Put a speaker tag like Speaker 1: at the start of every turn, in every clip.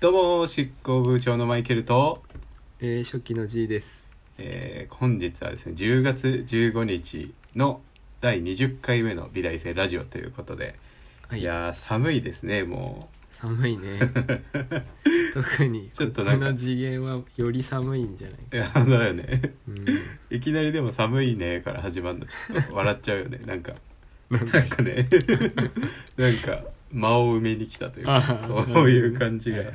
Speaker 1: どうも執行部長のマイケルと、
Speaker 2: えー、初期の G です。
Speaker 1: えー本日はですね10月15日の第20回目の美大生ラジオということで、、
Speaker 2: はいい、
Speaker 1: やー寒いですねも
Speaker 2: 寒い ね。特に
Speaker 1: ち
Speaker 2: こ
Speaker 1: ょっ
Speaker 2: っ
Speaker 1: と
Speaker 2: ち
Speaker 1: なんか
Speaker 2: の次元はより寒いんじゃないう
Speaker 1: いやそうだよね
Speaker 2: うん。
Speaker 1: いきなりでも「寒いね」から始まるのちょっと笑っちゃうよねなんか
Speaker 2: なん
Speaker 1: な
Speaker 2: か
Speaker 1: んかね なんか間を埋めに来たというか
Speaker 2: あ
Speaker 1: そ
Speaker 2: ー
Speaker 1: ういう感じ
Speaker 2: は
Speaker 1: が
Speaker 2: いはい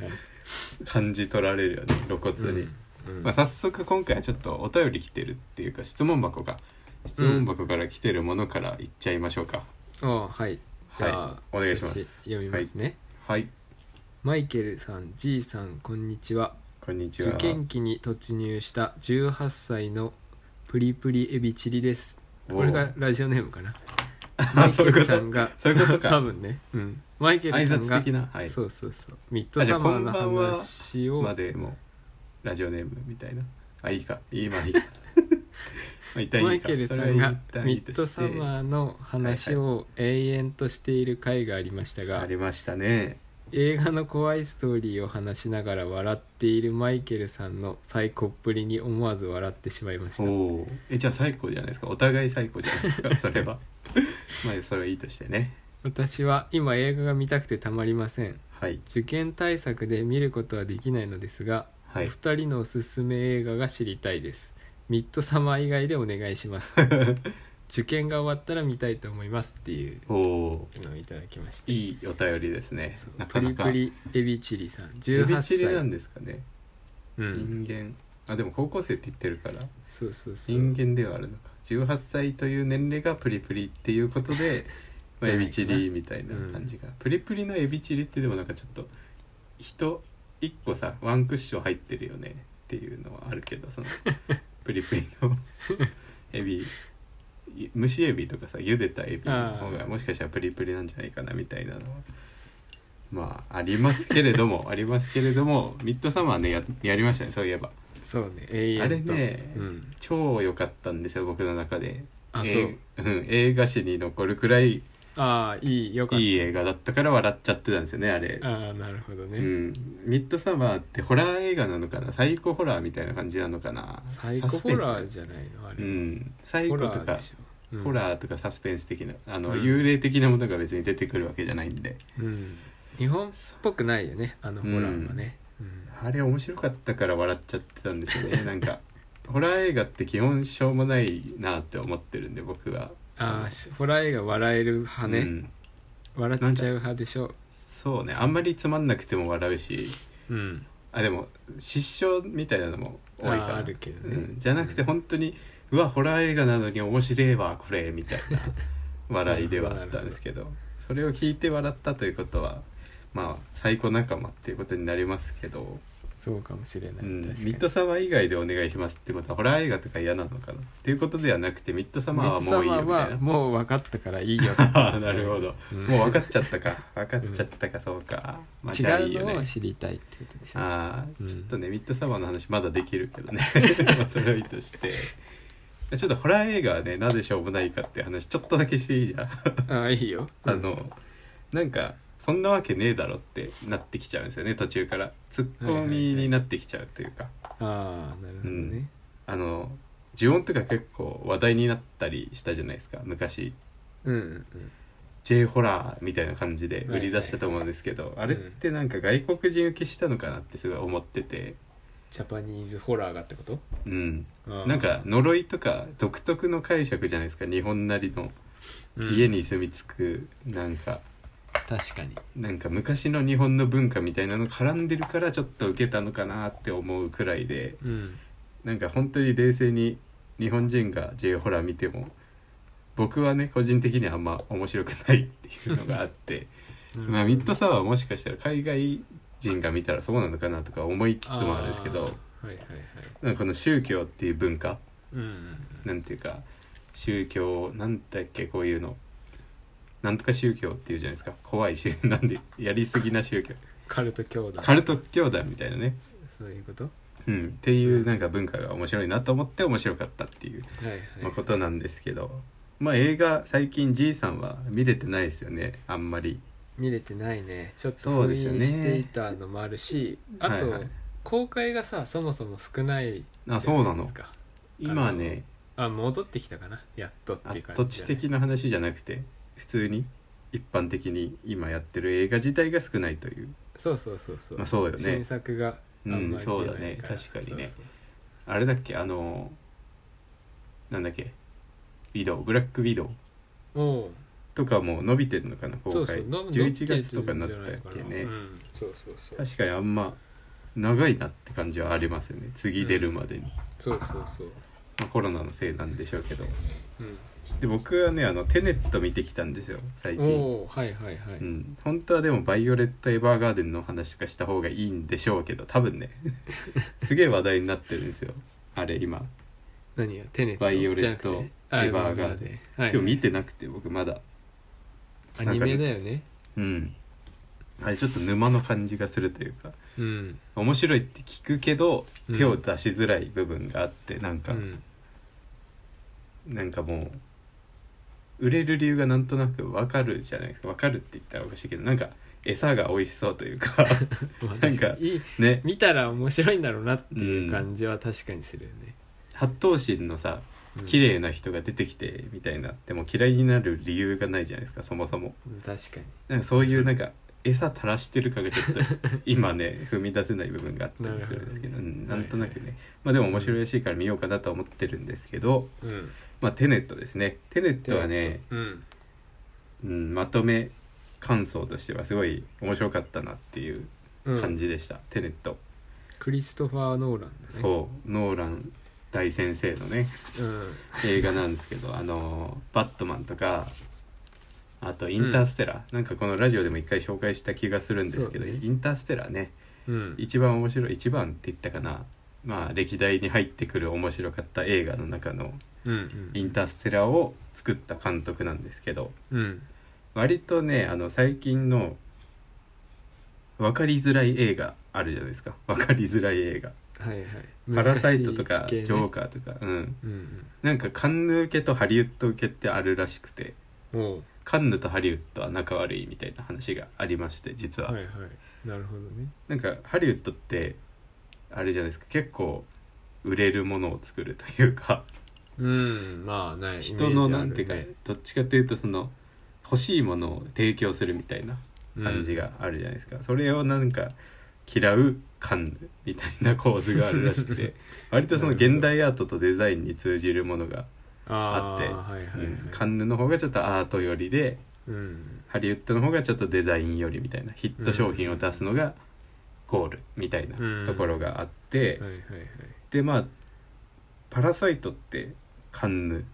Speaker 1: 感じ取られるよね露骨に。
Speaker 2: うん
Speaker 1: まあ、早速今回はちょっとお便り来てるっていうか質問箱が質問箱から来てるものからいっちゃいましょうか、
Speaker 2: あはい。じゃあ、
Speaker 1: はいお願いします
Speaker 2: 私読みますね、
Speaker 1: はい
Speaker 2: マイケルさん、G さん、こんにちは。
Speaker 1: こんにちは
Speaker 2: 受験期に突入した18歳のプリプリエビチリです。
Speaker 1: おう
Speaker 2: これがラジオネームかな。マ
Speaker 1: あ
Speaker 2: イケ
Speaker 1: そういうこ
Speaker 2: ル
Speaker 1: と
Speaker 2: さんが、
Speaker 1: そういうことか
Speaker 2: 多分ね。うん。マイケル
Speaker 1: 挨
Speaker 2: さん
Speaker 1: 拶
Speaker 2: が
Speaker 1: 的、なはい
Speaker 2: そうそうそう。ミッドサマーの
Speaker 1: あじゃあこんばんは
Speaker 2: 話を
Speaker 1: までもうラジオネームみたいなあいいかいいまあいい かまあ一旦いいか
Speaker 2: マイケルさんがミッドサマーの話を永遠としている回がありました
Speaker 1: が
Speaker 2: が
Speaker 1: ありましたね
Speaker 2: 映画の怖いストーリーを話しながら笑っているマイケルさんの最高っぷりに思わず笑ってしまいまし
Speaker 1: お
Speaker 2: た
Speaker 1: おえじゃあ最高じゃないですかお互い最高じゃないですかそれは まあそれはいいとしてね
Speaker 2: 私は今映画が見たくてたまりません
Speaker 1: はい
Speaker 2: 受験対策で見ることはできないのですが、
Speaker 1: はい
Speaker 2: お二人のおすすめ映画が知りたいですミッドサマー以外でお願いし ます受験が終わったら見たいと思いますっていう
Speaker 1: おお
Speaker 2: のをいただきました
Speaker 1: いいお便りですね
Speaker 2: そう
Speaker 1: な
Speaker 2: プ
Speaker 1: か
Speaker 2: リ
Speaker 1: なか
Speaker 2: プリエビチリさ
Speaker 1: エ
Speaker 2: ん18
Speaker 1: ビ
Speaker 2: 歳
Speaker 1: チリなんですかね
Speaker 2: うん、
Speaker 1: 人間あでも高校生って言ってるから
Speaker 2: そうそうそう
Speaker 1: 人間ではあるのか18歳という年齢がプリプリっていうことで、 まあ、
Speaker 2: じ
Speaker 1: エ
Speaker 2: ゃないかな
Speaker 1: ビチリみたいな感じが、プリプリのエビチリってでもなんかちょっと人1個さワンクッション入ってるよねっていうのはあるけどそ のプリプリのエビい蒸しエビとかさ茹でたエビの方
Speaker 2: あ
Speaker 1: が
Speaker 2: ー
Speaker 1: もしかしたらプリプリなんじゃないかなみたいなのはまあありますけれど もありますけれどもミッドサマーねややりましたねそういえば
Speaker 2: そうね永遠と
Speaker 1: あれね
Speaker 2: うん、
Speaker 1: 超良かったんですよ僕の中で
Speaker 2: あそう
Speaker 1: えーうん、映画史に残るくらい
Speaker 2: ああいいよかった
Speaker 1: いい映画だったから笑っちゃってたんですよねあれ、
Speaker 2: ああなるほど
Speaker 1: う
Speaker 2: ね、
Speaker 1: ん、ミッドサマーってホラー映画なのかなサイコホラーみたいな感じなのかな
Speaker 2: サイコホラー
Speaker 1: サス
Speaker 2: じゃないの
Speaker 1: ペ
Speaker 2: あ
Speaker 1: ンスう
Speaker 2: れ、
Speaker 1: んサイ
Speaker 2: ホ
Speaker 1: コと
Speaker 2: ラー
Speaker 1: か
Speaker 2: でしょ、うん、
Speaker 1: ホラーとかサスペンス的なあの、
Speaker 2: うん
Speaker 1: 幽霊的なものが別に出てくるわけじゃないんで
Speaker 2: うん、日本っぽくないよねあのホラーはね、うん
Speaker 1: あれ面白かったから笑っちゃってたんです よねなんかホラー映画って基本しょうもないなって思ってるんで僕は
Speaker 2: ああしホラー映画笑える派
Speaker 1: その
Speaker 2: ね、
Speaker 1: うん
Speaker 2: 笑っちゃう派でしょ
Speaker 1: そうねあんまりつまんなくても笑うし
Speaker 2: うん
Speaker 1: あでも失笑みたいなのも多いから
Speaker 2: あーあるけどね
Speaker 1: うん、じゃなくて本当に、うわホラー映画なのに面白いわこれみたいな笑いではあったんですけどそれを聞いて笑ったということはまあ最高仲間っていうことになりますけど、
Speaker 2: そうかもしれない、
Speaker 1: うん、ミ
Speaker 2: 確かに
Speaker 1: ッドサマー以外でお願いしますってことはホラー映画とか嫌なのかなっていうことではなくてミッドサマーはもういいよみたいな
Speaker 2: ミッドサマーはもう分かったからいいよ
Speaker 1: あーなるほど、
Speaker 2: う
Speaker 1: も
Speaker 2: ん
Speaker 1: う分かっちゃったか分かっちゃったか、そうか、まあじゃあいい
Speaker 2: 違
Speaker 1: よ
Speaker 2: う
Speaker 1: ね
Speaker 2: のを知りたいってことでしょ
Speaker 1: ああ、
Speaker 2: うん
Speaker 1: ちょっとねミッドサマーの話まだできるけどね まあそれはいいとしてちょっとホラー映画はねなぜしょうもないかっていう話ちょっとだけしていいじゃん
Speaker 2: ああいいよ
Speaker 1: あのなんかそんなわけねえだろってなってきちゃうんですよね途中からツッコミになってきちゃうというか、
Speaker 2: ああなるほどね、
Speaker 1: あの呪音とか結構話題になったりしたじゃないですか昔
Speaker 2: うん、うんうん
Speaker 1: J ホラーみたいな感じで売り出したと思うんですけど、
Speaker 2: いはい
Speaker 1: あれってなんか外国人受けしたのかなってすごい思ってて
Speaker 2: ジャパニーズホラーがってこと
Speaker 1: うん
Speaker 2: あー
Speaker 1: なんか呪いとか独特の解釈じゃないですか日本なりの
Speaker 2: うん
Speaker 1: 家に住み着くなんか、
Speaker 2: 確かに
Speaker 1: なんか昔の日本の文化みたいなの絡んでるからちょっと受けたのかなって思うくらいで
Speaker 2: うん
Speaker 1: なんか本当に冷静に日本人が J ホラー見ても僕はね個人的にはあんま面白くないっていうのがあってまあミッドサワーはもしかしたら海外人が見たらそうなのかなとか思いつつもあるんですけど
Speaker 2: あーはいはいはい
Speaker 1: なんかこの宗教っていう文化
Speaker 2: うんうん
Speaker 1: なんていうか宗教なんだっけこういうのなんとか宗教っていうじゃないですか怖い宗教なんでやりすぎな宗教
Speaker 2: カルト教団
Speaker 1: カルト教団みたいなね、
Speaker 2: そういうことは
Speaker 1: うん、っていうなんか文化が面白いなと思って面白かったっていう、
Speaker 2: いはい
Speaker 1: まあことなんですけどまあ映画最近じいさんは見れてないですよねあんまり
Speaker 2: 見れてないねちょっ
Speaker 1: そ
Speaker 2: と
Speaker 1: う
Speaker 2: 封
Speaker 1: で
Speaker 2: 印
Speaker 1: すよね
Speaker 2: していたのもあるし、あと、
Speaker 1: はいはい
Speaker 2: 公開がさそもそも少ない
Speaker 1: あそうな
Speaker 2: じゃいで
Speaker 1: の
Speaker 2: すか
Speaker 1: 今ね
Speaker 2: あ戻ってきたかなやっとっていう
Speaker 1: あ
Speaker 2: 感じだね、
Speaker 1: 土地的な話じゃなくて普通に一般的に今やってる映画自体が少ないという
Speaker 2: そうそうそうそう、
Speaker 1: まあそうよね
Speaker 2: 新作があんまり出ないから、
Speaker 1: うんそうだね確かにね
Speaker 2: そうそう
Speaker 1: あれだっけあのなんだっけウィドウブラックウィドウ
Speaker 2: そうおう
Speaker 1: とかもう伸びてるのかな公開
Speaker 2: そうそうの
Speaker 1: 11月とかになったっけ
Speaker 2: 伸びてるんじゃない
Speaker 1: ね、
Speaker 2: かなうん、そうそうそう
Speaker 1: 確かにあんま長いなって感じはありますよね次出るまでに、
Speaker 2: そうそうそう
Speaker 1: まあ、コロナのせいなんでしょうけど
Speaker 2: うん
Speaker 1: で僕はねあのテネット見てきたんですよ最近、
Speaker 2: おおはいはいはい、
Speaker 1: うん、本当はでも「バイオレット・エヴァーガーデン」の話とかした方がいいんでしょうけど多 分ねすげえ話題になってるんですよあれ今
Speaker 2: 何がテネット
Speaker 1: バイオレット
Speaker 2: じゃなくてあ
Speaker 1: エヴァーガーデン
Speaker 2: はい、
Speaker 1: 今日見てなくて僕まだ
Speaker 2: アニメだよね
Speaker 1: うんあれちょっと沼の感じがするというか
Speaker 2: うん
Speaker 1: 面白いって聞くけど
Speaker 2: うん
Speaker 1: 手を出しづらい部分があって、なん
Speaker 2: う
Speaker 1: か、
Speaker 2: ん
Speaker 1: なんかもう売れる理由がなんとなくわかるじゃないですかわかるって言ったらおかしいけどなんか餌が美味しそうという か
Speaker 2: まあ
Speaker 1: なんか
Speaker 2: 確にいい
Speaker 1: ね
Speaker 2: 見たら面白いんだろうなっていう感じは確かにするよね、
Speaker 1: 八頭身のさ
Speaker 2: うん
Speaker 1: 綺麗な人が出てきてみたいなでも嫌いになる理由がないじゃないですかそもそも
Speaker 2: 確か
Speaker 1: なんかそういうなんか餌垂らしてるかがちょっと今 ね踏み出せない部分があったりするんですけど
Speaker 2: なるほどね
Speaker 1: うんなんとなくね、まあでも面白いらしいから見ようかなとは思ってるんですけど、
Speaker 2: にうん
Speaker 1: まあテネットですねテネットはね
Speaker 2: うん
Speaker 1: うん、まとめ感想としてはすごい面白かったなっていう
Speaker 2: うん
Speaker 1: 感じでした、テネット、
Speaker 2: クリストファー・ノーランだね
Speaker 1: そうノーラン大先生の ね
Speaker 2: うん
Speaker 1: 映画なんですけどあのバットマンとかあとインターステラー、なんかこのラジオでも一回紹介した気がするんですけど、
Speaker 2: そうね
Speaker 1: インターステラーね
Speaker 2: うん
Speaker 1: 一番面白い一番って言ったかなまあ歴代に入ってくる面白かった映画の中の
Speaker 2: うんうん
Speaker 1: インターステラーを作った監督なんですけど
Speaker 2: うん
Speaker 1: 割とねあの最近の分かりづらい映画あるじゃないですか分かりづらい映画
Speaker 2: はいはい
Speaker 1: 「パラサイト」とか「
Speaker 2: 難
Speaker 1: ジ
Speaker 2: しい系ね
Speaker 1: ョーカー」とか、うん、
Speaker 2: うん
Speaker 1: なんかカンヌ受けとハリウッド受けってあるらしくて
Speaker 2: うんおう
Speaker 1: カンヌとハリウッドは仲悪いみたいな話がありまして実は、
Speaker 2: はいはいなるほどね
Speaker 1: なんかハリウッドってあれじゃないですか結構売れるものを作るというか
Speaker 2: うんまあない
Speaker 1: 人の
Speaker 2: イメージあ
Speaker 1: な
Speaker 2: る
Speaker 1: んていうか
Speaker 2: ね
Speaker 1: どっちかというとその欲しいものを提供するみたいな感じがあるじゃないですか、それをなんか嫌うカンヌみたいな構図があるらしく て割とその現代アートとデザインに通じるものが、
Speaker 2: うんあ
Speaker 1: あ
Speaker 2: ー
Speaker 1: っ
Speaker 2: はいは
Speaker 1: う
Speaker 2: いはい
Speaker 1: んカンヌの方がちょっとアート寄りで
Speaker 2: うん
Speaker 1: ハリウッドの方がちょっとデザイン寄りみたいなヒット商品を出すのがゴールみたいな
Speaker 2: うん
Speaker 1: ところがあって、
Speaker 2: はいはいはい
Speaker 1: でまあ「パラサイト」ってカンヌ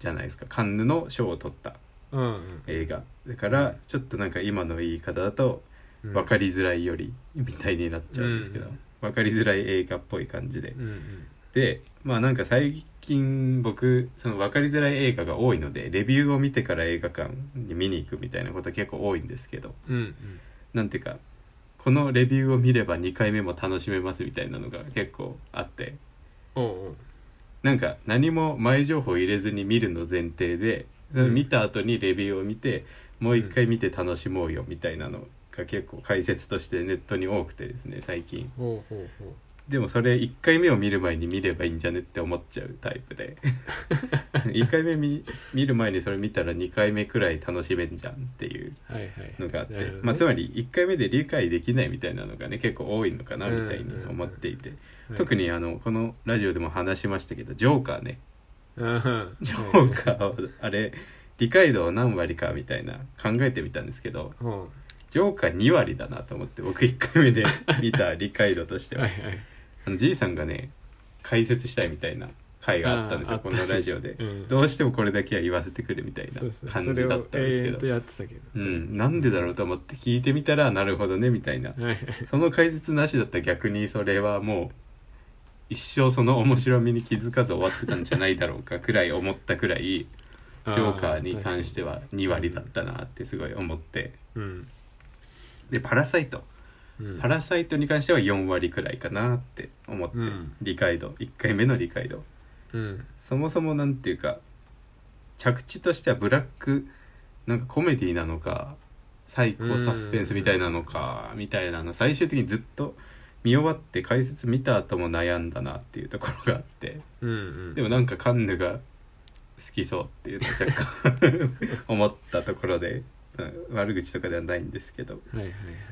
Speaker 1: じゃないですかカンヌの賞を取った
Speaker 2: うん
Speaker 1: 映画だからちょっとなんか今の言い方だと
Speaker 2: うん
Speaker 1: 分かりづらいよりみたいになっちゃうんですけど、
Speaker 2: うん
Speaker 1: 分かりづらい映画っぽい感じで
Speaker 2: うんうん
Speaker 1: でまあなんか最近僕その分かりづらい映画が多いのでレビューを見てから映画館に見に行くみたいなこと結構多いんですけど
Speaker 2: うんうん
Speaker 1: なんていうかこのレビューを見れば2回目も楽しめますみたいなのが結構あって
Speaker 2: おうおう
Speaker 1: なんか何も前情報入れずに見るの前提でその見た後にレビューを見てもう一回見て楽しもうよみたいなのが結構解説としてネットに多くてですね最近
Speaker 2: ほうほうほう
Speaker 1: でもそれ1回目を見る前に見ればいいんじゃねって思っちゃうタイプ で1回目見見る前にそれ見たら2回目くらい楽しめんじゃんっていう
Speaker 2: はいはい
Speaker 1: のがあって、
Speaker 2: なるほどね
Speaker 1: まあ、つまり1回目で理解できないみたいなのがね結構多いのかなみたいに思っていて、
Speaker 2: はい
Speaker 1: 特にあのこのラジオでも話しましたけどジョーカーね
Speaker 2: うん
Speaker 1: ジョーカーをあれ理解度は何割かみたいな考えてみたんですけど
Speaker 2: ほ
Speaker 1: ジョーカー2割だなと思って僕1回目で見た理解度として
Speaker 2: うは
Speaker 1: はい
Speaker 2: はい
Speaker 1: あのじいさんがね解説したいみたいな回があったんですよ
Speaker 2: あー
Speaker 1: このラジオで、
Speaker 2: うん
Speaker 1: どうしてもこれだけは言わせてくれみたいな
Speaker 2: そうそう
Speaker 1: 感じだったんですけ
Speaker 2: それを永遠と
Speaker 1: ど
Speaker 2: やってたけど
Speaker 1: う
Speaker 2: それ
Speaker 1: んなんでだろうと思って聞いてみたらなるほどねみたいな
Speaker 2: はいはい
Speaker 1: その解説なしだったら逆にそれはもう一生その面白みに気づかず終わってたんじゃないだろうかくらい思ったくらいジョーカーに関しては2割だったなってすごい思って
Speaker 2: うん
Speaker 1: で「パラサイト」
Speaker 2: うん
Speaker 1: パラサイト」に関しては4割くらいかなって思って、
Speaker 2: うん
Speaker 1: 理解度1回目の理解度
Speaker 2: うん
Speaker 1: そもそもなんていうか着地としてはブラックなんかコメディなのか最高サスペンスみたいなのかみたいなの最終的にずっと見終わって解説見た後も悩んだなっていうところがあって
Speaker 2: うんうん
Speaker 1: でもなんかカンヌが好きそうっていうのは若干思ったところで、うん悪口とかではないんですけど、
Speaker 2: はいはい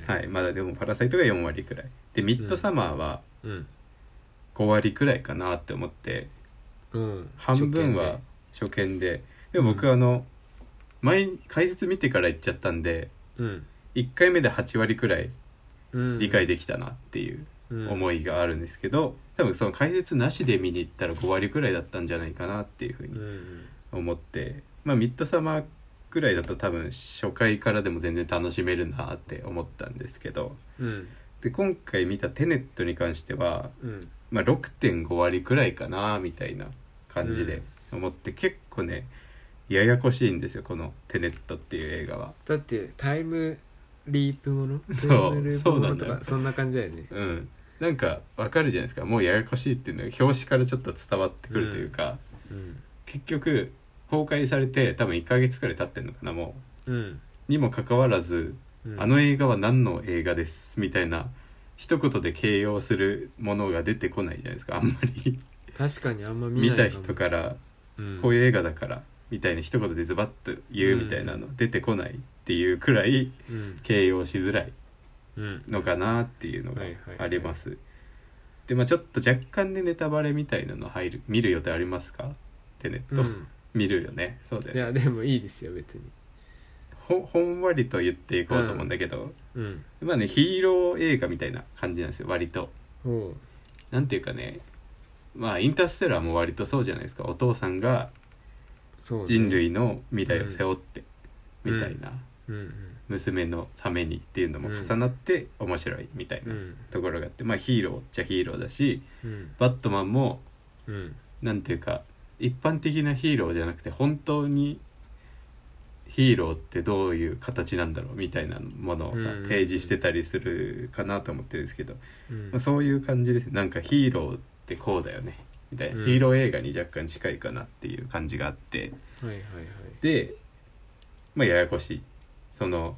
Speaker 2: はい、
Speaker 1: はい、まだでも「パラサイト」が4割くらいで「ミッドサマー」は
Speaker 2: うん
Speaker 1: 5割くらいかなって思って。
Speaker 2: うん、
Speaker 1: 半分は初見ででも僕あの、前に解説見てから行っちゃったんで
Speaker 2: 初見で、
Speaker 1: 1回目で8割くらい
Speaker 2: うん、
Speaker 1: 理解できたなっていう思
Speaker 2: い、
Speaker 1: いがあるんですけど、多分その解説なしで見に行ったら5割くらいだったんじゃないかなっていうふう
Speaker 2: うん
Speaker 1: に
Speaker 2: うん
Speaker 1: 思ってまあミッドサマーくらいだと多分初回からでも全然楽しめるなって思ったんですけど
Speaker 2: うん
Speaker 1: で今回見た「テネット」に関しては
Speaker 2: うん
Speaker 1: まあ、6.5割くらいかなみたいな感じで思って、結構ねややこしいんですよこの「テネット」っていう映画は。
Speaker 2: だってタイムリープもの
Speaker 1: そう
Speaker 2: タイムリープ
Speaker 1: そう
Speaker 2: ものと
Speaker 1: なんだ
Speaker 2: か
Speaker 1: よ
Speaker 2: そんな感じだよね
Speaker 1: うん、なんかわかるじゃないですかもうややこしいっていうのが表紙からちょっと伝わってくるというか、
Speaker 2: うん
Speaker 1: 結局公開されて多分1ヶ月くらい経ってんのかなも
Speaker 2: うん
Speaker 1: う。にもかかわらず、
Speaker 2: うん
Speaker 1: あの映画は何の映画ですみたいな一言で形容するものが出てこないじゃないですかあんまり
Speaker 2: 確かにあんま見
Speaker 1: 見
Speaker 2: ない
Speaker 1: た人からこういう映画だからみたいな一言でズバッと言うみたいなの出てこないっていうくらい
Speaker 2: うんうん
Speaker 1: 形容しづらい
Speaker 2: うん
Speaker 1: のかなっていうのが
Speaker 2: はいはいはい
Speaker 1: あります。でまあちょっと若干ねネタバレみたいなの入る見る予定ありますかってネット、
Speaker 2: うん
Speaker 1: 見るよねそうだ
Speaker 2: い
Speaker 1: よね
Speaker 2: やでもいいですよ別に
Speaker 1: ほほんわりと言っていこうと思うんだけど、
Speaker 2: うん
Speaker 1: まあねヒーロー映画みたいな感じなんですよ割と。
Speaker 2: ほ
Speaker 1: なんていうかねまあインターステラーも割とそうじゃないですかお父さんが
Speaker 2: うそうね
Speaker 1: 人類の未来を背負って、
Speaker 2: うん
Speaker 1: みたいな。
Speaker 2: うん
Speaker 1: 娘のためにっていうのも重なって面白いみたい
Speaker 2: うんう
Speaker 1: なんところがあって、まあヒーローっちゃヒーローだし
Speaker 2: うん
Speaker 1: バットマンも
Speaker 2: うん
Speaker 1: なんていうか一般的なヒーローじゃなくて本当にヒーローってどういう形なんだろうみたいなものをさ
Speaker 2: うんうんうん
Speaker 1: 提示してたりするかなと思ってるんですけど、
Speaker 2: うん
Speaker 1: まあ、そういう感じですなんかヒーローってこうだよねみたいな、
Speaker 2: うん
Speaker 1: ヒーロー映画に若干近いかなっていう感じがあって
Speaker 2: はいはいはい
Speaker 1: で、まあ、ややこしいその、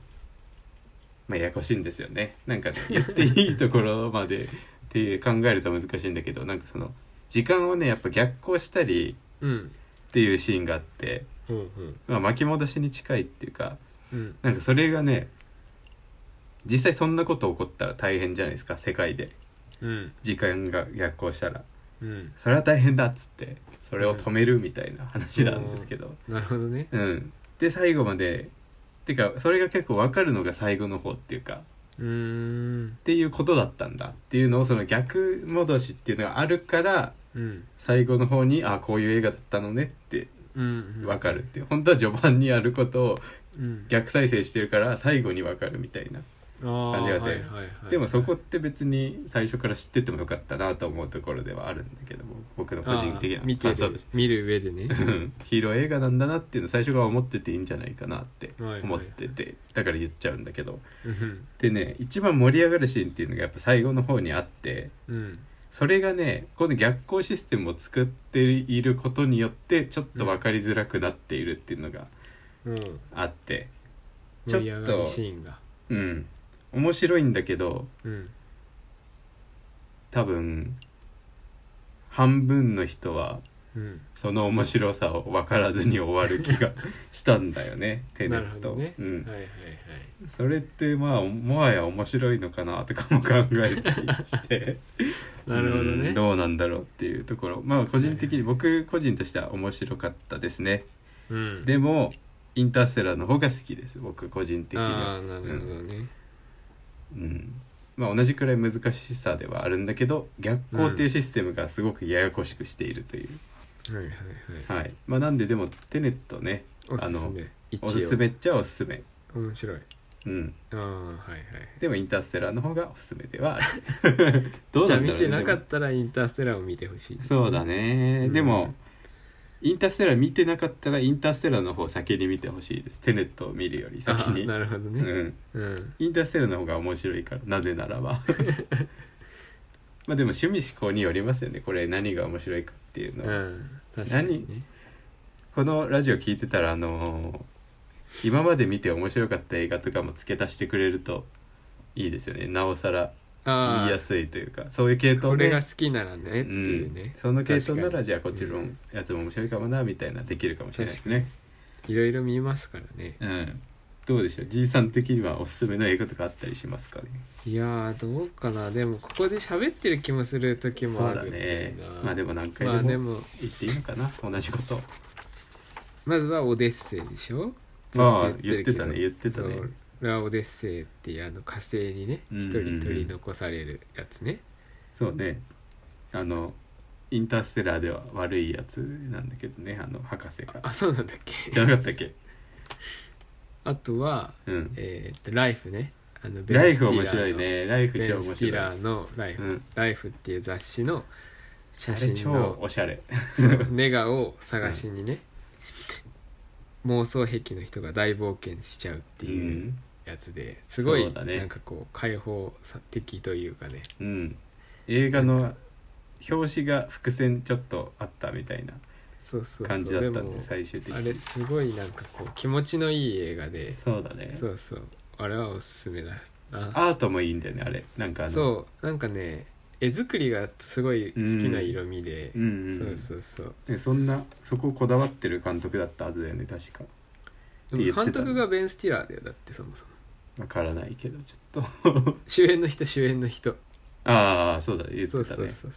Speaker 1: まあ、ややこしいんですよねなんかね言っていいところまで って考えると難しいんだけどなんかその時間をねやっぱ逆行したり
Speaker 2: うん
Speaker 1: っていうシーンがあって、
Speaker 2: ほうほう
Speaker 1: まあ、巻き戻しに近いっていうか
Speaker 2: うん
Speaker 1: なんかそれがね実際そんなこと起こったら大変じゃないですか世界で
Speaker 2: うん
Speaker 1: 時間が逆行したら
Speaker 2: うん
Speaker 1: それは大変だっつってそれを止めるみたいな話なんですけど、
Speaker 2: なるほどね
Speaker 1: うん、で最後までてかそれが結構分かるのが最後の方っていうか
Speaker 2: うーん
Speaker 1: っていうことだったんだっていうのをその逆戻しっていうのがあるから
Speaker 2: うん
Speaker 1: 最後の方にあこういう映画だったのねって
Speaker 2: うん
Speaker 1: 分かるっていう本当は序盤にあることを
Speaker 2: うん
Speaker 1: 逆再生してるから最後に分かるみたいな
Speaker 2: 感
Speaker 1: 感じがあって
Speaker 2: はいはいはい、
Speaker 1: でもそこって別に最初から知っててもよかったなと思うところではあるんだけども僕の個人的
Speaker 2: あー見
Speaker 1: な
Speaker 2: て
Speaker 1: 感想で
Speaker 2: る見る上でね
Speaker 1: うん ヒーロー映画なんだなっていうの最初から思ってていいんじゃないかなって
Speaker 2: はい
Speaker 1: 思ってて、だから言っちゃうんだけど
Speaker 2: うん
Speaker 1: でね一番盛り上がるシーンっていうのがやっぱ最後の方にあって
Speaker 2: うん
Speaker 1: それがねこの逆行システムを作っていることによってちょっと分かりづらくなっているっていうのが
Speaker 2: うん
Speaker 1: あってちょ
Speaker 2: 盛
Speaker 1: っと
Speaker 2: り上がるシーンが
Speaker 1: うん面白いんだけど
Speaker 2: うん
Speaker 1: 多分半分の人は
Speaker 2: うん
Speaker 1: その面白さを分からずに終わる気がしたんだよ ねテネ
Speaker 2: なる
Speaker 1: ッ
Speaker 2: ほ
Speaker 1: ト。
Speaker 2: どね、
Speaker 1: うん
Speaker 2: はいはいはい
Speaker 1: それってまあもはや面白いのかなとかも考えたりして
Speaker 2: なるほど
Speaker 1: う
Speaker 2: ね
Speaker 1: んどうなんだろうっていうところまあ個人的に僕個人としては面白かったですね
Speaker 2: うん
Speaker 1: でもインターステラーの方が好きです僕個人的に
Speaker 2: あ
Speaker 1: は
Speaker 2: あなるほどね、
Speaker 1: うんまあ同じくらい難しさではあるんだけど逆行っていうシステムがすごくややこしくしているという、
Speaker 2: はいはいはい
Speaker 1: はいまあなんででもテネットね
Speaker 2: おすす
Speaker 1: あの
Speaker 2: め一応
Speaker 1: おすすめっちゃおすすめ
Speaker 2: 面白い
Speaker 1: うん
Speaker 2: ああはいはい
Speaker 1: でもインターステラーの方がおすすめではある どう
Speaker 2: じゃ
Speaker 1: な
Speaker 2: あ
Speaker 1: んだろ
Speaker 2: 見
Speaker 1: うね
Speaker 2: てなか
Speaker 1: でも
Speaker 2: ったらインターステラーを見てほしいです
Speaker 1: そうだね、
Speaker 2: うん
Speaker 1: でもインターステラー見てなかったらインターステラーの方先に見てほしいですテネットを見るより
Speaker 2: あ
Speaker 1: 先に、
Speaker 2: なるほど
Speaker 1: う
Speaker 2: ね
Speaker 1: ん、
Speaker 2: うん、
Speaker 1: インターステラーの方が面白いからなぜなら ばまあでも趣味思考によりますよねこれ何が面白いかっていう
Speaker 2: う
Speaker 1: の
Speaker 2: ん
Speaker 1: は、
Speaker 2: 確かにね
Speaker 1: このラジオ聞いてたらあのー今まで見て面白かった映画とかも付け足してくれるといいですよねなおさら言
Speaker 2: あ
Speaker 1: いや
Speaker 2: あ
Speaker 1: すいというかそういう系
Speaker 2: こ
Speaker 1: 統
Speaker 2: れが
Speaker 1: で
Speaker 2: 好きならねっていうね
Speaker 1: うん、その系統な
Speaker 2: 確からに
Speaker 1: じゃあこっちのやつも面白いかもなみたいなできるかもしれないですね。
Speaker 2: いろいろ見ますからね
Speaker 1: うん、どうでしょう G さん的にはおすすめの映画とかあったりしますかね
Speaker 2: いやーどうかなでもここで喋ってる気もする時
Speaker 1: そ
Speaker 2: もあ
Speaker 1: うだ
Speaker 2: るんだよ
Speaker 1: ね
Speaker 2: な
Speaker 1: まあでも何回
Speaker 2: まあ
Speaker 1: で
Speaker 2: で
Speaker 1: も
Speaker 2: も
Speaker 1: 言っていいのかな同じこと
Speaker 2: まずは「オデッセイ」でしょ
Speaker 1: まあ
Speaker 2: ずと
Speaker 1: 言っ
Speaker 2: る
Speaker 1: て
Speaker 2: け
Speaker 1: た
Speaker 2: ど
Speaker 1: ね言ってたね
Speaker 2: そうラオデッセイっていうあの火星にね
Speaker 1: うんうんう
Speaker 2: 一
Speaker 1: ん
Speaker 2: 人取り残されるやつね、
Speaker 1: そうねあのインターステラーでは悪いやつなんだけどねあの博士が
Speaker 2: あそうなんだっけ
Speaker 1: じゃなかったっけ
Speaker 2: あとは
Speaker 1: うん
Speaker 2: えーっと「ライフね」あの
Speaker 1: ライ
Speaker 2: ステ
Speaker 1: フ
Speaker 2: ィ
Speaker 1: 面
Speaker 2: ラーの
Speaker 1: 白いねライフ
Speaker 2: ベ
Speaker 1: 超
Speaker 2: ン・
Speaker 1: 面
Speaker 2: スティ
Speaker 1: 白
Speaker 2: ラ
Speaker 1: い
Speaker 2: ーの「ライ
Speaker 1: う
Speaker 2: フ」
Speaker 1: ん
Speaker 2: ライフ」っていう雑誌の
Speaker 1: あ
Speaker 2: 写
Speaker 1: れ
Speaker 2: 真
Speaker 1: 超
Speaker 2: の
Speaker 1: おしゃれ
Speaker 2: そうネガを探しにね、妄想癖の人が大冒険しちゃうっていううやつですご
Speaker 1: そ
Speaker 2: いう
Speaker 1: だね
Speaker 2: なんかこう開放的というかね
Speaker 1: うん、うん、映画の表紙が伏線ちょっとあったみたいな
Speaker 2: そうそうそ
Speaker 1: 感
Speaker 2: う
Speaker 1: じだった
Speaker 2: で
Speaker 1: ん
Speaker 2: も
Speaker 1: で最終的
Speaker 2: あ
Speaker 1: に
Speaker 2: れすごいなんかこう気持ちのいい映画で
Speaker 1: そうだね
Speaker 2: そうそうあれはおすすめだな
Speaker 1: アートもいいんだよねあれなんかあの
Speaker 2: そうなんかね絵作りがすごい好きな色味で、
Speaker 1: うんうんうん
Speaker 2: そうそうそう
Speaker 1: ねそんなそこをこだわってる監督だったはずだよね確か
Speaker 2: で
Speaker 1: 言って
Speaker 2: も
Speaker 1: たね
Speaker 2: 監督がベン・スティラーだよだってそもそも
Speaker 1: わからないけどち ょっと
Speaker 2: 主演の人主演の人
Speaker 1: ああそうだ言ってた
Speaker 2: そう
Speaker 1: ね
Speaker 2: そうそうそう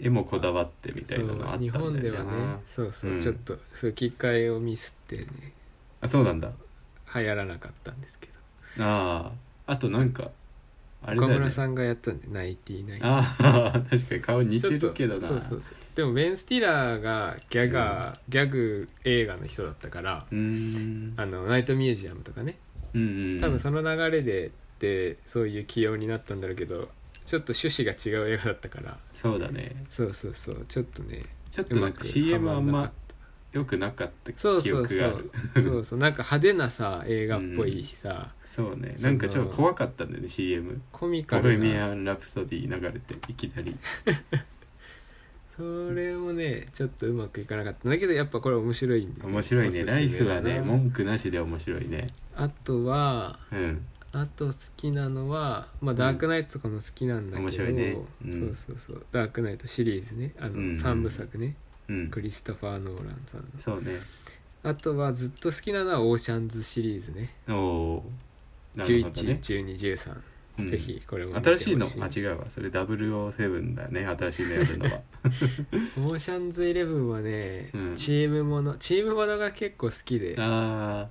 Speaker 1: 絵もこだわってみたいなのあっ
Speaker 2: そ
Speaker 1: た
Speaker 2: うん
Speaker 1: だ
Speaker 2: 日
Speaker 1: よな
Speaker 2: 本ではねそうそう、
Speaker 1: うん
Speaker 2: ちょっと吹き替えをミスってね
Speaker 1: あそうなんだ
Speaker 2: 流行らなかったんですけど
Speaker 1: あああとなんかあれだ
Speaker 2: 岡
Speaker 1: よ、ね、
Speaker 2: 村さんがやったんで「ナイティナイン」
Speaker 1: ああ確かに顔似てるけどな
Speaker 2: そうそうそうでもベン・スティラーがギャガー、ギャグ映画の人だったから
Speaker 1: うーん
Speaker 2: あのナイトミュージアムとかね
Speaker 1: うんうん
Speaker 2: 多分その流れででそういう起用になったんだろうけどちょっと趣旨が違う映画だったから
Speaker 1: そうだね
Speaker 2: そうそうそうちょっとね
Speaker 1: ちょっと
Speaker 2: う
Speaker 1: な
Speaker 2: ま
Speaker 1: んか
Speaker 2: く
Speaker 1: CM あん
Speaker 2: はまらな
Speaker 1: ま
Speaker 2: かった
Speaker 1: 良くなかった
Speaker 2: そう
Speaker 1: 記
Speaker 2: そう
Speaker 1: 憶
Speaker 2: そ
Speaker 1: があ
Speaker 2: う
Speaker 1: る
Speaker 2: そうそうなんか派手なさ映画っぽいさ、
Speaker 1: そうねなんかちょっと怖かったんだよね CM
Speaker 2: コミカ
Speaker 1: ボヘ
Speaker 2: ル
Speaker 1: ミ
Speaker 2: な
Speaker 1: アン・ラプソディ流れていきなり
Speaker 2: それもねちょっとうまくいかなかったんだけどやっぱこれ面白いんで
Speaker 1: 面白いね
Speaker 2: おすすめだ
Speaker 1: ラ
Speaker 2: な
Speaker 1: イフはね文句なしで面白いね
Speaker 2: あとは
Speaker 1: うん
Speaker 2: あと好きなのはまあ
Speaker 1: うん
Speaker 2: ダークナイトとかも好きなんだけど、
Speaker 1: 面白いねうん
Speaker 2: そうそうそうダークナイトシリーズねあの
Speaker 1: うん
Speaker 2: 3部作ね、
Speaker 1: うん
Speaker 2: クリストファー・ノーランさんの
Speaker 1: そうね
Speaker 2: あとはずっと好きなのはオーシャンズシリーズね
Speaker 1: おおーなるほどね、
Speaker 2: 111213、
Speaker 1: うん
Speaker 2: ぜひこれも見てほ
Speaker 1: 新しいのあ違うわそれ007だね新しいのやるのは
Speaker 2: オーシャンズイレブンはね、
Speaker 1: うん
Speaker 2: チームものチームものが結構好きで
Speaker 1: あ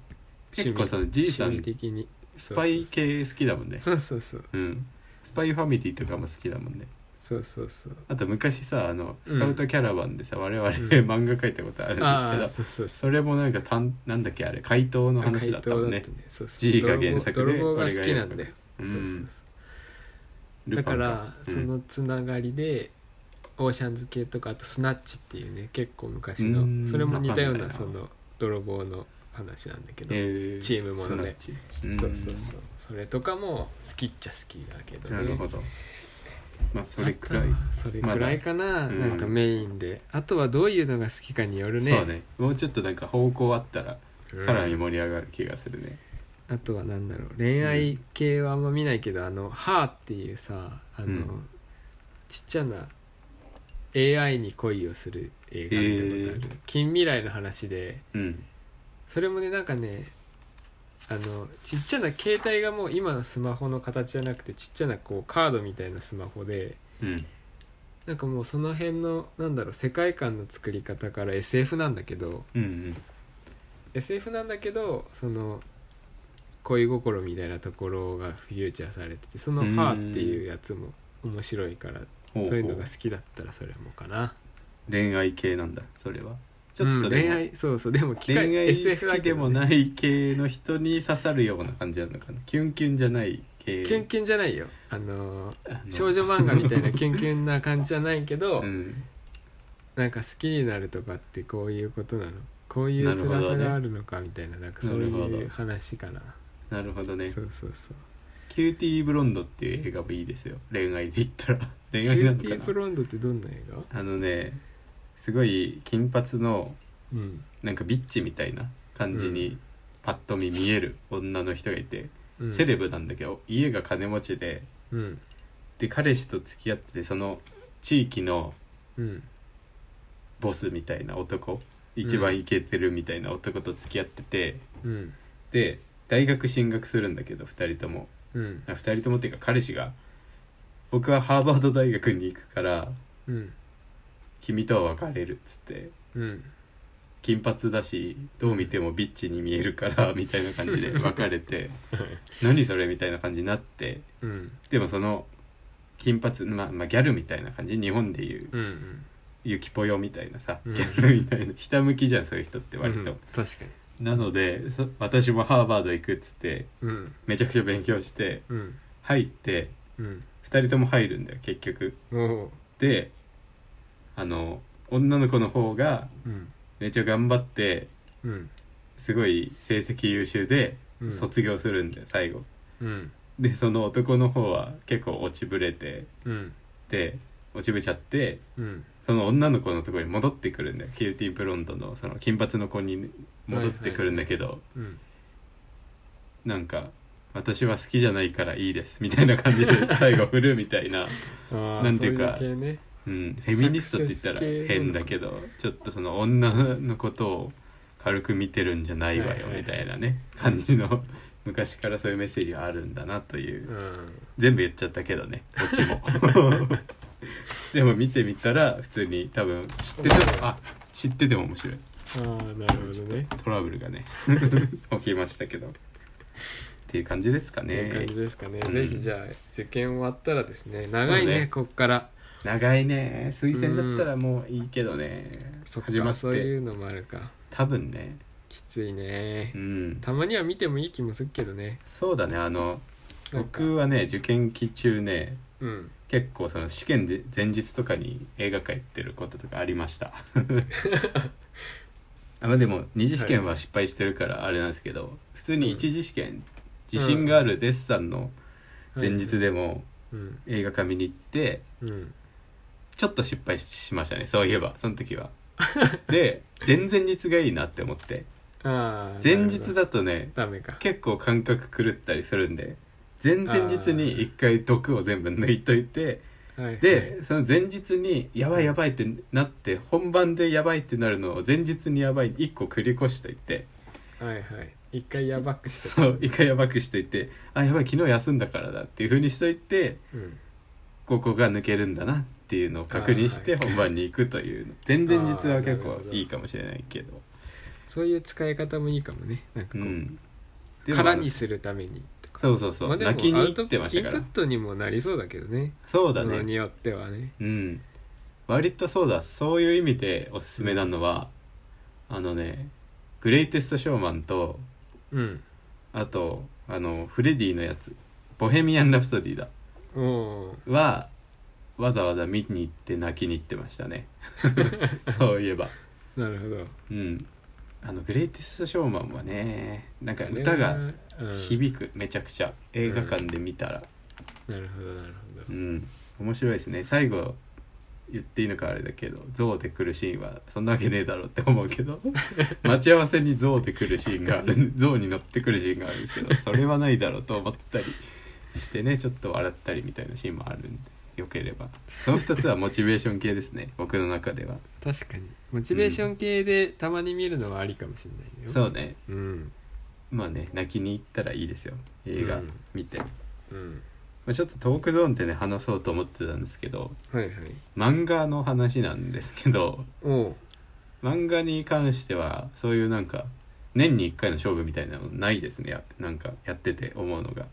Speaker 1: ー結構その
Speaker 2: 趣味
Speaker 1: G さん
Speaker 2: 趣味的に
Speaker 1: スパイ系好きだもんね
Speaker 2: そうそうそう
Speaker 1: うんスパイファミリーとかも好きだもんね
Speaker 2: そうそうそう
Speaker 1: あと昔さあのスカウトキャラバンでさ、我々、
Speaker 2: ん
Speaker 1: 漫画描いたことあるん
Speaker 2: あ
Speaker 1: ですけど
Speaker 2: あそうそうそう
Speaker 1: それもなんかたんなんだっけあれ怪盗の話だったもんね
Speaker 2: 怪盗そうそう
Speaker 1: G が原作で
Speaker 2: 泥棒泥棒が
Speaker 1: 俺
Speaker 2: 好
Speaker 1: が
Speaker 2: き
Speaker 1: やる
Speaker 2: なんだよ、
Speaker 1: うん
Speaker 2: そうそうそう
Speaker 1: ル
Speaker 2: だ
Speaker 1: パ
Speaker 2: か
Speaker 1: ン
Speaker 2: ら、
Speaker 1: うん
Speaker 2: そのつながりでオーシャンズ系とかあとスナッチっていうね結構昔
Speaker 1: う
Speaker 2: の
Speaker 1: ん
Speaker 2: それも似たよう
Speaker 1: わ
Speaker 2: な
Speaker 1: か
Speaker 2: そ
Speaker 1: んないな
Speaker 2: の泥棒の話なんだけど、
Speaker 1: えー
Speaker 2: チームもの
Speaker 1: スナ
Speaker 2: ね
Speaker 1: ッチん
Speaker 2: そうそうそうそれとかも好きっちゃ好きだけどね
Speaker 1: なるほどまあそれくらい
Speaker 2: あとはそれくらいかな、
Speaker 1: まだうん
Speaker 2: なんかメインであとはどういうのが好きかによるね
Speaker 1: そうねもうちょっとなんか方向あったら
Speaker 2: うん
Speaker 1: さらに盛り上がる気がするね、
Speaker 2: あとはなんだろう恋愛系はあんま見ないけど、あの「はーっていうさあの、
Speaker 1: うん
Speaker 2: ちっちゃな AI に恋をする映画ってことある、近未来の話で
Speaker 1: うん、
Speaker 2: それもねなんかねあのちっちゃな携帯がもう今のスマホの形じゃなくてちっちゃなこうカードみたいなスマホで
Speaker 1: うん、
Speaker 2: なんかもうその辺のなんだろう世界観の作り方から SF なんだけど
Speaker 1: うんうん
Speaker 2: SF なんだけどその恋心みたいなところがフィーチャーされててその
Speaker 1: うん
Speaker 2: 「ハーっていうやつも面白いから
Speaker 1: ほうほ
Speaker 2: そういうのが
Speaker 1: う
Speaker 2: 好きだったらそれもかな
Speaker 1: 恋愛系なんだそれはちょっと
Speaker 2: うん
Speaker 1: でも
Speaker 2: 恋愛そうそうでも機
Speaker 1: 恋
Speaker 2: 械
Speaker 1: 愛
Speaker 2: SF
Speaker 1: 好
Speaker 2: だ
Speaker 1: き
Speaker 2: け
Speaker 1: で
Speaker 2: ど
Speaker 1: も
Speaker 2: ね、
Speaker 1: ない系の人に刺さるような感じなのかなキュンキュンじゃない系
Speaker 2: キュンキュンじゃないよあのー
Speaker 1: あの
Speaker 2: 少女漫画みたいなキュンキュンな感じじゃないけど、
Speaker 1: うん
Speaker 2: なんか好きになるとかってこういうことなのこういう辛さがあるのかみたいななんかそう
Speaker 1: なるほ
Speaker 2: い
Speaker 1: ど
Speaker 2: う話かな
Speaker 1: なるほどね
Speaker 2: そうそうそう
Speaker 1: キューティーブロンドっていう映画もいいですよ恋愛で言った ら
Speaker 2: 「キ
Speaker 1: 恋愛な
Speaker 2: ュ
Speaker 1: の
Speaker 2: ーティー
Speaker 1: か
Speaker 2: ブ
Speaker 1: な
Speaker 2: ロンド」ってどんな映画
Speaker 1: あのねすごい金髪の
Speaker 2: うん
Speaker 1: なんかビッチみたいな感じ
Speaker 2: う
Speaker 1: にパッと見見える女の人がいて、
Speaker 2: うん
Speaker 1: セレブなんだけど家が金持ちで
Speaker 2: うん
Speaker 1: で彼氏と付き合っててその地域の
Speaker 2: うん
Speaker 1: ボスみたいな男一番イケてるみたいな男と付き合ってて、
Speaker 2: うん
Speaker 1: で大学進学するんだけど2人とも
Speaker 2: うん
Speaker 1: 2人ともっていうか彼氏が「僕はハーバード大学に行くから
Speaker 2: うん
Speaker 1: 君とは別れる」っつって
Speaker 2: うん
Speaker 1: 金髪だしどう見てもビッチに見えるから みたいな感じで別れ て何それみたいな感じになって
Speaker 2: うん
Speaker 1: でもその金髪、まあ、まあギャルみたいな感じ日本でいう
Speaker 2: うんうん
Speaker 1: ゆきぽよみたいなさ、
Speaker 2: うん
Speaker 1: ギャルみたいなひたむきじゃんそういう人って割
Speaker 2: う
Speaker 1: と
Speaker 2: ん、確かに
Speaker 1: なのでそ私もハーバード行くっつって
Speaker 2: うん
Speaker 1: めちゃくちゃ勉強して
Speaker 2: うん
Speaker 1: 入って
Speaker 2: うん
Speaker 1: 2人とも入るんだよ結局
Speaker 2: おお
Speaker 1: であの女の子の方が
Speaker 2: うん
Speaker 1: めっちゃ頑張って
Speaker 2: うん
Speaker 1: すごい成績優秀で
Speaker 2: うん
Speaker 1: 卒業するんだよ、最後
Speaker 2: うん
Speaker 1: でその男の方は結構落ちぶれて
Speaker 2: うん
Speaker 1: で落ちぶれちゃって
Speaker 2: うん
Speaker 1: その女の子のところに戻ってくるんだよキューティーブロンドのその金髪の子にね戻ってくるんだけど、
Speaker 2: うん
Speaker 1: なんか「私は好きじゃないからいいです」みたいな感じ で最後振るみたいな、
Speaker 2: ああ
Speaker 1: なんていうか
Speaker 2: そういう系ね
Speaker 1: うん、フェミニストって言ったら
Speaker 2: サクセス系なの
Speaker 1: 変だけどちょっとその女のことを軽く見てるんじゃないわよ
Speaker 2: はいはい
Speaker 1: みたいなね感じの昔からそういうメッセージがあるんだなといううん全部言っちゃったけどねこっち もでも見てみたら普通に多分知っててもあ知ってても面白い
Speaker 2: ああなるほどね
Speaker 1: トラブルが ね起きましたけどっていう感じですか
Speaker 2: という感
Speaker 1: ね
Speaker 2: じですかね、
Speaker 1: うん
Speaker 2: ぜひじゃあ受験終わったらですね長いね
Speaker 1: そうね
Speaker 2: こっから
Speaker 1: 長いね推薦だったらもういいけどね
Speaker 2: そっか
Speaker 1: 始まっ
Speaker 2: そうい
Speaker 1: て
Speaker 2: うのもあるか
Speaker 1: 多分ね
Speaker 2: きついね
Speaker 1: うん
Speaker 2: たまには見てもいい気もするけどね
Speaker 1: そうだねあの
Speaker 2: なんか
Speaker 1: 僕はね受験期中ね
Speaker 2: うん
Speaker 1: 結構その試験で前日とかに映画館行ってることとかありました あまあでも二次試験は失敗してるからあれなんですけど、普通に一次試験、自信があるデッサンの前日でも
Speaker 2: うん
Speaker 1: 映画館見に行って
Speaker 2: うん
Speaker 1: ちょっと失敗しましたねそういえばその時はで前々日がいいなって思って
Speaker 2: ああ
Speaker 1: 前日
Speaker 2: だ
Speaker 1: だとね
Speaker 2: ダメか
Speaker 1: 結構感覚狂ったりするんで前々日に一回毒を全部抜いといて
Speaker 2: はいはい
Speaker 1: でその前日にやばいやばいってなって本番でやばいってなるのを前日にやばい一個繰り越しといて
Speaker 2: はいはい一回やばくしと
Speaker 1: そう一回やばくしといてあやばい昨日休んだからだっていう風にしといて
Speaker 2: うん
Speaker 1: ここが抜けるんだなっていうのを確認して本番に行くというの前々日は結構いいかもしれないけど
Speaker 2: そういう使い方もいいかもねなんか
Speaker 1: う
Speaker 2: こう、
Speaker 1: んでも
Speaker 2: 空にするためにとか
Speaker 1: そうそうそう、
Speaker 2: まあでも
Speaker 1: 泣きに
Speaker 2: アウト
Speaker 1: 行ってましたか
Speaker 2: イ
Speaker 1: ら
Speaker 2: ンプットにもなりそうだけどね
Speaker 1: そうだ
Speaker 2: もの
Speaker 1: ね
Speaker 2: によってはね
Speaker 1: うん割とそうだそういう意味でおすすめなのは、あのね「グレイテスト・ショーマンと」
Speaker 2: うん
Speaker 1: あとあのフレディのやつ「ボヘミアン・ラプソディだ
Speaker 2: おおー」
Speaker 1: はわざわざ見に行って泣きに行ってました ねそういえば
Speaker 2: なるほど
Speaker 1: うんあの「グレイテスト・ショーマン」はねなんか歌が
Speaker 2: 々、
Speaker 1: 響くめちゃくちゃ映画館で見たら
Speaker 2: うんなるほどなるほ
Speaker 1: う
Speaker 2: ど
Speaker 1: ん面白いですね最後言っていいのかあれだけど象で来るシーンはそんなわけねえだろうって思うけど待ち合わせに象で来るシーンがある象に乗ってくるシーンがあるんですけどそれはないだろうと思ったりしてねちょっと笑ったりみたいなシーンもあるんでよければその2つはモチベーション系ですね僕の中では
Speaker 2: 確かにモチベーション系でたまに見るのはありかもしれないよ
Speaker 1: そうね
Speaker 2: うん
Speaker 1: まあね泣きに行ったらいいですよ映画
Speaker 2: うん
Speaker 1: 見て、ま
Speaker 2: うん
Speaker 1: あ、ちょっとトークゾーンってね話そうと思ってたんですけど
Speaker 2: はいはい
Speaker 1: 漫画の話なんですけど
Speaker 2: おお
Speaker 1: 漫画に関してはそういうなんか年に1回の勝負みたいなのないですねやなんかやってて思うのが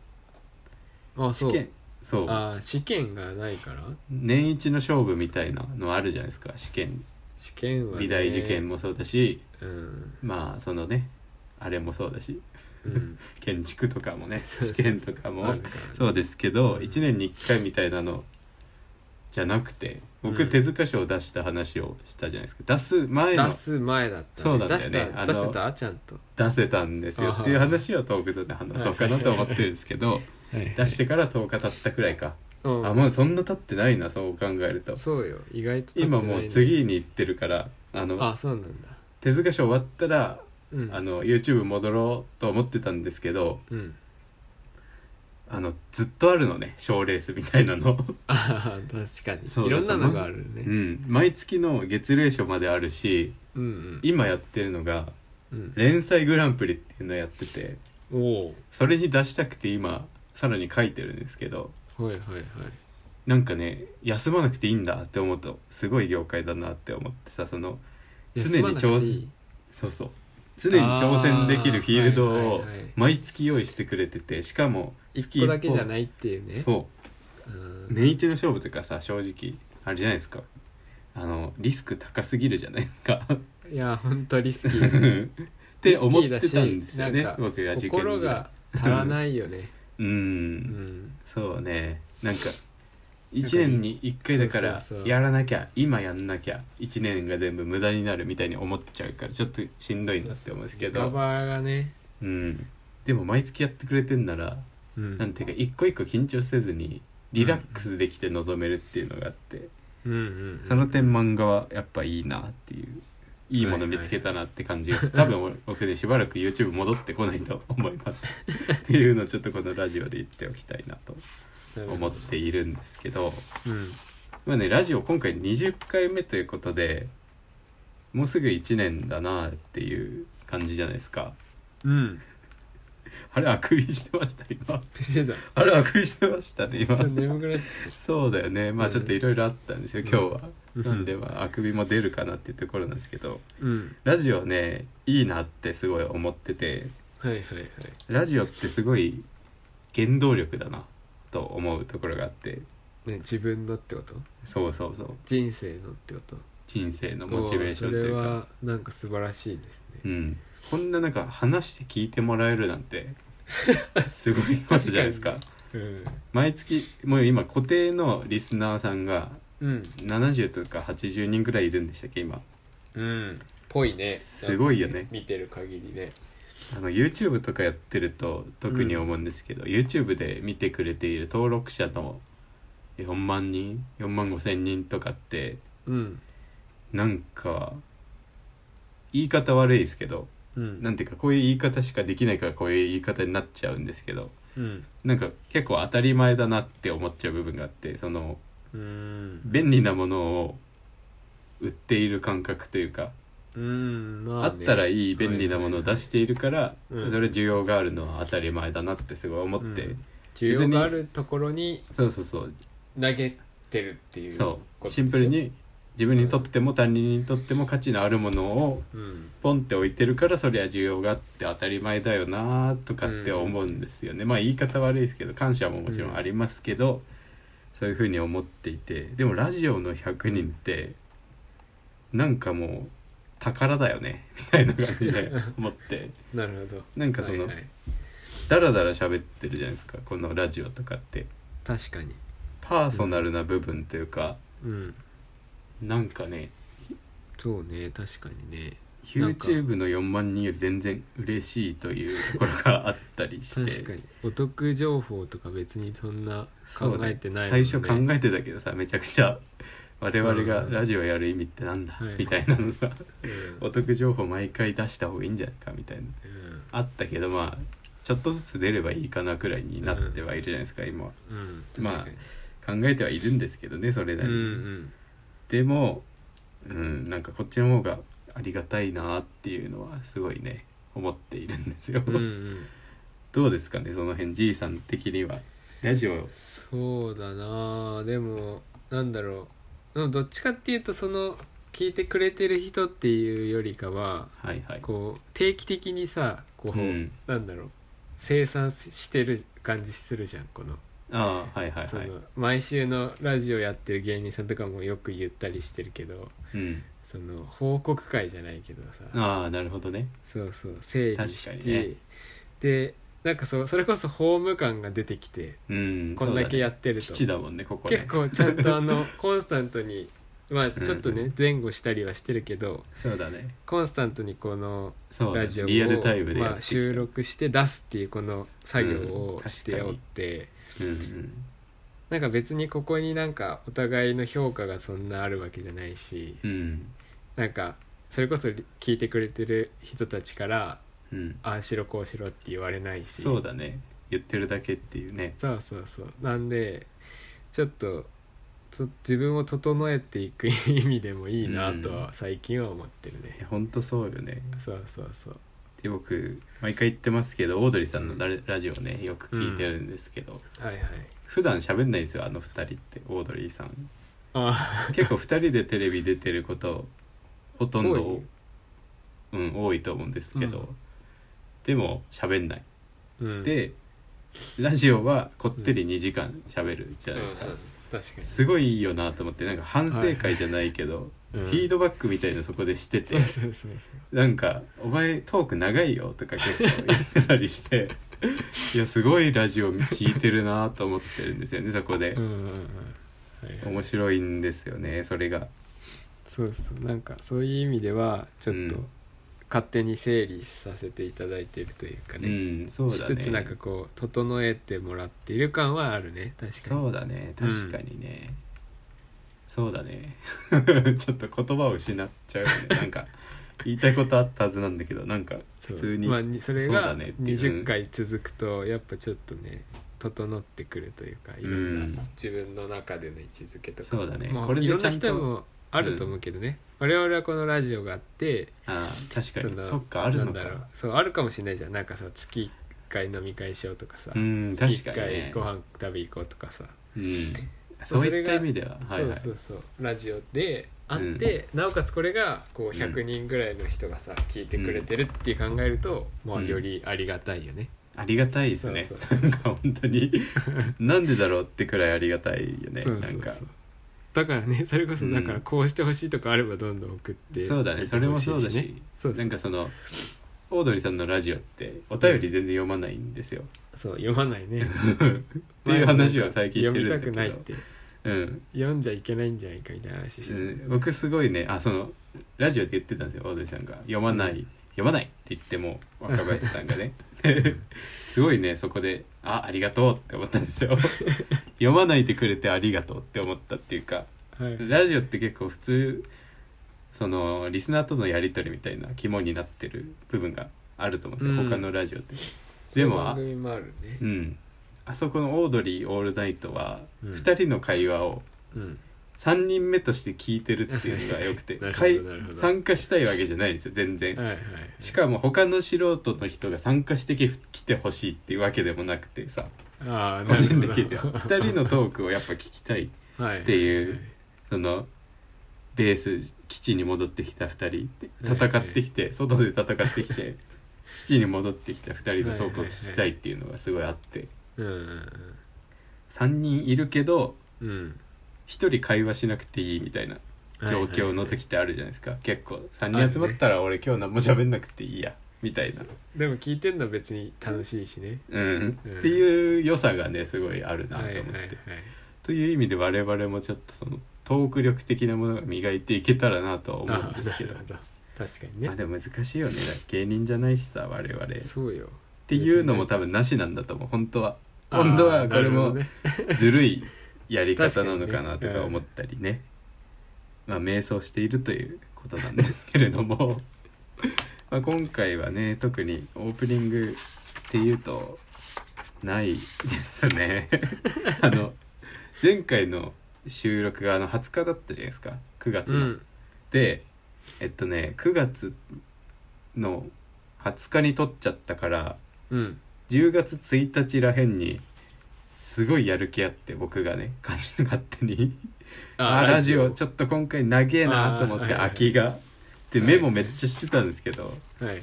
Speaker 2: あ
Speaker 1: 試
Speaker 2: そう
Speaker 1: 験そう
Speaker 2: あー試験がないから
Speaker 1: 年一の勝負みたいなのあるじゃないですか試験
Speaker 2: 試験はね
Speaker 1: 美大受験もそうだし、
Speaker 2: うん
Speaker 1: まあそのねあれもそうだし
Speaker 2: うん
Speaker 1: 建築とかもね
Speaker 2: そう そ
Speaker 1: 試
Speaker 2: う
Speaker 1: 験とか
Speaker 2: あ
Speaker 1: も
Speaker 2: るからね
Speaker 1: そうですけど
Speaker 2: うん
Speaker 1: 1年に1回みたいなのじゃなくて
Speaker 2: う
Speaker 1: 僕
Speaker 2: ん
Speaker 1: 手塚賞を出した話をしたじゃないですか出す前の
Speaker 2: 出す前だった、
Speaker 1: そうなんだよね
Speaker 2: 出した
Speaker 1: あの
Speaker 2: 出せたちゃんと、
Speaker 1: 出せたんですよっていう話をトークゾーンで話そうかなと思ってるんですけ ど出してから10日経ったくらいか
Speaker 2: う
Speaker 1: あ
Speaker 2: ん
Speaker 1: もうそんな経ってないなそう考えると
Speaker 2: そうよ意外と立ってない
Speaker 1: 今
Speaker 2: ね
Speaker 1: もう次に行ってるからあの
Speaker 2: あそうなんだ
Speaker 1: 手塚賞終わったら
Speaker 2: うん
Speaker 1: あの YouTube 戻ろうと思ってたんですけど
Speaker 2: うん
Speaker 1: あのずっとあるのね賞ーレースみたいなの
Speaker 2: あはは確かに
Speaker 1: そう
Speaker 2: いろんなのがある
Speaker 1: う
Speaker 2: ね
Speaker 1: ん毎月の月例賞まであるし
Speaker 2: うん
Speaker 1: 今やってるのが
Speaker 2: うん
Speaker 1: 連載グランプリっていうのやってて
Speaker 2: うんお
Speaker 1: それに出したくて今さらに書いてるんですけど
Speaker 2: おはいはいはい
Speaker 1: なんかね休まなくていいんだって思うとすごい業界だなって思ってさその常に
Speaker 2: 休まなく
Speaker 1: 挑
Speaker 2: ていい
Speaker 1: そうそう常に挑戦できるフィールド
Speaker 2: あーはい
Speaker 1: を
Speaker 2: はいはい
Speaker 1: 毎月用意してくれててしかも
Speaker 2: 一個だけじゃ
Speaker 1: ない
Speaker 2: ないっていうね
Speaker 1: そううん年一の勝負とかさ正直あれじゃないですかあのリスク高すぎるじゃないですかっ
Speaker 2: いや本当リ スキー
Speaker 1: て思ってたんですよ
Speaker 2: リスキーだし
Speaker 1: ね
Speaker 2: なんか
Speaker 1: 僕が受験の
Speaker 2: 心
Speaker 1: 時代
Speaker 2: が足らないよね
Speaker 1: うん、
Speaker 2: うん
Speaker 1: そうねなんか1年に1回だから
Speaker 2: そうそうそう
Speaker 1: やらなきゃ今やんなきゃ1年が全部無駄になるみたいに思っちゃうからちょっとしんどいなって思うんですけ
Speaker 2: ガ
Speaker 1: ど
Speaker 2: バがね
Speaker 1: うんでも毎月やってくれてんなら
Speaker 2: うん
Speaker 1: なんていうか一個一個緊張せずにリラックスできて臨めるっていうのがあって、
Speaker 2: うんうんうん
Speaker 1: その点漫画はやっぱいいなっていういいもの見つけたなって感じがして、多分僕ねしばらく YouTube 戻ってこないと思いますっていうのをちょっとこのラジオで言っておきたいなと
Speaker 2: なるほど
Speaker 1: 思っているんですけど
Speaker 2: うん
Speaker 1: まあねラジオ今回20回目ということでもうすぐ1年だなっていう感じじゃないですか
Speaker 2: うん
Speaker 1: あれあくびしてました今
Speaker 2: してたち
Speaker 1: あれあくびしてましたね
Speaker 2: ょ
Speaker 1: 今
Speaker 2: っと眠くなっ
Speaker 1: そうだよねまあちょっといろいろあったんですよ
Speaker 2: うん
Speaker 1: 今日は、
Speaker 2: うん
Speaker 1: なんでまああくびも出るかなっていうところなんですけど
Speaker 2: うん
Speaker 1: ラジオねいいなってすごい思ってて
Speaker 2: はいはいはい
Speaker 1: ラジオってすごい原動力だなと思うところがあって
Speaker 2: ね自分のってこと
Speaker 1: そうそうそう
Speaker 2: 人生のってこと
Speaker 1: 人生のモチベーションという
Speaker 2: おーそれ
Speaker 1: か
Speaker 2: はなんか素晴らしいですね
Speaker 1: うん、こんななんか話して聞いてもらえるなんてすごいことじゃないですか
Speaker 2: うん
Speaker 1: 毎月もう今固定のリスナーさんが
Speaker 2: うん
Speaker 1: 70とか80人ぐらいいるんでしたっけ今
Speaker 2: うんぽいね
Speaker 1: すごいよね
Speaker 2: なんか見てる限りね
Speaker 1: あの YouTube とかやってると特に思うんですけど、YouTube で見てくれている登録者の4万人4万5千人とかって
Speaker 2: うん
Speaker 1: なんか言い方悪いですけど
Speaker 2: うん
Speaker 1: なんていうかこういう言い方しかできないからこういう言い方になっちゃうんですけど
Speaker 2: うん
Speaker 1: なんか結構当たり前だなって思っちゃう部分があってその
Speaker 2: うん
Speaker 1: 便利なものを売っている感覚というか
Speaker 2: うんま
Speaker 1: あ
Speaker 2: あ
Speaker 1: っ
Speaker 2: ね
Speaker 1: たらいい便利なものを出しているから
Speaker 2: はいはいはいうん
Speaker 1: それ需要があるのは当たり前だなってすごい思って、
Speaker 2: うん需要があるところに
Speaker 1: そうそうそう
Speaker 2: 投げてるっていう
Speaker 1: そう
Speaker 2: ことでし
Speaker 1: シ
Speaker 2: ょ
Speaker 1: ンプルに自分にとっても他人にとっても価値のあるものを
Speaker 2: うん
Speaker 1: ポンって置いてるからそりゃ需要があって当たり前だよなとかって思うんですよね、まあ言い方悪いですけど感謝ももちろんありますけど、そういうふうに思っていてでもラジオの100人ってなんかもう宝だよね みたいな感じで思って
Speaker 2: なるほど
Speaker 1: なんかその
Speaker 2: はいはい
Speaker 1: ダラダラ喋ってるじゃないですかこのラジオとかって
Speaker 2: 確かに
Speaker 1: パーソナルな部分というか、
Speaker 2: うん
Speaker 1: なんかね
Speaker 2: そうね確かにね
Speaker 1: YouTube の4万人より全然嬉しいというところがあったりして
Speaker 2: 確かにお得情報とか別にそんな
Speaker 1: そう
Speaker 2: 考
Speaker 1: だ
Speaker 2: え
Speaker 1: ね
Speaker 2: てないもんね、
Speaker 1: 最初考えてたけどさめちゃくちゃ我々がラジオやる意味ってなんだ、
Speaker 2: はい
Speaker 1: みたいなのさ
Speaker 2: え
Speaker 1: お得情報毎回出した方がいいんじゃないかみたいなあったけどまあちょっとずつ出ればいいかなくらいになってはいるじゃないですか今は
Speaker 2: うん、うん、
Speaker 1: まあ
Speaker 2: 確かに
Speaker 1: 考えてはいるんですけどねそれな
Speaker 2: う
Speaker 1: り
Speaker 2: ん
Speaker 1: に、
Speaker 2: うん
Speaker 1: でもうんなんかこっちの方がありがたいなっていうのはすごいね思っているんですよ、
Speaker 2: うんうん
Speaker 1: どうですかねその辺じいさん的にはラジオ
Speaker 2: そうだなあでもなんだろうでもどっちかっていうとその聞いてくれてる人っていうよりかは
Speaker 1: はいはい
Speaker 2: こう定期的にさこう、
Speaker 1: うん
Speaker 2: なんだろう生産してる感じするじゃんこの,、
Speaker 1: ああはいはい
Speaker 2: そ
Speaker 1: はい
Speaker 2: の毎週のラジオやってる芸人さんとかもよく言ったりしてるけど
Speaker 1: うん
Speaker 2: その報告会じゃないけどさ
Speaker 1: ああなるほどね
Speaker 2: そうそう整理し
Speaker 1: 確かに
Speaker 2: て、
Speaker 1: ね
Speaker 2: でなんかそうそれこそ法務官が出てきて
Speaker 1: うん
Speaker 2: こんだけやってる
Speaker 1: 基
Speaker 2: と、
Speaker 1: 地だもんねここね
Speaker 2: 結構ちゃんとあ のコンスタントにまあちょっとね前後したりはしてるけど
Speaker 1: そうだね
Speaker 2: コンスタントにこの
Speaker 1: そうだ
Speaker 2: ラ
Speaker 1: ね
Speaker 2: ジオを
Speaker 1: リアルタイムでやっ
Speaker 2: ま
Speaker 1: て
Speaker 2: あ、
Speaker 1: きた、
Speaker 2: 収録して出すっていうこの作業
Speaker 1: うん確
Speaker 2: を
Speaker 1: かに
Speaker 2: しておって、
Speaker 1: うんうん
Speaker 2: なんか別にここになんかお互いの評価がそんなあるわけじゃないし
Speaker 1: うん
Speaker 2: なんかそれこそ聞いてくれてる人たちから
Speaker 1: うん
Speaker 2: ああしろこうしろって言われないし
Speaker 1: そうだね言ってるだけっていうね
Speaker 2: そうそうそうなんでちょっとと自分を整えていく意味でもいいなとは最近は思ってる
Speaker 1: いや
Speaker 2: ね、
Speaker 1: ほんとそうよね
Speaker 2: そうそうそう
Speaker 1: で僕毎回言ってますけどオードリーさんのラ,、ラジオねよく聞いてるんですけど、
Speaker 2: はいはい
Speaker 1: 普段喋んないんですよあの二人ってオードリーさん
Speaker 2: あ
Speaker 1: 結構二人でテレビ出てることほとん
Speaker 2: 多
Speaker 1: ど
Speaker 2: い
Speaker 1: うん多いと思うんですけど、
Speaker 2: うん
Speaker 1: でも喋んない、
Speaker 2: あ、うん、
Speaker 1: でラジオはこってり2時間喋るじゃ
Speaker 2: うん
Speaker 1: ない
Speaker 2: うん
Speaker 1: ですか、
Speaker 2: 確かに
Speaker 1: すごいいいよなと思ってなんか反省会じゃないけど、
Speaker 2: うん
Speaker 1: フィードバックみたいなそこでしてて
Speaker 2: そうそうそう
Speaker 1: なんか「お前トーク長いよ」とか結構言ってたりして いやすごいラジオ聞いてるなと思ってるんですよねそこで
Speaker 2: そうう、んうんうんはいはい
Speaker 1: 面白いんですよねそれが
Speaker 2: そうそうなんかそういう意味ではちょっと
Speaker 1: うん
Speaker 2: 勝手に整理させていただいてるというか
Speaker 1: う
Speaker 2: ね、
Speaker 1: んそうだ
Speaker 2: しつつなんか
Speaker 1: ね
Speaker 2: こう整えてもらっている感はあるね確かに
Speaker 1: そうだね
Speaker 2: うん
Speaker 1: 確かにね、そうだね ちょっと言葉を失っちゃうよねなんか言いたいことあったはずなんだけどなんか
Speaker 2: そ
Speaker 1: 普
Speaker 2: う
Speaker 1: 通に
Speaker 2: まあに、それ
Speaker 1: そう
Speaker 2: が
Speaker 1: だねっていう
Speaker 2: 20回続くとやっぱちょっとね整ってくるというかいろんな
Speaker 1: うん
Speaker 2: 自分の中での位置づけとか、
Speaker 1: そうだね
Speaker 2: まあ、
Speaker 1: これ
Speaker 2: い
Speaker 1: で
Speaker 2: ろん
Speaker 1: ちゃ
Speaker 2: なん人
Speaker 1: と
Speaker 2: もあると思うけどね、我々はこのラジオがあって
Speaker 1: あー確か
Speaker 2: の
Speaker 1: に そっかあるの
Speaker 2: なんだろう
Speaker 1: か
Speaker 2: そうあるかもしれないじゃんなんかさ月1回飲み会しようとかさ、
Speaker 1: うん
Speaker 2: 月
Speaker 1: 確
Speaker 2: 1
Speaker 1: かに
Speaker 2: 回
Speaker 1: ね
Speaker 2: ご飯食べ行こうとかさ、
Speaker 1: うんそういった意味でははいはい
Speaker 2: そうそうそうラジオであって、なおかつこれがこう100人ぐらいの人がさ聞いてくれてるって考えると、まあよりありがたいよね、
Speaker 1: ありがたいですね
Speaker 2: そう
Speaker 1: なんか本当 になんでだろうってくらいありがたいよね
Speaker 2: そうそう
Speaker 1: なん
Speaker 2: そう
Speaker 1: か
Speaker 2: だからねそれこそ
Speaker 1: うん
Speaker 2: だからこうしてほしいとかあればどんどん送って
Speaker 1: そうだね
Speaker 2: み
Speaker 1: そ
Speaker 2: て
Speaker 1: れも
Speaker 2: ほしい
Speaker 1: そうだし、
Speaker 2: そう
Speaker 1: なんかそのオードリーさんのラジオってお便り全然読まないんですよ、
Speaker 2: そう読まないね
Speaker 1: っていう話を最近してるんだけど
Speaker 2: 読みたくないって
Speaker 1: うん、
Speaker 2: 読んじゃいけないんじゃないかみたいな話し
Speaker 1: う
Speaker 2: てた、
Speaker 1: ん僕すごいねあそのラジオで言ってたんですよオードリーさんが読まない、
Speaker 2: うん
Speaker 1: 読まないって言っても若林さんがね すごいねそこであありがとうって思ったんです よ読まないでくれてありがとうって思ったっていうか
Speaker 2: はい
Speaker 1: ラジオって結構普通そのリスナーとのやり取りみたいな肝になってる部分があると思うんですよ、
Speaker 2: うん
Speaker 1: 他のラジオって。
Speaker 2: そうい
Speaker 1: で
Speaker 2: う
Speaker 1: も
Speaker 2: 番組もあるね
Speaker 1: うん、あそこの「オードリーオールナイト」は
Speaker 2: うん
Speaker 1: 2人の会話を
Speaker 2: うん
Speaker 1: 3人目として聞いてるっていうのがよくて
Speaker 2: なるほど
Speaker 1: かい
Speaker 2: なるほど
Speaker 1: 参加したいわけじゃないんですよ全然。
Speaker 2: はいはい
Speaker 1: しかも他の素人の人が参加してき来てほしいっていうわけでもなくてさ
Speaker 2: ああ
Speaker 1: 個人的には
Speaker 2: 2
Speaker 1: 2人のトークをやっぱ聞きたい
Speaker 2: って
Speaker 1: いうそのベース基地に戻ってきた2人
Speaker 2: はい
Speaker 1: 戦ってきて外で戦ってきて 基地に戻ってきた2人のトークを聞きたいっていうのがすごいあって
Speaker 2: うんうん
Speaker 1: 3人いるけど
Speaker 2: うんうん
Speaker 1: 1人会話しなくていいみたいな状況の
Speaker 2: はいはい
Speaker 1: 時ってあるじゃないですか、結構3人集まったら俺今日何も喋んなくていいやみたいな、
Speaker 2: でも聞いてんのは別に楽しいしね
Speaker 1: うん
Speaker 2: うん
Speaker 1: っていう良さがねすごいあるな
Speaker 2: は
Speaker 1: と
Speaker 2: い
Speaker 1: 思って、
Speaker 2: はいはい
Speaker 1: という意味で我々もちょっとそのトーク力的なものが磨いていけたらなとは思うん
Speaker 2: ああ
Speaker 1: です
Speaker 2: な
Speaker 1: け
Speaker 2: る
Speaker 1: ど
Speaker 2: ほど確かに
Speaker 1: まあ
Speaker 2: ね
Speaker 1: でも難しいよね芸人じゃないしさ我々っ
Speaker 2: そうよ
Speaker 1: ていうのも多分なしなんだと思う本当は
Speaker 2: あー
Speaker 1: 本当はこれ
Speaker 2: なるほど
Speaker 1: も
Speaker 2: ね
Speaker 1: ずるいやり方なのかなとか思ったりねまあ迷走しているということなんですけれども まあ今回はね特にオープニングっていうとないですね あの前回の収録があの20日だったじゃないですか9月
Speaker 2: う
Speaker 1: の。
Speaker 2: ん
Speaker 1: でえっとね9月の20日に撮っちゃったから
Speaker 2: うん
Speaker 1: 10月1日らへんにすごいやる気あって僕がね感じ勝手にあラジオちょっと今回長えなと思って
Speaker 2: あーはいは
Speaker 1: 空
Speaker 2: い
Speaker 1: きがでメモめっちゃしてたんですけど
Speaker 2: はいはい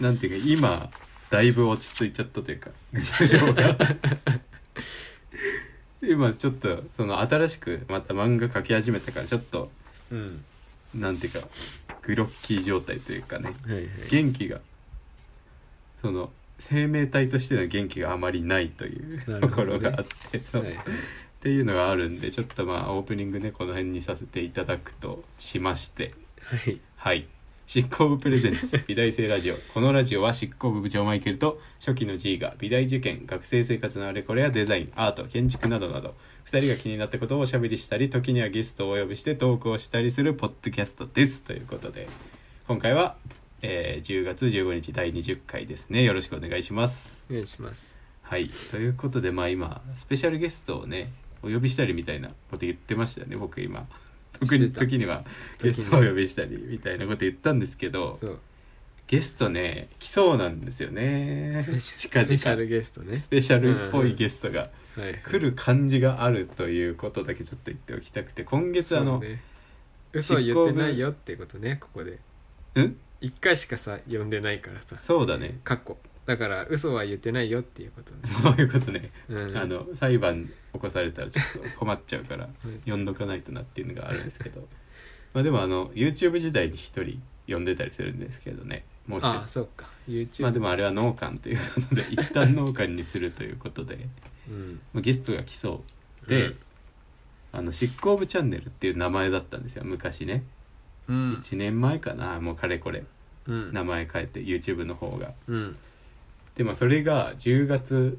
Speaker 1: なんていうか今だいぶ落ち着いちゃったというか量が今ちょっとその新しくまた漫画描き始めたからちょっと
Speaker 2: うん
Speaker 1: なんていうかグロッキー状態というかね
Speaker 2: はいはい
Speaker 1: 元気がその生命体としての元気があまりないという
Speaker 2: なる
Speaker 1: とこ
Speaker 2: ほどね
Speaker 1: ろがあって、そう
Speaker 2: はい
Speaker 1: っ
Speaker 2: はい
Speaker 1: ていうのがあるんでちょっとまあオープニングねこの辺にさせていただくとしまして
Speaker 2: はい
Speaker 1: はい執行部プレゼンツ美大生ラジオこのラジオは執行部部長マイケルと初期の G が美大受験学生生活のあれこれやデザインアート建築などなど2人が気になったことをおしゃべりしたり時にはゲストをお呼びして投稿したりするポッドキャストですということで今回は、えー10月15日第20回ですねよろしくお願いします
Speaker 2: お願いします
Speaker 1: はいということでまあ今スペシャルゲストをねお呼びしたりみたいなこと言ってましたよね僕 今特に
Speaker 2: してた
Speaker 1: 時にはゲストをお呼びしたりみたいなこと言ったんですけど
Speaker 2: そう
Speaker 1: ゲストね来そうなんですよね
Speaker 2: スペシ
Speaker 1: 近
Speaker 2: ャスペシャ
Speaker 1: 々
Speaker 2: ルゲストね
Speaker 1: スペシャルっぽいゲストが
Speaker 2: はいはい
Speaker 1: 来る感じがあるということだけちょっと言っておきたくて今月あの、
Speaker 2: そうね嘘を言ってないよってことねここで
Speaker 1: うん
Speaker 2: 一回しかさ呼んでないからさ
Speaker 1: そうだね
Speaker 2: かっこだから嘘は言ってないよっていうことね
Speaker 1: そういうことね、
Speaker 2: うん
Speaker 1: あの裁判起こされたらちょっと困っちゃうから
Speaker 2: うん
Speaker 1: 呼んどかないとなっていうのがあるんですけど まあでもあの YouTube 時代に一人呼んでたりするんですけどねもう一
Speaker 2: ああ
Speaker 1: 人
Speaker 2: そうか YouTube
Speaker 1: まあでもあれは農館ということ で一旦農館にするということで、
Speaker 2: うん
Speaker 1: まあ、ゲストが来そうで、
Speaker 2: うん
Speaker 1: あの執行部チャンネルっていう名前だったんですよ昔ね、
Speaker 2: うん
Speaker 1: 1年前かなもうかれこれ
Speaker 2: うん
Speaker 1: 名前変えて YouTube の方が
Speaker 2: うん
Speaker 1: でまあそれが10月、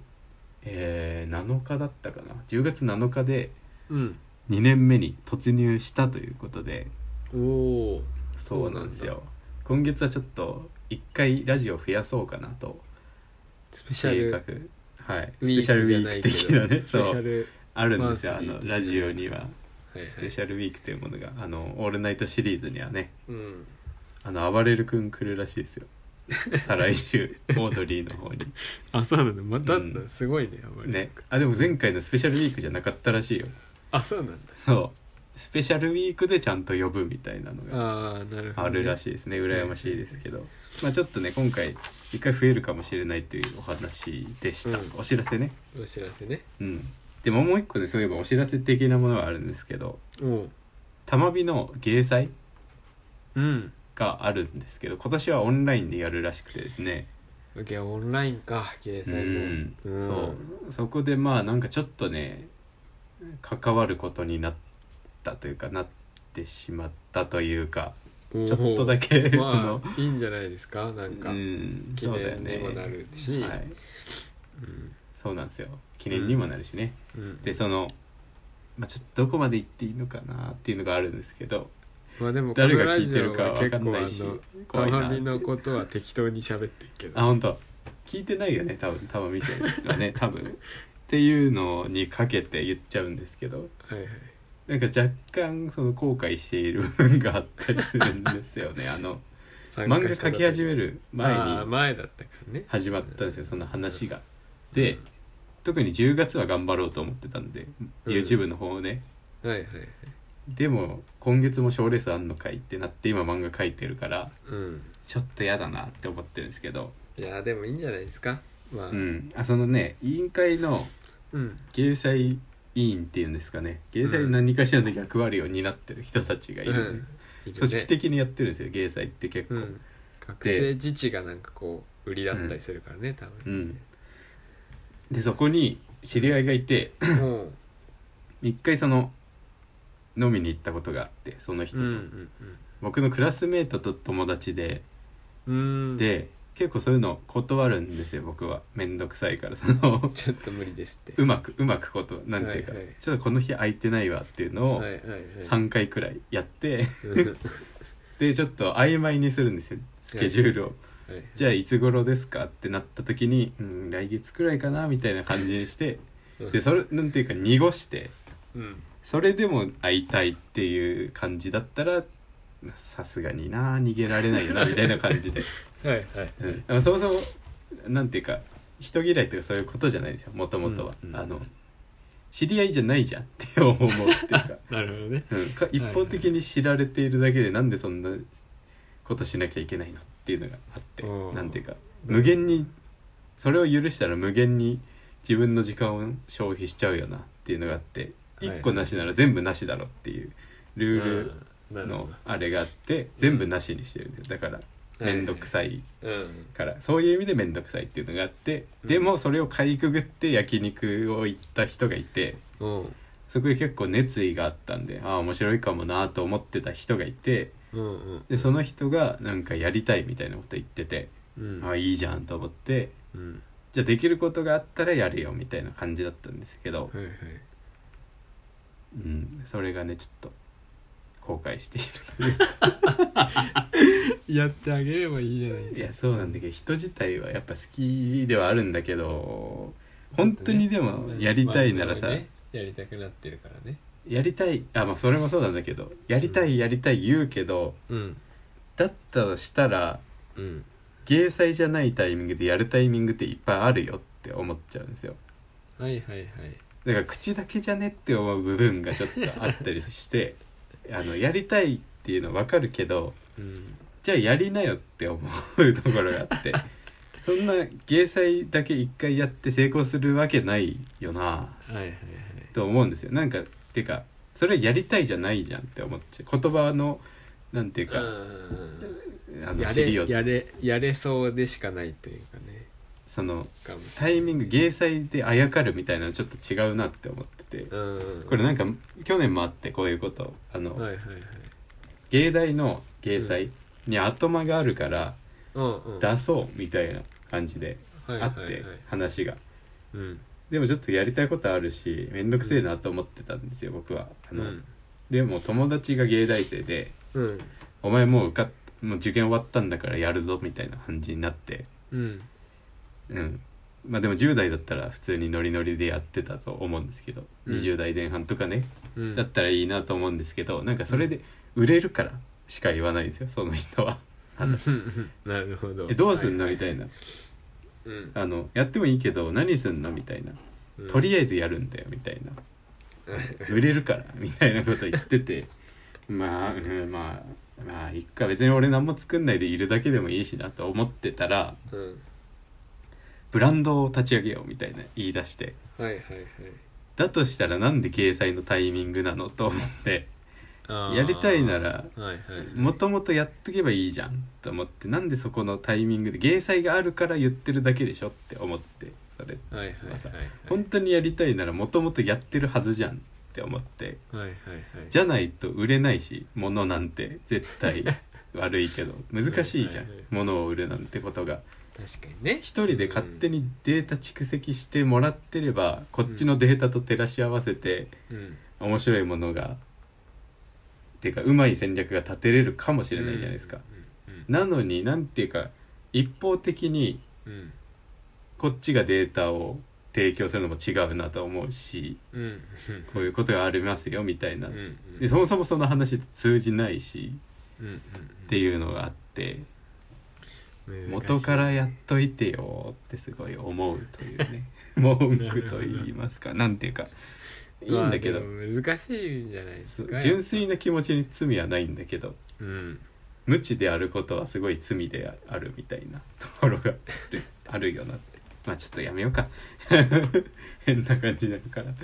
Speaker 1: えー7日だったかな10月7日で
Speaker 2: うん
Speaker 1: 2年目に突入したということで
Speaker 2: おお
Speaker 1: そうなんですよ今月はちょっと1回ラジオ増やそうかなと
Speaker 2: スペシャ
Speaker 1: 計
Speaker 2: ル
Speaker 1: 画はい
Speaker 2: ウ
Speaker 1: ス
Speaker 2: ィ
Speaker 1: ペシャルウ
Speaker 2: ークじゃ
Speaker 1: ィ
Speaker 2: な
Speaker 1: ー
Speaker 2: い
Speaker 1: ク
Speaker 2: け
Speaker 1: 的
Speaker 2: ど
Speaker 1: なね
Speaker 2: ス
Speaker 1: そ
Speaker 2: ペシャ
Speaker 1: う
Speaker 2: ル
Speaker 1: あるんですよあ
Speaker 2: マンスリー
Speaker 1: の
Speaker 2: 的な
Speaker 1: ラ
Speaker 2: やつ
Speaker 1: ジオには
Speaker 2: はい
Speaker 1: スペ
Speaker 2: は
Speaker 1: シャルウィークというものがあの「オールナイト」シリーズにはね
Speaker 2: いうん
Speaker 1: あの暴れる君来るらしいです よ再来週オードリーの方に
Speaker 2: あそうなんだまたあった
Speaker 1: うん
Speaker 2: すごいねあんまり
Speaker 1: ねあでも前回のスペシャルウィークじゃなかったらしいよ
Speaker 2: あそうなんだ
Speaker 1: そうスペシャルウィークでちゃんと呼ぶみたいなのが
Speaker 2: ああなるほどね
Speaker 1: あるらしいですね羨ましいですけど、まあ、ちょっとね今回一回増えるかもしれないというお話でした、
Speaker 2: うん
Speaker 1: お知らせね
Speaker 2: お知らせね
Speaker 1: うんでももう一個ねそういえばお知らせ的なものはあるんですけど
Speaker 2: おう
Speaker 1: 玉美の芸祭
Speaker 2: うん
Speaker 1: があるんですけど今年はオンラインでやるらしくてですね
Speaker 2: いやオンラインか掲
Speaker 1: う
Speaker 2: 載
Speaker 1: ん
Speaker 2: もん
Speaker 1: そうそこでまあなんかちょっとね関わることになったというかなってしまったというか
Speaker 2: おう
Speaker 1: ちょっとだけそ
Speaker 2: ま
Speaker 1: の
Speaker 2: あいいんじゃないですかなんか
Speaker 1: うん
Speaker 2: 記
Speaker 1: そうだよ
Speaker 2: 念に
Speaker 1: ね
Speaker 2: もなるし
Speaker 1: はい、
Speaker 2: うん
Speaker 1: そうなんですよ記念にもなるしね、
Speaker 2: うん
Speaker 1: でその、まあ、ちょっとどこまで行っていいのかなっていうのがあるんですけど
Speaker 2: まあでもこ
Speaker 1: 誰
Speaker 2: の
Speaker 1: が
Speaker 2: ラ
Speaker 1: 聞い
Speaker 2: ジ
Speaker 1: て
Speaker 2: オ
Speaker 1: るか
Speaker 2: は
Speaker 1: わ
Speaker 2: 結
Speaker 1: かん
Speaker 2: 構
Speaker 1: な
Speaker 2: あ
Speaker 1: いし
Speaker 2: の
Speaker 1: 怖い
Speaker 2: た
Speaker 1: な
Speaker 2: まみのことは適当に喋ってるけど
Speaker 1: あ本当聞いてないよね多分多分店が ね多分っていうのにかけて言っちゃうんですけど
Speaker 2: はいはい
Speaker 1: なんか若干その後悔している部分があったりするんですよ ねあの漫画描き始め
Speaker 2: る
Speaker 1: る前
Speaker 2: 前に
Speaker 1: に
Speaker 2: 前だったからね
Speaker 1: 始まったんですよその話が。で特に10月は頑張ろうと思ってたんで、
Speaker 2: うん
Speaker 1: YouTube の方をね
Speaker 2: はいはいはい
Speaker 1: でも今月も賞レースあんのかいってなって今漫画描いてるから
Speaker 2: うん
Speaker 1: ちょっと嫌だなって思ってるんですけど、
Speaker 2: いやでもいいんじゃないですかまあ
Speaker 1: うん、あそのね委員会の
Speaker 2: うん
Speaker 1: 芸祭委員っていうんですかね芸祭何かしらの役割を担ってる人たちがいるんです、
Speaker 2: いいよね
Speaker 1: 組織的にやってるんですよ芸祭って結構、
Speaker 2: うん学生自治がなんかこう売りだったりするからね多
Speaker 1: う
Speaker 2: 分
Speaker 1: んでそこに知り合いがいて
Speaker 2: もう
Speaker 1: 一回その飲みに行ったことがあってその人
Speaker 2: う
Speaker 1: と、
Speaker 2: んうん
Speaker 1: 僕のクラスメートと友達で
Speaker 2: うんうん
Speaker 1: で結構そういうの断るんですよ僕は面倒くさいからその
Speaker 2: ちょっと無理ですって
Speaker 1: うまくうまくことなんていうか、
Speaker 2: はいはい
Speaker 1: ちょっとこの日空いてないわっていうのを
Speaker 2: はいはいはい
Speaker 1: 3回くらいやって、
Speaker 2: うんは
Speaker 1: でちょっと曖昧にするんですよスケジュールを、
Speaker 2: い
Speaker 1: じゃあいつ頃ですかってなった時に、うん、来月くらいかなみたいな感じにして
Speaker 2: うん
Speaker 1: でそれなんていうか濁して
Speaker 2: うん
Speaker 1: それでも会いたいっていう感じだったらさすがにな逃げられないよなみたいな感じで、
Speaker 2: はいはい
Speaker 1: うんあの、そもそもなんていうか人嫌いとかそういうことじゃないんですよもともとは、
Speaker 2: うんうん
Speaker 1: あの知り合いじゃないじゃんって思うっていう か
Speaker 2: なるほどね
Speaker 1: うん、か一方的に知られているだけでなんでそんなことしなきゃいけないのっていうのがあって
Speaker 2: うん
Speaker 1: なんていうか無限にそれを許したら無限に自分の時間を消費しちゃうよなっていうのがあって
Speaker 2: はい
Speaker 1: 1個なしなら全部なしだろっていうルー
Speaker 2: な
Speaker 1: ル
Speaker 2: るほ
Speaker 1: のあれがあって全部なしにしてるんですよだから
Speaker 2: ど
Speaker 1: 面倒くさい
Speaker 2: うん
Speaker 1: からそういう意味で面倒くさいっていうのがあって
Speaker 2: うん
Speaker 1: でもそれをかいくぐって焼肉を行った人がいて。
Speaker 2: うん
Speaker 1: そこで結構熱意があったんでああ面白いかもなと思ってた人がいて
Speaker 2: うんうん
Speaker 1: でその人がなんかやりたいみたいなこと言ってて、
Speaker 2: うん
Speaker 1: ああいいじゃんと思って
Speaker 2: うん
Speaker 1: じゃあできることがあったらやるよみたいな感じだったんですけど、
Speaker 2: はいはい
Speaker 1: うん、それがねちょっと崩壊していると
Speaker 2: やってあげればいいじゃない
Speaker 1: いやそうなんだけど人自体はやっぱ好きではあるんだけど本当にでもやりたいならさ、
Speaker 2: まあねやりたくなってるからね
Speaker 1: やりたいあまあそれもそうなんだけどやりたいやりたい言うけど
Speaker 2: うん
Speaker 1: だったとしたら
Speaker 2: うん
Speaker 1: 芸祭じゃないタイミングでやるタイミングっていっぱいあるよって思っちゃうんですよ
Speaker 2: はいはいはい
Speaker 1: だから口だけじゃねって思う部分がちょっとあったりして あのやりたいっていうの分かるけど
Speaker 2: うん
Speaker 1: じゃあやりなよって思うところがあ ってそんな芸祭だけ一回やって成功するわけないよな
Speaker 2: はいはいはい
Speaker 1: と思うんですよなんかてかそれはやりたいじゃないじゃんって思っちゃう言葉のなんていうか、あの
Speaker 2: や
Speaker 1: 尻を
Speaker 2: れや
Speaker 1: つ
Speaker 2: れやれそうでしかないというかね
Speaker 1: その
Speaker 2: かもし
Speaker 1: タイミング芸祭であやかるみたいなのちょっと違うなって思ってて
Speaker 2: れないうん
Speaker 1: これなんか去年もあってこういうことあの、
Speaker 2: はいはいはい
Speaker 1: 芸大の芸祭に後間があるから
Speaker 2: うんうん
Speaker 1: 出そうみたいな感じで
Speaker 2: はい
Speaker 1: あ
Speaker 2: はい
Speaker 1: っ
Speaker 2: はい
Speaker 1: て話が
Speaker 2: うん
Speaker 1: でもちょっとやりたいことあるしめんどくせえなと思ってたんですよ僕はあ
Speaker 2: う
Speaker 1: の、
Speaker 2: ん
Speaker 1: でも友達が芸大生で
Speaker 2: うん
Speaker 1: 「お前もう受かっもう受験終わったんだからやるぞ」みたいな感じになって
Speaker 2: うん
Speaker 1: うんまあでも10代だったら普通にノリノリでやってたと思うんですけど、
Speaker 2: うん
Speaker 1: 20代前半とかね
Speaker 2: うん
Speaker 1: だったらいいなと思うんですけどなんかそれで売れるからしか言わないんですよその人は。あの
Speaker 2: うん なるほど
Speaker 1: えどうすんの
Speaker 2: はい
Speaker 1: み
Speaker 2: は
Speaker 1: た
Speaker 2: い
Speaker 1: いな
Speaker 2: うん
Speaker 1: あのやってもいいけど何すんのみたいな
Speaker 2: うん
Speaker 1: とりあえずやるんだよみたいな売れるからみたいなこと言ってて まあ、うん、まあまあいっか別に俺何も作んないでいるだけでもいいしなと思ってたら
Speaker 2: うん
Speaker 1: ブランドを立ち上げようみたいな言い出して
Speaker 2: はいはいはい
Speaker 1: だとしたらなんで掲載のタイミングなのと思って
Speaker 2: あー
Speaker 1: やりたいなら
Speaker 2: はいはい
Speaker 1: もともとやっとけばいいじゃんと思ってなんでそこのタイミングで芸祭があるから言ってるだけでしょって思ってそれ
Speaker 2: はいはいはい
Speaker 1: 本当にやりたいならもともとやってるはずじゃんって思って
Speaker 2: はいはいはい
Speaker 1: じ
Speaker 2: ゃ
Speaker 1: ゃないと売れないし物なんて絶対悪いけど難しいじゃん
Speaker 2: はいはいはい
Speaker 1: 物を売るなんてことが
Speaker 2: 確かにね
Speaker 1: 一人で勝手にデータ蓄積してもらってればこっちのデータと照らし合わせて
Speaker 2: うん
Speaker 1: 面白いものがてかうまい戦略が立てれるかもしれないじゃないですか。
Speaker 2: うん
Speaker 1: なのになんていうか一方的に
Speaker 2: うん
Speaker 1: こっちがデータを提供するのも違うなと思うし
Speaker 2: うんうん
Speaker 1: こういうことがありますよみたいな
Speaker 2: うんうん
Speaker 1: でそもそもその話通じないし
Speaker 2: うんうん
Speaker 1: っていうのがあって
Speaker 2: うんうん
Speaker 1: 元からやっといてよってすごい思うという ね文句と言いますかなんていうかいいんだけど
Speaker 2: まあでも難しいんじゃないです
Speaker 1: そ
Speaker 2: か
Speaker 1: う純粋な気持ちに罪はないんだけど
Speaker 2: うん
Speaker 1: 無知であることはすごい罪であるみたいな ところがあるあるよなってまあちょっとやめようか 変な感じになるから、
Speaker 2: い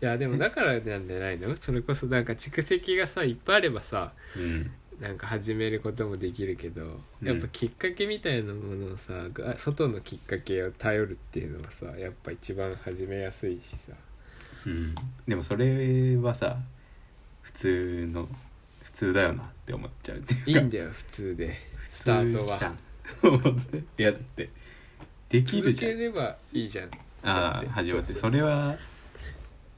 Speaker 2: やでもだからなんじゃないの それこそなんか蓄積がさいっぱいあればさ
Speaker 1: うん、
Speaker 2: なんか始めることもできるけど
Speaker 1: うん
Speaker 2: やっぱきっかけみたいなものをさ、が外のきっかけを頼るっていうのはさやっぱ一番始めやすい しさ
Speaker 1: うん、でもそれはさ普通の普通だよなって思っちゃうっていうか
Speaker 2: いいんだよ普通でスタートは
Speaker 1: 普通じゃんいやだってできる
Speaker 2: 続
Speaker 1: じゃ
Speaker 2: け
Speaker 1: ん
Speaker 2: ればいいじゃん
Speaker 1: あ
Speaker 2: だって
Speaker 1: あ始まって
Speaker 2: そうそ
Speaker 1: そう
Speaker 2: そう
Speaker 1: れは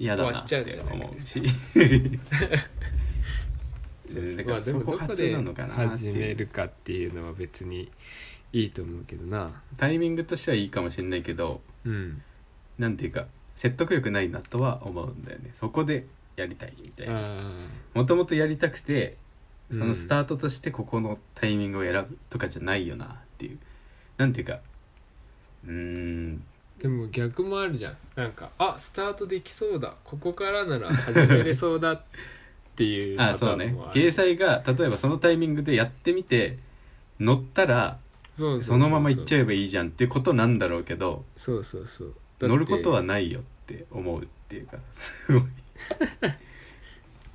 Speaker 1: 嫌だ
Speaker 2: 終
Speaker 1: な
Speaker 2: わっ
Speaker 1: っ
Speaker 2: ちゃう
Speaker 1: て
Speaker 2: じゃん
Speaker 1: 思うし
Speaker 2: そうそう
Speaker 1: だからそこ
Speaker 2: まあ
Speaker 1: 初
Speaker 2: で
Speaker 1: な
Speaker 2: も
Speaker 1: の
Speaker 2: どこ
Speaker 1: か
Speaker 2: で
Speaker 1: なって
Speaker 2: 始
Speaker 1: い
Speaker 2: め
Speaker 1: う
Speaker 2: るかっていうのは別にいいと思うけどな
Speaker 1: タイミングとしてはいいかもしれないけど
Speaker 2: うん
Speaker 1: なんていうか説得力ないなとは思うんだよねそこでやりたいみたいな
Speaker 2: あ
Speaker 1: もともとやりたくてそ
Speaker 2: うん
Speaker 1: のスタートとしてここのタイミングを選ぶとかじゃないよなっていうなんていうかうーん
Speaker 2: ーでも逆もあるじゃんなんかあスタートできそうだここからなら始めれそうだってい う
Speaker 1: あ
Speaker 2: パタ
Speaker 1: そう
Speaker 2: ーン
Speaker 1: ね
Speaker 2: もある
Speaker 1: 芸祭が例えばそのタイミングでやってみて乗ったら
Speaker 2: そうそ
Speaker 1: そ
Speaker 2: うそうそう
Speaker 1: のまま行っちゃえばいいじゃんってことなんだろうけど
Speaker 2: そうそうそうだって
Speaker 1: 乗ることはないよって思うっていうか すごい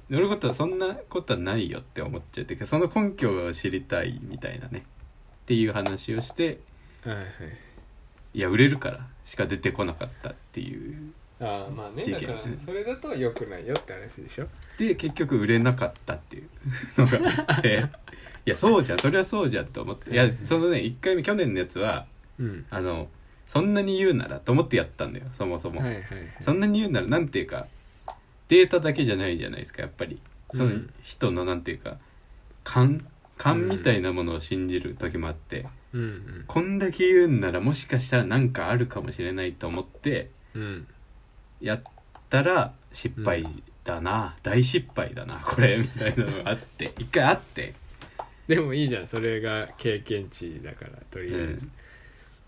Speaker 1: 乗ることはそんなことはないよって思っちゃうっていうかその根拠を知りたいみたいなねっていう話をして
Speaker 2: はいはい
Speaker 1: いや売れるからしか出てこなかったっていう
Speaker 2: ああまあね
Speaker 1: 事
Speaker 2: だか
Speaker 1: 件
Speaker 2: ら
Speaker 1: うん
Speaker 2: それだと良くないよって話でしょ
Speaker 1: で結局売れなかったっていう のがあっていやそうじゃんそりゃそうじゃんと思っていやそのね1回目去年のやつは
Speaker 2: うん
Speaker 1: あのそんなに言うならと思ってやったんだよそもそも、
Speaker 2: はいはいはい
Speaker 1: そんなに言うならなんていうかデータだけじゃないじゃないですかやっぱりその
Speaker 2: うん
Speaker 1: 人のなんていうか勘勘みたいなものを信じる時もあって、
Speaker 2: うん
Speaker 1: こんだけ言うんならもしかしたらなんかあるかもしれないと思って
Speaker 2: うんうん
Speaker 1: やったら失敗だな、大失敗だなこれみたいなのがあって一回あって、
Speaker 2: でもいいじゃんそれが経験値だからとりあえず、
Speaker 1: うん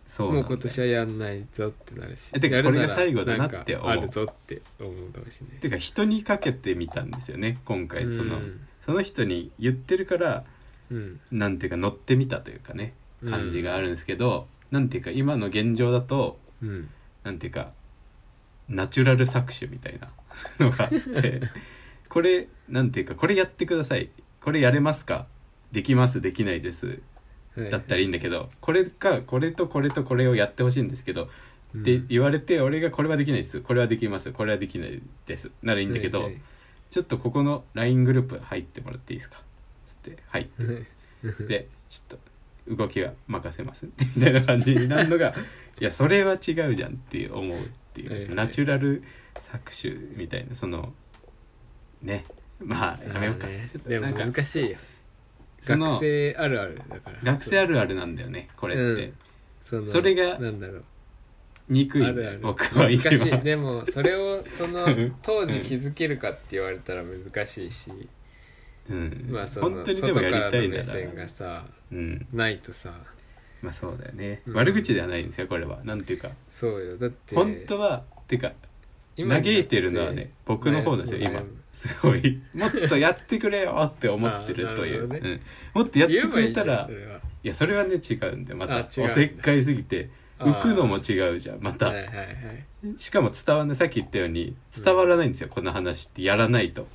Speaker 1: そうな
Speaker 2: もうん
Speaker 1: だよ
Speaker 2: 今年はやんないぞってなるし
Speaker 1: えてか
Speaker 2: やる
Speaker 1: こ
Speaker 2: な
Speaker 1: れ
Speaker 2: ら
Speaker 1: が最後だなって思うん
Speaker 2: かあるぞって思うかもしれない
Speaker 1: てか人にかけてみたんですよね今回その、
Speaker 2: うん
Speaker 1: その人に言ってるから
Speaker 2: うん
Speaker 1: なんていうか乗ってみたというかね感じがあるんですけど、なんていうか今の現状だと
Speaker 2: うん
Speaker 1: なんていうかナチュラル搾取みたいな のがあってこれなんていうかこれやってくださいこれやれますかできますできないです
Speaker 2: はい
Speaker 1: だったらいいんだけどこれかこれとこれとこれをやってほしいんですけど
Speaker 2: うん
Speaker 1: って言われて俺がこれはできないですこれはできますこれはできないですならいいんだけど、
Speaker 2: はいはい
Speaker 1: ちょっとここの LINE グループ入ってもらっていいですかつって「はい」ってでちょっと動きは任せますってみたいな感じになるの がいやそれは違うじゃんっていう思うっていう、
Speaker 2: はいはい
Speaker 1: ナチュラル搾取みたいなそのねまあやめようか、
Speaker 2: まあね
Speaker 1: ちょっと
Speaker 2: で
Speaker 1: な
Speaker 2: も
Speaker 1: んか
Speaker 2: 難しいよ
Speaker 1: その
Speaker 2: 学
Speaker 1: 学生
Speaker 2: 生あるあるだから
Speaker 1: あるあるなんだよねこれって、
Speaker 2: うんその
Speaker 1: それが
Speaker 2: なんだろう
Speaker 1: 憎いんだ
Speaker 2: あ
Speaker 1: よ
Speaker 2: るある
Speaker 1: 僕は一
Speaker 2: 難しい
Speaker 1: 番
Speaker 2: でもそれをその
Speaker 1: うん
Speaker 2: 当時気づけるかって言われたら難しいし、
Speaker 1: うん、
Speaker 2: まあそ
Speaker 1: 本
Speaker 2: の
Speaker 1: 当にで
Speaker 2: 外
Speaker 1: も
Speaker 2: か
Speaker 1: や
Speaker 2: ら
Speaker 1: りた
Speaker 2: の
Speaker 1: いな
Speaker 2: 目
Speaker 1: ら
Speaker 2: 線がさ
Speaker 1: うん
Speaker 2: ないとさ
Speaker 1: まあそうだよね、
Speaker 2: うん
Speaker 1: 悪口ではないんですよこれはなんていうか
Speaker 2: そうよだって
Speaker 1: 本当はてか
Speaker 2: にな
Speaker 1: 嘆いてるのはね僕の方なんですよ
Speaker 2: 悩む
Speaker 1: 今すごいもっとやってくれよって思ってるという、
Speaker 2: あーなる
Speaker 1: うん、
Speaker 2: ほど
Speaker 1: もっとやってくれた
Speaker 2: 言えばいいじゃん
Speaker 1: ら
Speaker 2: それはい
Speaker 1: やそれはね違うんでま
Speaker 2: あ
Speaker 1: た
Speaker 2: 違うんだ
Speaker 1: おせっかいすぎて
Speaker 2: あー
Speaker 1: 浮くのも違うじゃんまた、
Speaker 2: はいはいはい
Speaker 1: しかも伝わんないさっき言ったように伝わらないんですよ、この話ってやらないと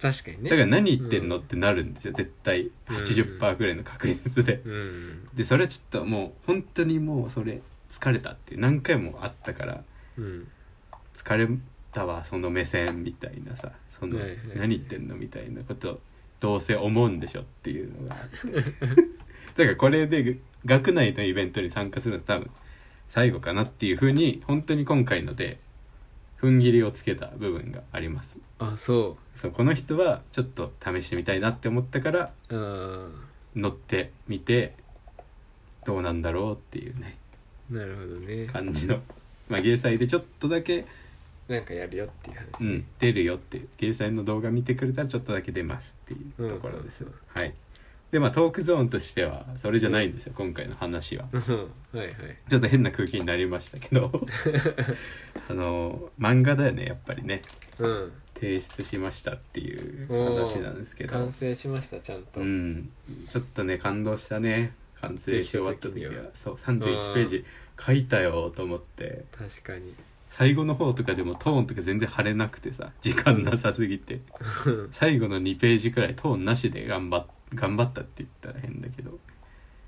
Speaker 2: 確かにね
Speaker 1: だから何言ってんの
Speaker 2: う
Speaker 1: っ
Speaker 2: ん
Speaker 1: てなるんですよ絶対
Speaker 2: うん
Speaker 1: 80%ぐらいの確率で
Speaker 2: うん
Speaker 1: でそれはちょっともう本当にもうそれ疲れたっていう何回もあったから
Speaker 2: うん
Speaker 1: 疲れたわその目線みたいなさその
Speaker 2: はいはいはい
Speaker 1: 何言ってんのみたいなことどうせ思うんでしょっていうのがあって だからこれで学内のイベントに参加するの多分最後かなっていうふうに本当に今回ので踏ん切りをつけた部分があります
Speaker 2: あそ
Speaker 1: そうこの人はちょっと試してみたいなって思ったから
Speaker 2: ううん
Speaker 1: 乗ってみてどうなんだろうっていうね
Speaker 2: なるほどね
Speaker 1: 感じの、まあ、芸祭でちょっとだけ
Speaker 2: なんかやるよっていう
Speaker 1: う
Speaker 2: 話、
Speaker 1: ん、出るよっていう掲載の動画見てくれたらちょっとだけ出ますっていうところです、
Speaker 2: うん
Speaker 1: はいでまあトークゾーンとしてはそれじゃないんですよ、今回の話は
Speaker 2: うんはいはい
Speaker 1: ちょっと変な空気になりましたけ どあの漫画だよねやっぱりね
Speaker 2: うん
Speaker 1: 提出しましたっていう話なんですけど
Speaker 2: 完成しましたちゃんと、
Speaker 1: うんちょっとね感動したね完成し終わった時は
Speaker 2: できた時には
Speaker 1: そう31ページ書いたよと思って
Speaker 2: 確 かに
Speaker 1: 最後の方とかでもトーンとか全然貼れなくてさ時間なさすぎて
Speaker 2: うん
Speaker 1: 最後の2ページくらいトーンなしで頑張っ頑張ったって言ったら変だけど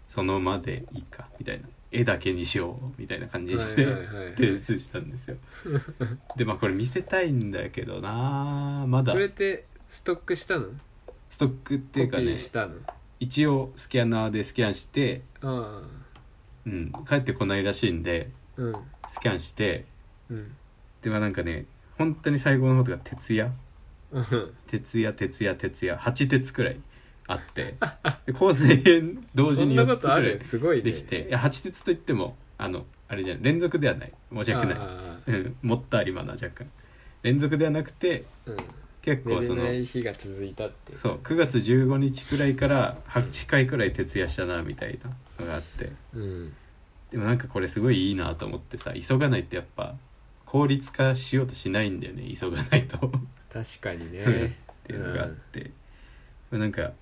Speaker 1: そのまでいいかみたいな絵だけにしようみたいな感じにして
Speaker 2: はいはいはいはい
Speaker 1: 提出したんですよでまあこれ見せたいんだけどなあまだ
Speaker 2: それってストックしたのっ
Speaker 1: ストックっていうかね
Speaker 2: したの
Speaker 1: 一応スキャナーでスキャンして、
Speaker 2: ああ
Speaker 1: うん、帰ってこないらしいんで
Speaker 2: うん
Speaker 1: スキャンして
Speaker 2: うん
Speaker 1: でまあなんかね本当に最後の方とか徹夜
Speaker 2: うん
Speaker 1: 徹夜徹夜徹夜8徹くらいあって で校内編同時に
Speaker 2: そんな
Speaker 1: 4
Speaker 2: こ
Speaker 1: つく
Speaker 2: とあ
Speaker 1: らい
Speaker 2: るすごい、ね、
Speaker 1: できて、いや8鉄といってもあのあれじゃん連続ではない申し訳ない、
Speaker 2: あ
Speaker 1: うん、持った今のは若干連続ではなくて
Speaker 2: あうん
Speaker 1: 結構その
Speaker 2: 寝れない日が続いたっていう
Speaker 1: そう9月15日くらいから8回くらい徹夜したなみたいなのがあって
Speaker 2: うん
Speaker 1: でもなんかこれすごいいいなと思ってさ急がないってやっぱ効率化しようとしないんだよね急がないと っ
Speaker 2: 確かにね
Speaker 1: ていうのがあって、なんか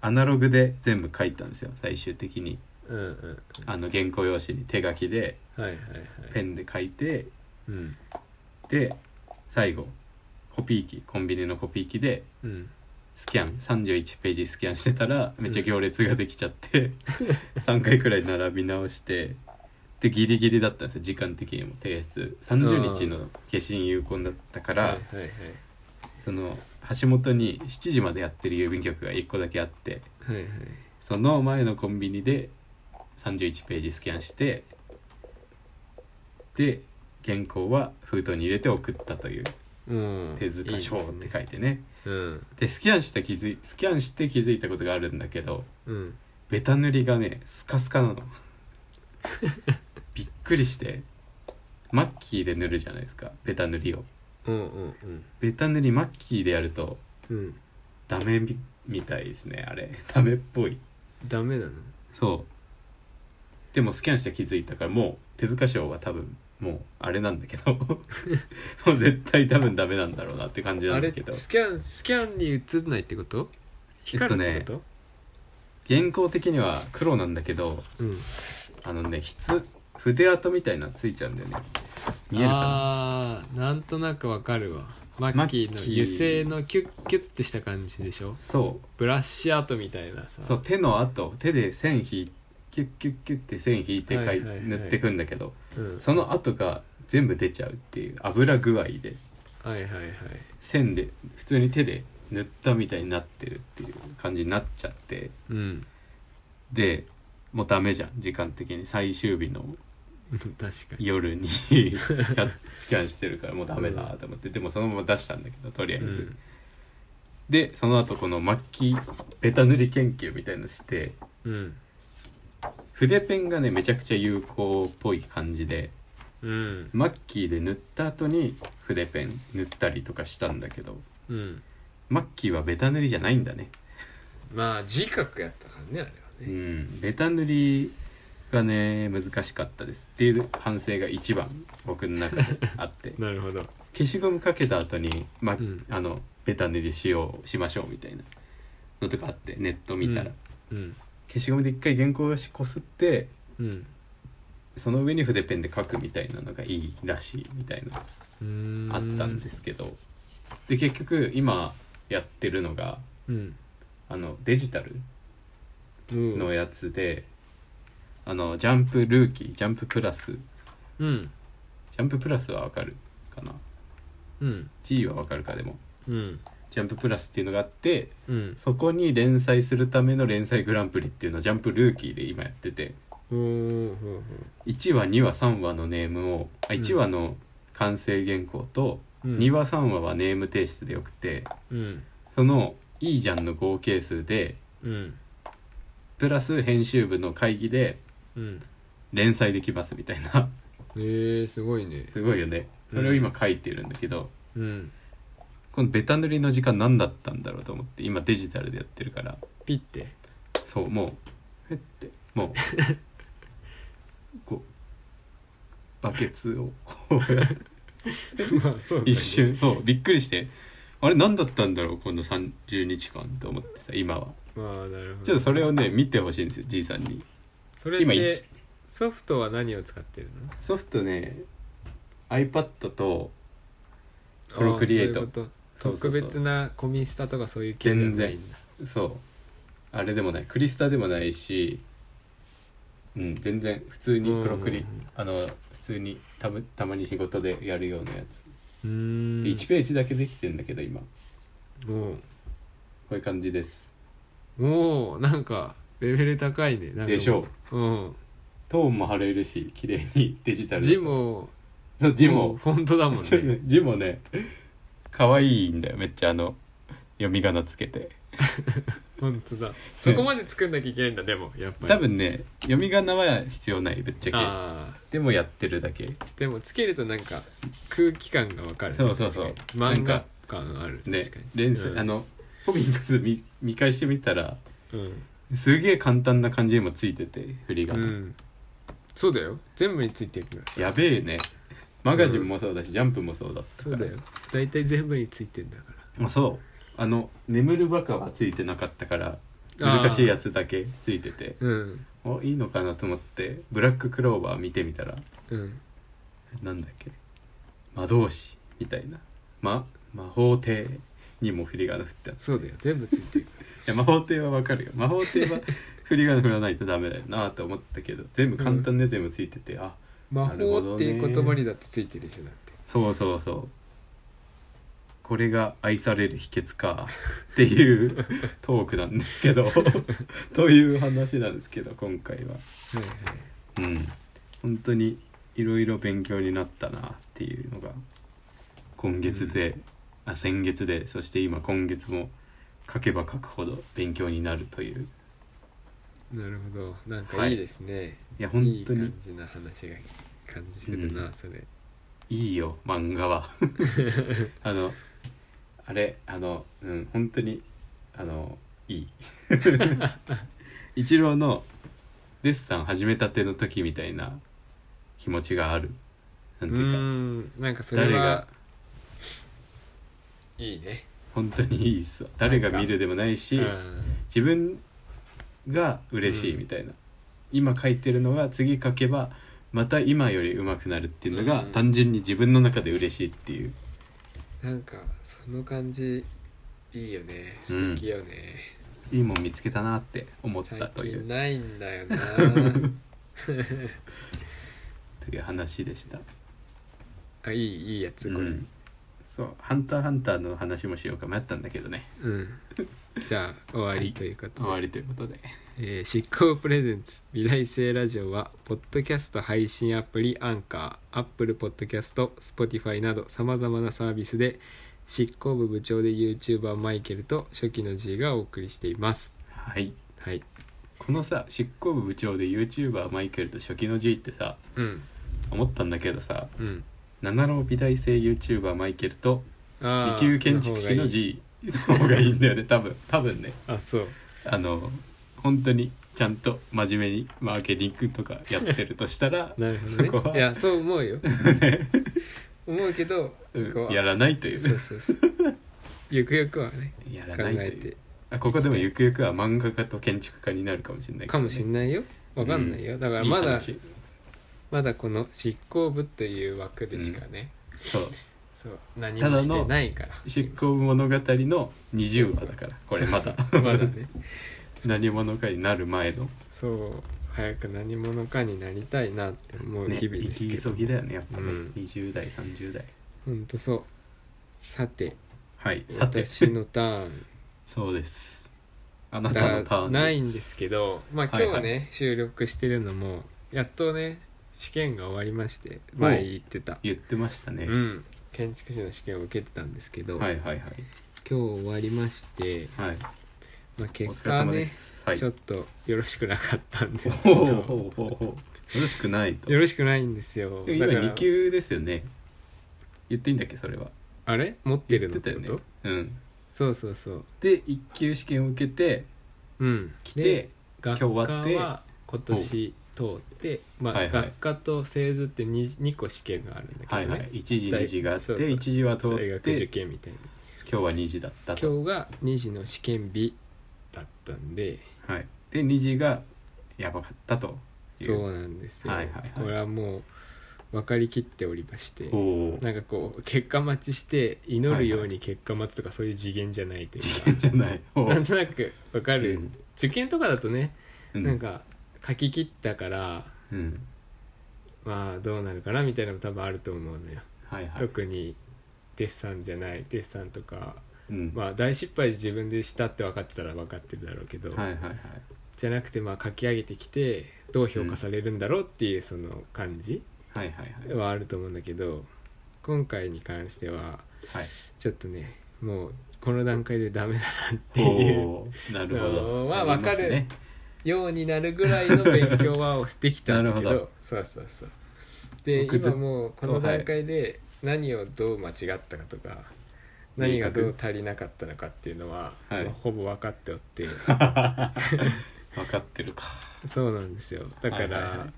Speaker 1: アナログで全部書いたんですよ最終的に
Speaker 2: うんうん
Speaker 1: あの原稿用紙に手書きで
Speaker 2: はいはいはい
Speaker 1: ペンで書いて
Speaker 2: うん
Speaker 1: で最後コピー機コンビニのコピー機で
Speaker 2: うん
Speaker 1: スキャン31ページスキャンしてたらめっちゃ行列ができちゃ って、3回くらい並び直してでギリギリだったんですよ時間的にも提出30日の化身有効だったから、
Speaker 2: はいはいはい
Speaker 1: その橋本に7時までやってる郵便局が1個だけあって
Speaker 2: はいはい
Speaker 1: その前のコンビニで31ページスキャンしてで原稿は封筒に入れて送ったという
Speaker 2: うん
Speaker 1: 手塚賞って書いてね
Speaker 2: うん
Speaker 1: でスキャンした気づいスキャンして気づいたことがあるんだけど
Speaker 2: うん
Speaker 1: ベタ塗りがねスカスカなのびっくりしてマッキーで塗るじゃないですかベタ塗りを
Speaker 2: うんうんうん
Speaker 1: ベタ塗りマッキーでやると
Speaker 2: うん
Speaker 1: ダメみみたいですねあれダメっぽい
Speaker 2: ダメなの
Speaker 1: そうでもスキャンして気づいたからもう手塚賞は多分もうあれなんだけど もう絶対多分ダメなんだろうなって感じな
Speaker 2: あ
Speaker 1: んだ
Speaker 2: れ
Speaker 1: けど
Speaker 2: スキャンスキャンに映んないってこと光るってこと、
Speaker 1: 原稿的には黒なんだけど
Speaker 2: うん
Speaker 1: あのね筆筆跡みたいなのついちゃうんだよね見えるか
Speaker 2: あーなんとなくわかるわマッキーの
Speaker 1: マッキー
Speaker 2: 油性のキュッキュッてした感じでしょ
Speaker 1: なそう
Speaker 2: ブラッシュアートみたいなさ
Speaker 1: そう手の跡手で線引いキュッキュッキュッって線引いてかい、
Speaker 2: はいはいはい
Speaker 1: 塗ってくんだけど
Speaker 2: うん、
Speaker 1: その跡が全部出ちゃうっていう油具合で
Speaker 2: はいはいはい
Speaker 1: 線で普通に手で塗ったみたいになってるっていう感じになっちゃって
Speaker 2: うん
Speaker 1: でもうダメじゃん時間的に最終日の
Speaker 2: 確かに
Speaker 1: 夜に やスキャンしてるからもうダメだと思ってでもそのまま出したんだけどとりあえず、でその後この末期ベタ塗り研究みたいのして
Speaker 2: うん
Speaker 1: 筆ペンがねめちゃくちゃ有効っぽい感じで
Speaker 2: うん
Speaker 1: マッキーで塗った後に筆ペン塗ったりとかしたんだけど
Speaker 2: うん
Speaker 1: マッキーはベタ塗りじゃないんだね
Speaker 2: まあ自覚やったからねあれは
Speaker 1: う
Speaker 2: ね
Speaker 1: んベタ塗りがね難しかったですっていう反省が一番僕の中であって
Speaker 2: なるほど
Speaker 1: 消しゴムかけた後にま
Speaker 2: うん
Speaker 1: あのベタ塗りしようしましょうみたいなのとかあってネット見たら、
Speaker 2: んうん
Speaker 1: 消しゴムで一回原稿用紙こすって
Speaker 2: うん
Speaker 1: その上に筆ペンで書くみたいなのがいいらしいみたいな
Speaker 2: うーん
Speaker 1: あったんですけどで結局今やってるのが
Speaker 2: うん
Speaker 1: あのデジタル
Speaker 2: うん
Speaker 1: のやつで、あのジャンプルーキージャンププラスジ
Speaker 2: うん
Speaker 1: ャンププラスはわかるかな
Speaker 2: うん
Speaker 1: G はわかるかでも
Speaker 2: うん
Speaker 1: ジャンププラスっていうのがあって
Speaker 2: うん
Speaker 1: そこに連載するための連載グランプリっていうのをジャンプルーキーで今やってて
Speaker 2: おーほう
Speaker 1: 1話2話3話のネームをあ
Speaker 2: うん
Speaker 1: 1話の完成原稿と
Speaker 2: ほう
Speaker 1: 2話3話はネーム提出でよくて
Speaker 2: うん
Speaker 1: その「いいじゃん」の合計数で
Speaker 2: うん
Speaker 1: プラス編集部の会議で
Speaker 2: うん
Speaker 1: 連載できますみたい な
Speaker 2: えー、すごいね
Speaker 1: すごいよねそれを今書いてるんだけど、
Speaker 2: うん
Speaker 1: このベタ塗りの時間何だったんだろうと思って今デジタルでやってるから
Speaker 2: ピッて
Speaker 1: そうもうえって もうこうバケツを こうやって
Speaker 2: まあそうだね
Speaker 1: 一瞬そうびっくりしてあれ何だったんだろうこの30日間と思ってさ今は
Speaker 2: まあなるほど
Speaker 1: ちょっとそれをね見てほしいんですよじいさんに
Speaker 2: それっ
Speaker 1: 今
Speaker 2: て
Speaker 1: 一
Speaker 2: ソフトは何を使ってるの
Speaker 1: ソフトね iPad とプロクリエイト
Speaker 2: あーそういうこと
Speaker 1: そうそ
Speaker 2: 特
Speaker 1: うそう
Speaker 2: 別なコミスタとかそういう系ではないんだ
Speaker 1: そうあれでもないクリスタでもないしうん全然普通に黒クリ、
Speaker 2: うん
Speaker 1: あの普通にたぶたまに仕事でやるようなやつ、
Speaker 2: うーん
Speaker 1: で1ページだけできてんだけど今こ
Speaker 2: も
Speaker 1: ういう感じです
Speaker 2: うもうなんかレベル高いねなんか
Speaker 1: でしょ
Speaker 2: う、うん、
Speaker 1: トーンも貼れるし綺麗にデジタル
Speaker 2: 字も
Speaker 1: そう字
Speaker 2: う
Speaker 1: も
Speaker 2: フォントだもん
Speaker 1: ちょっとね
Speaker 2: ね
Speaker 1: 字もね可愛いんだよめっちゃあの読み仮名つけて
Speaker 2: 本当だそこまで作んなきゃいけないんだでもやっぱり
Speaker 1: 多分ね読み仮名は必要ないぶっちゃ
Speaker 2: ああ
Speaker 1: けでもやってるだけ
Speaker 2: でもつけるとなんか空気感がわかるね、
Speaker 1: そうそうそう
Speaker 2: 確かに漫画感ある
Speaker 1: ね
Speaker 2: 確かに
Speaker 1: 連載、
Speaker 2: うん
Speaker 1: あのホビングス見見返してみたら
Speaker 2: うん、
Speaker 1: すげえ簡単な感じにもついてて振りが、
Speaker 2: うん、そうだよ全部についていく
Speaker 1: やべえねマガジンもそうだし、ジャンプもそうだった
Speaker 2: そ
Speaker 1: から
Speaker 2: うだよ大体全部についてんだから
Speaker 1: まあそうあの「眠るバカ」はついてなかったから
Speaker 2: あー
Speaker 1: 難しいやつだけついてて
Speaker 2: うん
Speaker 1: おいいのかなと思って「ブラッククローバー」見てみたら
Speaker 2: うん
Speaker 1: なんだっけ魔導士みたいな、ま、魔法帝にも振り仮名振ってあって
Speaker 2: そうだよ全部ついていく
Speaker 1: いや魔法帝はわかるよ魔法帝は振り仮名振らないとダメだよなと思ったけど全部簡単で全部ついてて、あ
Speaker 2: 魔
Speaker 1: なるほ
Speaker 2: 法
Speaker 1: ど
Speaker 2: っ
Speaker 1: ね
Speaker 2: ていう言葉にだってついてるしなって
Speaker 1: そうそうそうこれが愛される秘訣かっていう トークなんですけど という話なんですけど今回は
Speaker 2: はいはい
Speaker 1: うん本当にいろいろ勉強になったなっていうのが今月であ先月でそして今今月も書けば書くほど勉強になるという
Speaker 2: なるほどな
Speaker 1: は
Speaker 2: んか
Speaker 1: い
Speaker 2: いいですね、
Speaker 1: いや
Speaker 2: い、
Speaker 1: 本
Speaker 2: い
Speaker 1: 当に
Speaker 2: 感じな話が感じするな、
Speaker 1: うん
Speaker 2: それ
Speaker 1: いいよ漫画 はあのあれあのうん本当にあのいい 一郎のデッサン始めたての時みたいな気持ちがあるなん
Speaker 2: う
Speaker 1: ていうか
Speaker 2: んなんかそれ
Speaker 1: 誰が
Speaker 2: はいいね
Speaker 1: 本当にいいっすわ誰が見るでもないし
Speaker 2: うん
Speaker 1: 自分が嬉しいみたいな、今書いてるのが次書けばまた今より上手くなるっていうのが
Speaker 2: うん
Speaker 1: 単純に自分の中で嬉しいっていう
Speaker 2: なんかその感じいいよね素敵よね、
Speaker 1: いいもん見つけたなって思ったとい
Speaker 2: 最近
Speaker 1: う
Speaker 2: ないんだよ な
Speaker 1: という話でした。
Speaker 2: あいいいいやつこ
Speaker 1: う
Speaker 2: れ
Speaker 1: んそう「ハンターハンター」の話もしようか迷ったんだけどね
Speaker 2: うん、じゃあ終わりということ
Speaker 1: 終
Speaker 2: で、
Speaker 1: わりということで
Speaker 2: えー執行プレゼンツ未来性ラジオはポッドキャスト配信アプリアンカーアップルポッドキャスト Spotify などさまざまなサービスで執行部部長で YouTuber マイケルと初期の G がお送りしています
Speaker 1: はい
Speaker 2: はい
Speaker 1: このさ執行部部長で YouTuber マイケルと初期の G ってさ
Speaker 2: うん
Speaker 1: 思ったんだけどさ
Speaker 2: うん
Speaker 1: 七郎美大生 YouTuber マイケルと
Speaker 2: あ
Speaker 1: 二
Speaker 2: ー
Speaker 1: 級建築士の G の方がいいんだよね多分多分ね
Speaker 2: あそう
Speaker 1: あの本当にちゃんと真面目にマーケティングとかやってるとした ら
Speaker 2: なるほどね
Speaker 1: そこはい
Speaker 2: やそう思 うよ思うけど、
Speaker 1: うん
Speaker 2: こう
Speaker 1: やらないとい
Speaker 2: そう
Speaker 1: う
Speaker 2: そうそう ゆくゆくはね
Speaker 1: や
Speaker 2: 考
Speaker 1: らないと
Speaker 2: え
Speaker 1: いう
Speaker 2: て
Speaker 1: あここでもゆくゆくは漫画家と建築家になるかもしれない
Speaker 2: かもしんないよわかんないよ、だからま
Speaker 1: い
Speaker 2: だ
Speaker 1: い話
Speaker 2: まだこの執行部という枠でしかね、
Speaker 1: そう
Speaker 2: そう何もしてないから
Speaker 1: 執行物語の20話だからこれま
Speaker 2: そう
Speaker 1: だ
Speaker 2: そうまだね
Speaker 1: 何者かになる前の
Speaker 2: そう早く何者かになりたいなって思う
Speaker 1: ね
Speaker 2: 日
Speaker 1: 生
Speaker 2: 々です
Speaker 1: き
Speaker 2: けど、
Speaker 1: 急ぎだよねやっぱね、
Speaker 2: うん
Speaker 1: 20代30代
Speaker 2: ほんとそうさて
Speaker 1: はいさて
Speaker 2: 私のターン
Speaker 1: そうですあなたのター
Speaker 2: が
Speaker 1: ン
Speaker 2: ないん
Speaker 1: で
Speaker 2: ですけどまあ今
Speaker 1: はい
Speaker 2: 日
Speaker 1: はい
Speaker 2: はね、収録してるのもやっとね試験が終わりまして前言ってた、
Speaker 1: 言ってましたね、
Speaker 2: うん、建築士の試験を受けてたんですけど、
Speaker 1: はいはいはい
Speaker 2: 今日終わりまして、
Speaker 1: はい
Speaker 2: まあ、
Speaker 1: お
Speaker 2: 結
Speaker 1: 疲れ
Speaker 2: 果
Speaker 1: 様で
Speaker 2: ね
Speaker 1: すはい
Speaker 2: ちょっとよろしくなかったんですけ
Speaker 1: ほう
Speaker 2: ど
Speaker 1: ほうほうほうよろしくないと
Speaker 2: よろしくないんですよ
Speaker 1: 今
Speaker 2: だから
Speaker 1: 2級ですよね言っていいんだっけそれは
Speaker 2: あれ持ってるのって
Speaker 1: 言
Speaker 2: こ
Speaker 1: って
Speaker 2: と
Speaker 1: たよねうん
Speaker 2: そうそうそう
Speaker 1: で1級試験を受けて
Speaker 2: うん
Speaker 1: 来て
Speaker 2: で
Speaker 1: 今
Speaker 2: 学
Speaker 1: 日
Speaker 2: 科
Speaker 1: 終わって
Speaker 2: は今年通ってまあ、
Speaker 1: はいはい
Speaker 2: 学科と製図って 2, 二個試験があるんだけど
Speaker 1: は
Speaker 2: ね、
Speaker 1: いはい1時2時があっ
Speaker 2: そうそう
Speaker 1: て1時は通っ
Speaker 2: 大学受
Speaker 1: て
Speaker 2: 験みたいな
Speaker 1: 今日は2時だったと
Speaker 2: 今日が2時の試験日だったんで
Speaker 1: はい、で2時がやばかったという
Speaker 2: そうなんですよ、
Speaker 1: はいはいはい
Speaker 2: これはもう分かりきっておりまして
Speaker 1: おお
Speaker 2: なんかこう結果待ちして祈るよ
Speaker 1: は
Speaker 2: う
Speaker 1: い
Speaker 2: に結果待つとかそういう次元じゃないというか、
Speaker 1: 次元じゃ ないお
Speaker 2: な
Speaker 1: ー
Speaker 2: んとなくわかる、
Speaker 1: うん
Speaker 2: 受験とかだとね、
Speaker 1: うん
Speaker 2: なんか書き切ったから
Speaker 1: うん
Speaker 2: まあどうなるかなみたいなのも多分あると思うのよ、
Speaker 1: はいはい、
Speaker 2: 特にデッサンじゃないデッサンとか
Speaker 1: うん
Speaker 2: まあ大失敗自分でしたって分かってたら分かってるだろうけど、
Speaker 1: はいはいはい
Speaker 2: じゃなくてまあ書き上げてきてどう評価されるんだろうっていうその感じ
Speaker 1: はいはいはい
Speaker 2: はあると思うんだけど今回に関しては
Speaker 1: はい
Speaker 2: ちょっとねもうこの段階でダメだなっていう
Speaker 1: おーなるほ
Speaker 2: あ
Speaker 1: ど
Speaker 2: ーまあ
Speaker 1: わり ます
Speaker 2: わかようになるぐらいの勉強はしてきたんだけ
Speaker 1: なるほ
Speaker 2: どそうそうそうで
Speaker 1: 僕ずっ
Speaker 2: 今
Speaker 1: と
Speaker 2: もうこの段階で何をどう間違ったかとか、何がどう足りなかったのかっていうのは、
Speaker 1: はい
Speaker 2: まあほぼ分かっておって
Speaker 1: わかってるか
Speaker 2: そうなんですよだから、
Speaker 1: はいはいはい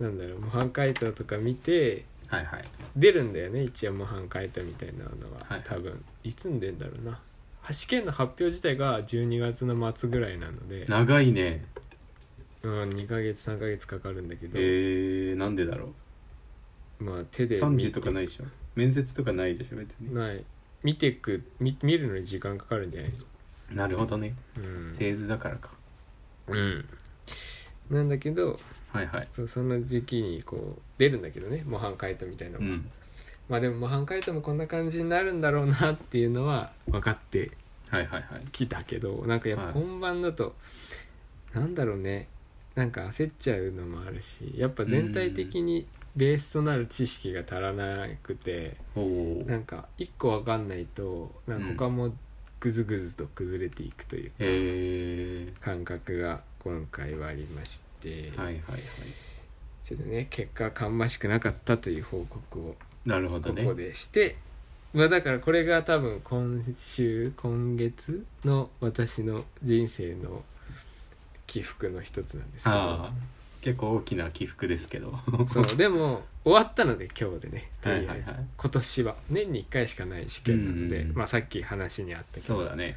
Speaker 2: なんだろう模範解答とか見て
Speaker 1: はいはい
Speaker 2: 出るんだよね一応模範解答みたいなのは、
Speaker 1: はい
Speaker 2: 多分いつんでんだろうな試験の発表自体が12月の末ぐらいなので、
Speaker 1: 長いね
Speaker 2: うん、2ヶ月3ヶ月かかるんだけど、
Speaker 1: えー、なんでだろ
Speaker 2: まあ手
Speaker 1: う
Speaker 2: で
Speaker 1: 3
Speaker 2: 見
Speaker 1: 時とかないでしょ面接とかないでしょ別に
Speaker 2: ない見てく見見るのに時間かかるんじゃない
Speaker 1: なるほどね
Speaker 2: うん、
Speaker 1: 製図だからか
Speaker 2: うん、なんだけど
Speaker 1: はいはい
Speaker 2: そうその時期にこう出るんだけどね模範解答みたいなの
Speaker 1: う
Speaker 2: が、
Speaker 1: ん
Speaker 2: まあでも模範解答もこんな感じになるんだろうなっていうのは分かって
Speaker 1: はいはいはい
Speaker 2: きたけどなんかやっ
Speaker 1: は
Speaker 2: ぱ
Speaker 1: い
Speaker 2: 本番だと、なんだろうねなんか焦っちゃうのもあるしやっぱ全体的にベースとなる知識が足らなくて
Speaker 1: おお
Speaker 2: なんか一個わかんないとなんか他もグズグズと崩れていくというか、
Speaker 1: え
Speaker 2: 感覚が今回はありまして、
Speaker 1: ー、はいはいはい
Speaker 2: ちょっとね結果は芳しくなかったという報告を
Speaker 1: なるほど
Speaker 2: こ
Speaker 1: ね
Speaker 2: こでして、まあだからこれが多分今週今月の私の人生の起伏の一つなんですけど
Speaker 1: ああ結構大きな起伏ですけど
Speaker 2: そうでも終わったので今日でねとりあ
Speaker 1: はいは
Speaker 2: え
Speaker 1: い
Speaker 2: ず
Speaker 1: はい
Speaker 2: 今年は年に1回しかない試験なので、
Speaker 1: うんうんうん
Speaker 2: まあ、さっき話にあったけ
Speaker 1: そう
Speaker 2: ど
Speaker 1: だね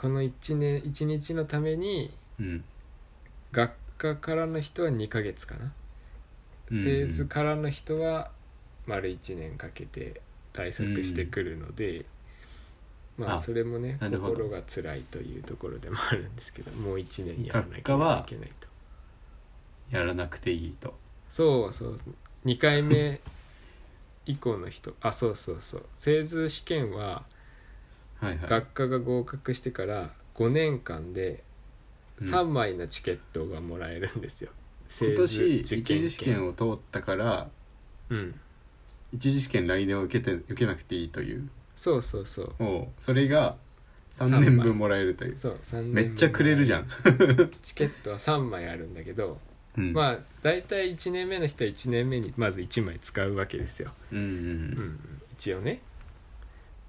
Speaker 2: この1年1日のために
Speaker 1: うん
Speaker 2: 学科からの人は2ヶ月か
Speaker 1: う
Speaker 2: な、
Speaker 1: んうん
Speaker 2: 製図からの人は丸1年かけて対策してくるので、まあ
Speaker 1: あ
Speaker 2: それもね
Speaker 1: なるほど
Speaker 2: 心が辛いというところでもあるんですけどもう1年やらな
Speaker 1: 学
Speaker 2: きゃ
Speaker 1: 科はい
Speaker 2: けないと
Speaker 1: やらなくていいと
Speaker 2: そうそう2回目以降の人あそうそうそう製図試験は
Speaker 1: はいはい
Speaker 2: 学科が合格してから5年間で
Speaker 1: うん
Speaker 2: 3枚のチケットがもらえるんですよ、
Speaker 1: 今年
Speaker 2: 製図
Speaker 1: 一次試験を通ったから
Speaker 2: うん
Speaker 1: 一次試験来年は受けて受けなくていいという
Speaker 2: そうそうそう
Speaker 1: おうそれが
Speaker 2: 三
Speaker 1: 3
Speaker 2: 枚
Speaker 1: 年分もらえるという
Speaker 2: そう3年
Speaker 1: めっちゃくれるじゃん、
Speaker 2: チケットは3枚あるんだけど、
Speaker 1: うん、
Speaker 2: まあ大体1年目の人は1年目にまず1枚使うわけですよ、
Speaker 1: うんうん
Speaker 2: うんうん一応ね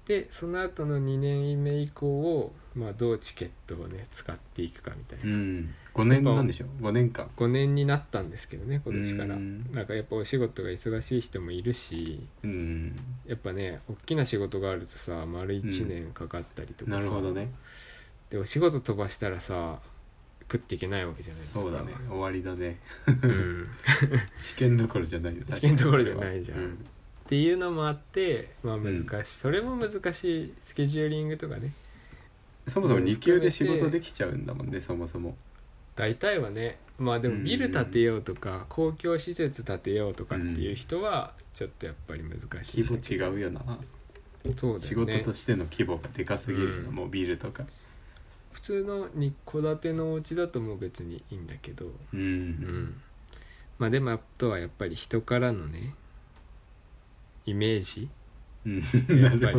Speaker 2: でその後の2年目以降を、まあ、どうチケットをね使っていくかみたい
Speaker 1: う
Speaker 2: な、
Speaker 1: ん、5年なんでしょ5年間
Speaker 2: 5年になったんですけどね今年から
Speaker 1: うん
Speaker 2: なんかやっぱお仕事が忙しい人もいるし
Speaker 1: うん
Speaker 2: やっぱね大きな仕事があるとさ丸1年かかったりとかさ、
Speaker 1: なるほどね
Speaker 2: でお仕事飛ばしたらさ食っていけないわけじゃないですか
Speaker 1: そうだね終わりだね
Speaker 2: うん
Speaker 1: 試験どころじゃないよ
Speaker 2: 試験どころじゃないじゃん
Speaker 1: うん
Speaker 2: っていうのもあって、まあ、難しい、
Speaker 1: う
Speaker 2: それも難しいスケジューリングとかね
Speaker 1: そもそも2級で仕事できちゃうんだもんねそもそも
Speaker 2: 大体はねまあでもビル建てようとか、公共施設建てようとかっていう人はちょっとやっぱり難しい、
Speaker 1: 規模違うよな
Speaker 2: そうだ
Speaker 1: 仕事
Speaker 2: よね
Speaker 1: としての規模がでかすぎるの、
Speaker 2: うん
Speaker 1: もうビールとか
Speaker 2: 普通の一戸建てのお家だともう別にいいんだけど、
Speaker 1: うん、
Speaker 2: うん、まあでもあとはやっぱり人からのねイメージ
Speaker 1: うん、
Speaker 2: や
Speaker 1: な
Speaker 2: っぱ
Speaker 1: るほ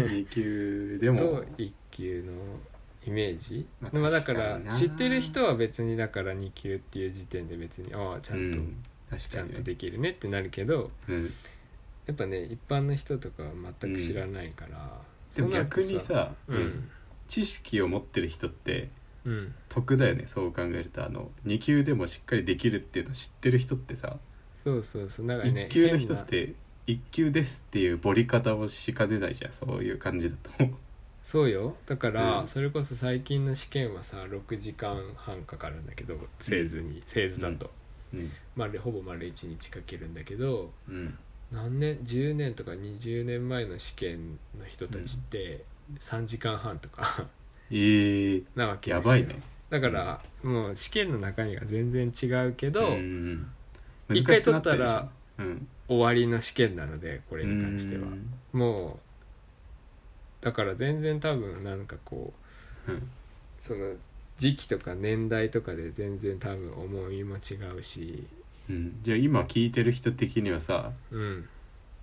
Speaker 1: ど
Speaker 2: り
Speaker 1: 2級でも
Speaker 2: と一級のイメージ、
Speaker 1: まあ
Speaker 2: まあ、だか
Speaker 1: 確からにな
Speaker 2: 知ってる人は別にだから2級っていう時点で別にああちゃ
Speaker 1: うん
Speaker 2: と、
Speaker 1: ん、確
Speaker 2: ち
Speaker 1: か
Speaker 2: ゃ
Speaker 1: に
Speaker 2: ん
Speaker 1: ね
Speaker 2: とできるねってなるけど
Speaker 1: うん、
Speaker 2: やっぱね一般の人とかは全く知らないから、
Speaker 1: でも
Speaker 2: そうなると
Speaker 1: 逆にさ、
Speaker 2: う
Speaker 1: うん
Speaker 2: ん、
Speaker 1: 知識を持ってる人って
Speaker 2: うん、
Speaker 1: 得だよねそう考えるとあの2級でもしっかりできるっていうの知ってる人ってさ、
Speaker 2: そうそうそうだからね
Speaker 1: 1級の人
Speaker 2: 変
Speaker 1: っ
Speaker 2: な
Speaker 1: て1級ですっていうボリ方をしかねないじゃんそういう感じだと
Speaker 2: そうよだから、
Speaker 1: うん
Speaker 2: それこそ最近の試験はさ6時間半かかるんだけど製図に製図だと、
Speaker 1: うん、
Speaker 2: 丸ほぼ丸1日かけるんだけど
Speaker 1: うん、
Speaker 2: 何年10年とか20年前の試験の人たちって3時間半とか
Speaker 1: えー、
Speaker 2: なわけですよ
Speaker 1: やばいね
Speaker 2: だからもう試験の中身が全然違うけど、
Speaker 1: ん
Speaker 2: 一回取っ
Speaker 1: 難しくなって
Speaker 2: たら、
Speaker 1: るでしょうん、
Speaker 2: 終わりの試験なのでこれに関しては
Speaker 1: うん
Speaker 2: もうだから全然多分なんかこう
Speaker 1: うん
Speaker 2: その時期とか年代とかで全然多分思いも違うし
Speaker 1: うん、じゃあ今聞いてる人的にはさ
Speaker 2: うん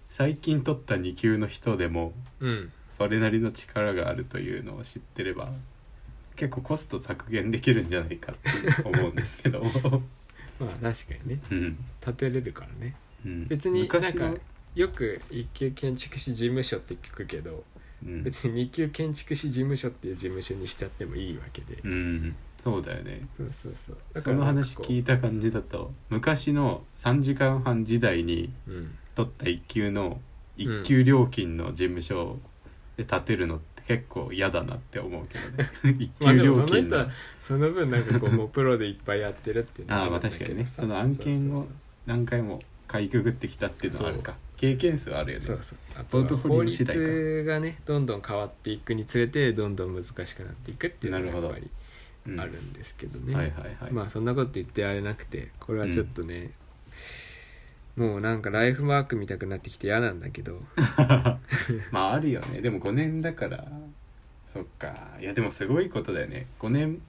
Speaker 1: 最近取った2級の人でも
Speaker 2: うん
Speaker 1: それなりの力があるというのを知ってれば結構コスト削減できるんじゃないかって思うんですけ ど、
Speaker 2: まあ確かにね
Speaker 1: うん
Speaker 2: 立てれるからね
Speaker 1: うん、
Speaker 2: 別になん
Speaker 1: 昔の
Speaker 2: かよく一級建築士事務所って聞くけど
Speaker 1: うん、
Speaker 2: 別に二級建築士事務所っていう事務所にしちゃってもいいわけで、
Speaker 1: うん、そうだよね
Speaker 2: そうそうそうだ
Speaker 1: その話聞
Speaker 2: い
Speaker 1: いた感じだと昔の3時間半時代に
Speaker 2: うん
Speaker 1: 取った1級の1級料金の事務所で建てるのって結構嫌だなって思うけどね 一
Speaker 2: まあ
Speaker 1: 級
Speaker 2: でもそ
Speaker 1: 料
Speaker 2: の
Speaker 1: 金
Speaker 2: 人
Speaker 1: の、
Speaker 2: はその分なんかこうもうプロでいっぱいやってるっていうのは
Speaker 1: ああまあ
Speaker 2: るんだけど
Speaker 1: 確かにね
Speaker 2: さ
Speaker 1: その案件を
Speaker 2: そう
Speaker 1: 何回もかいくぐってきたっていうのはあるか経験数はあるよね
Speaker 2: そうそうそうあとは
Speaker 1: ポートフォリ
Speaker 2: 法
Speaker 1: オ次第か
Speaker 2: 律がねどんどん変わっていくにつれてどんどん難しくなっていくっていうの
Speaker 1: な
Speaker 2: が
Speaker 1: る
Speaker 2: や
Speaker 1: ほ
Speaker 2: っ
Speaker 1: ど
Speaker 2: ぱり
Speaker 1: うん
Speaker 2: あるんですけどね、
Speaker 1: はいはいはい、
Speaker 2: まあそんなこと言ってられなくてこれはちょっとね、もうなんかライフワーク見たくなってきて嫌なんだけど
Speaker 1: まああるよねでも5年だからそっかいやでもすごいことだよね5年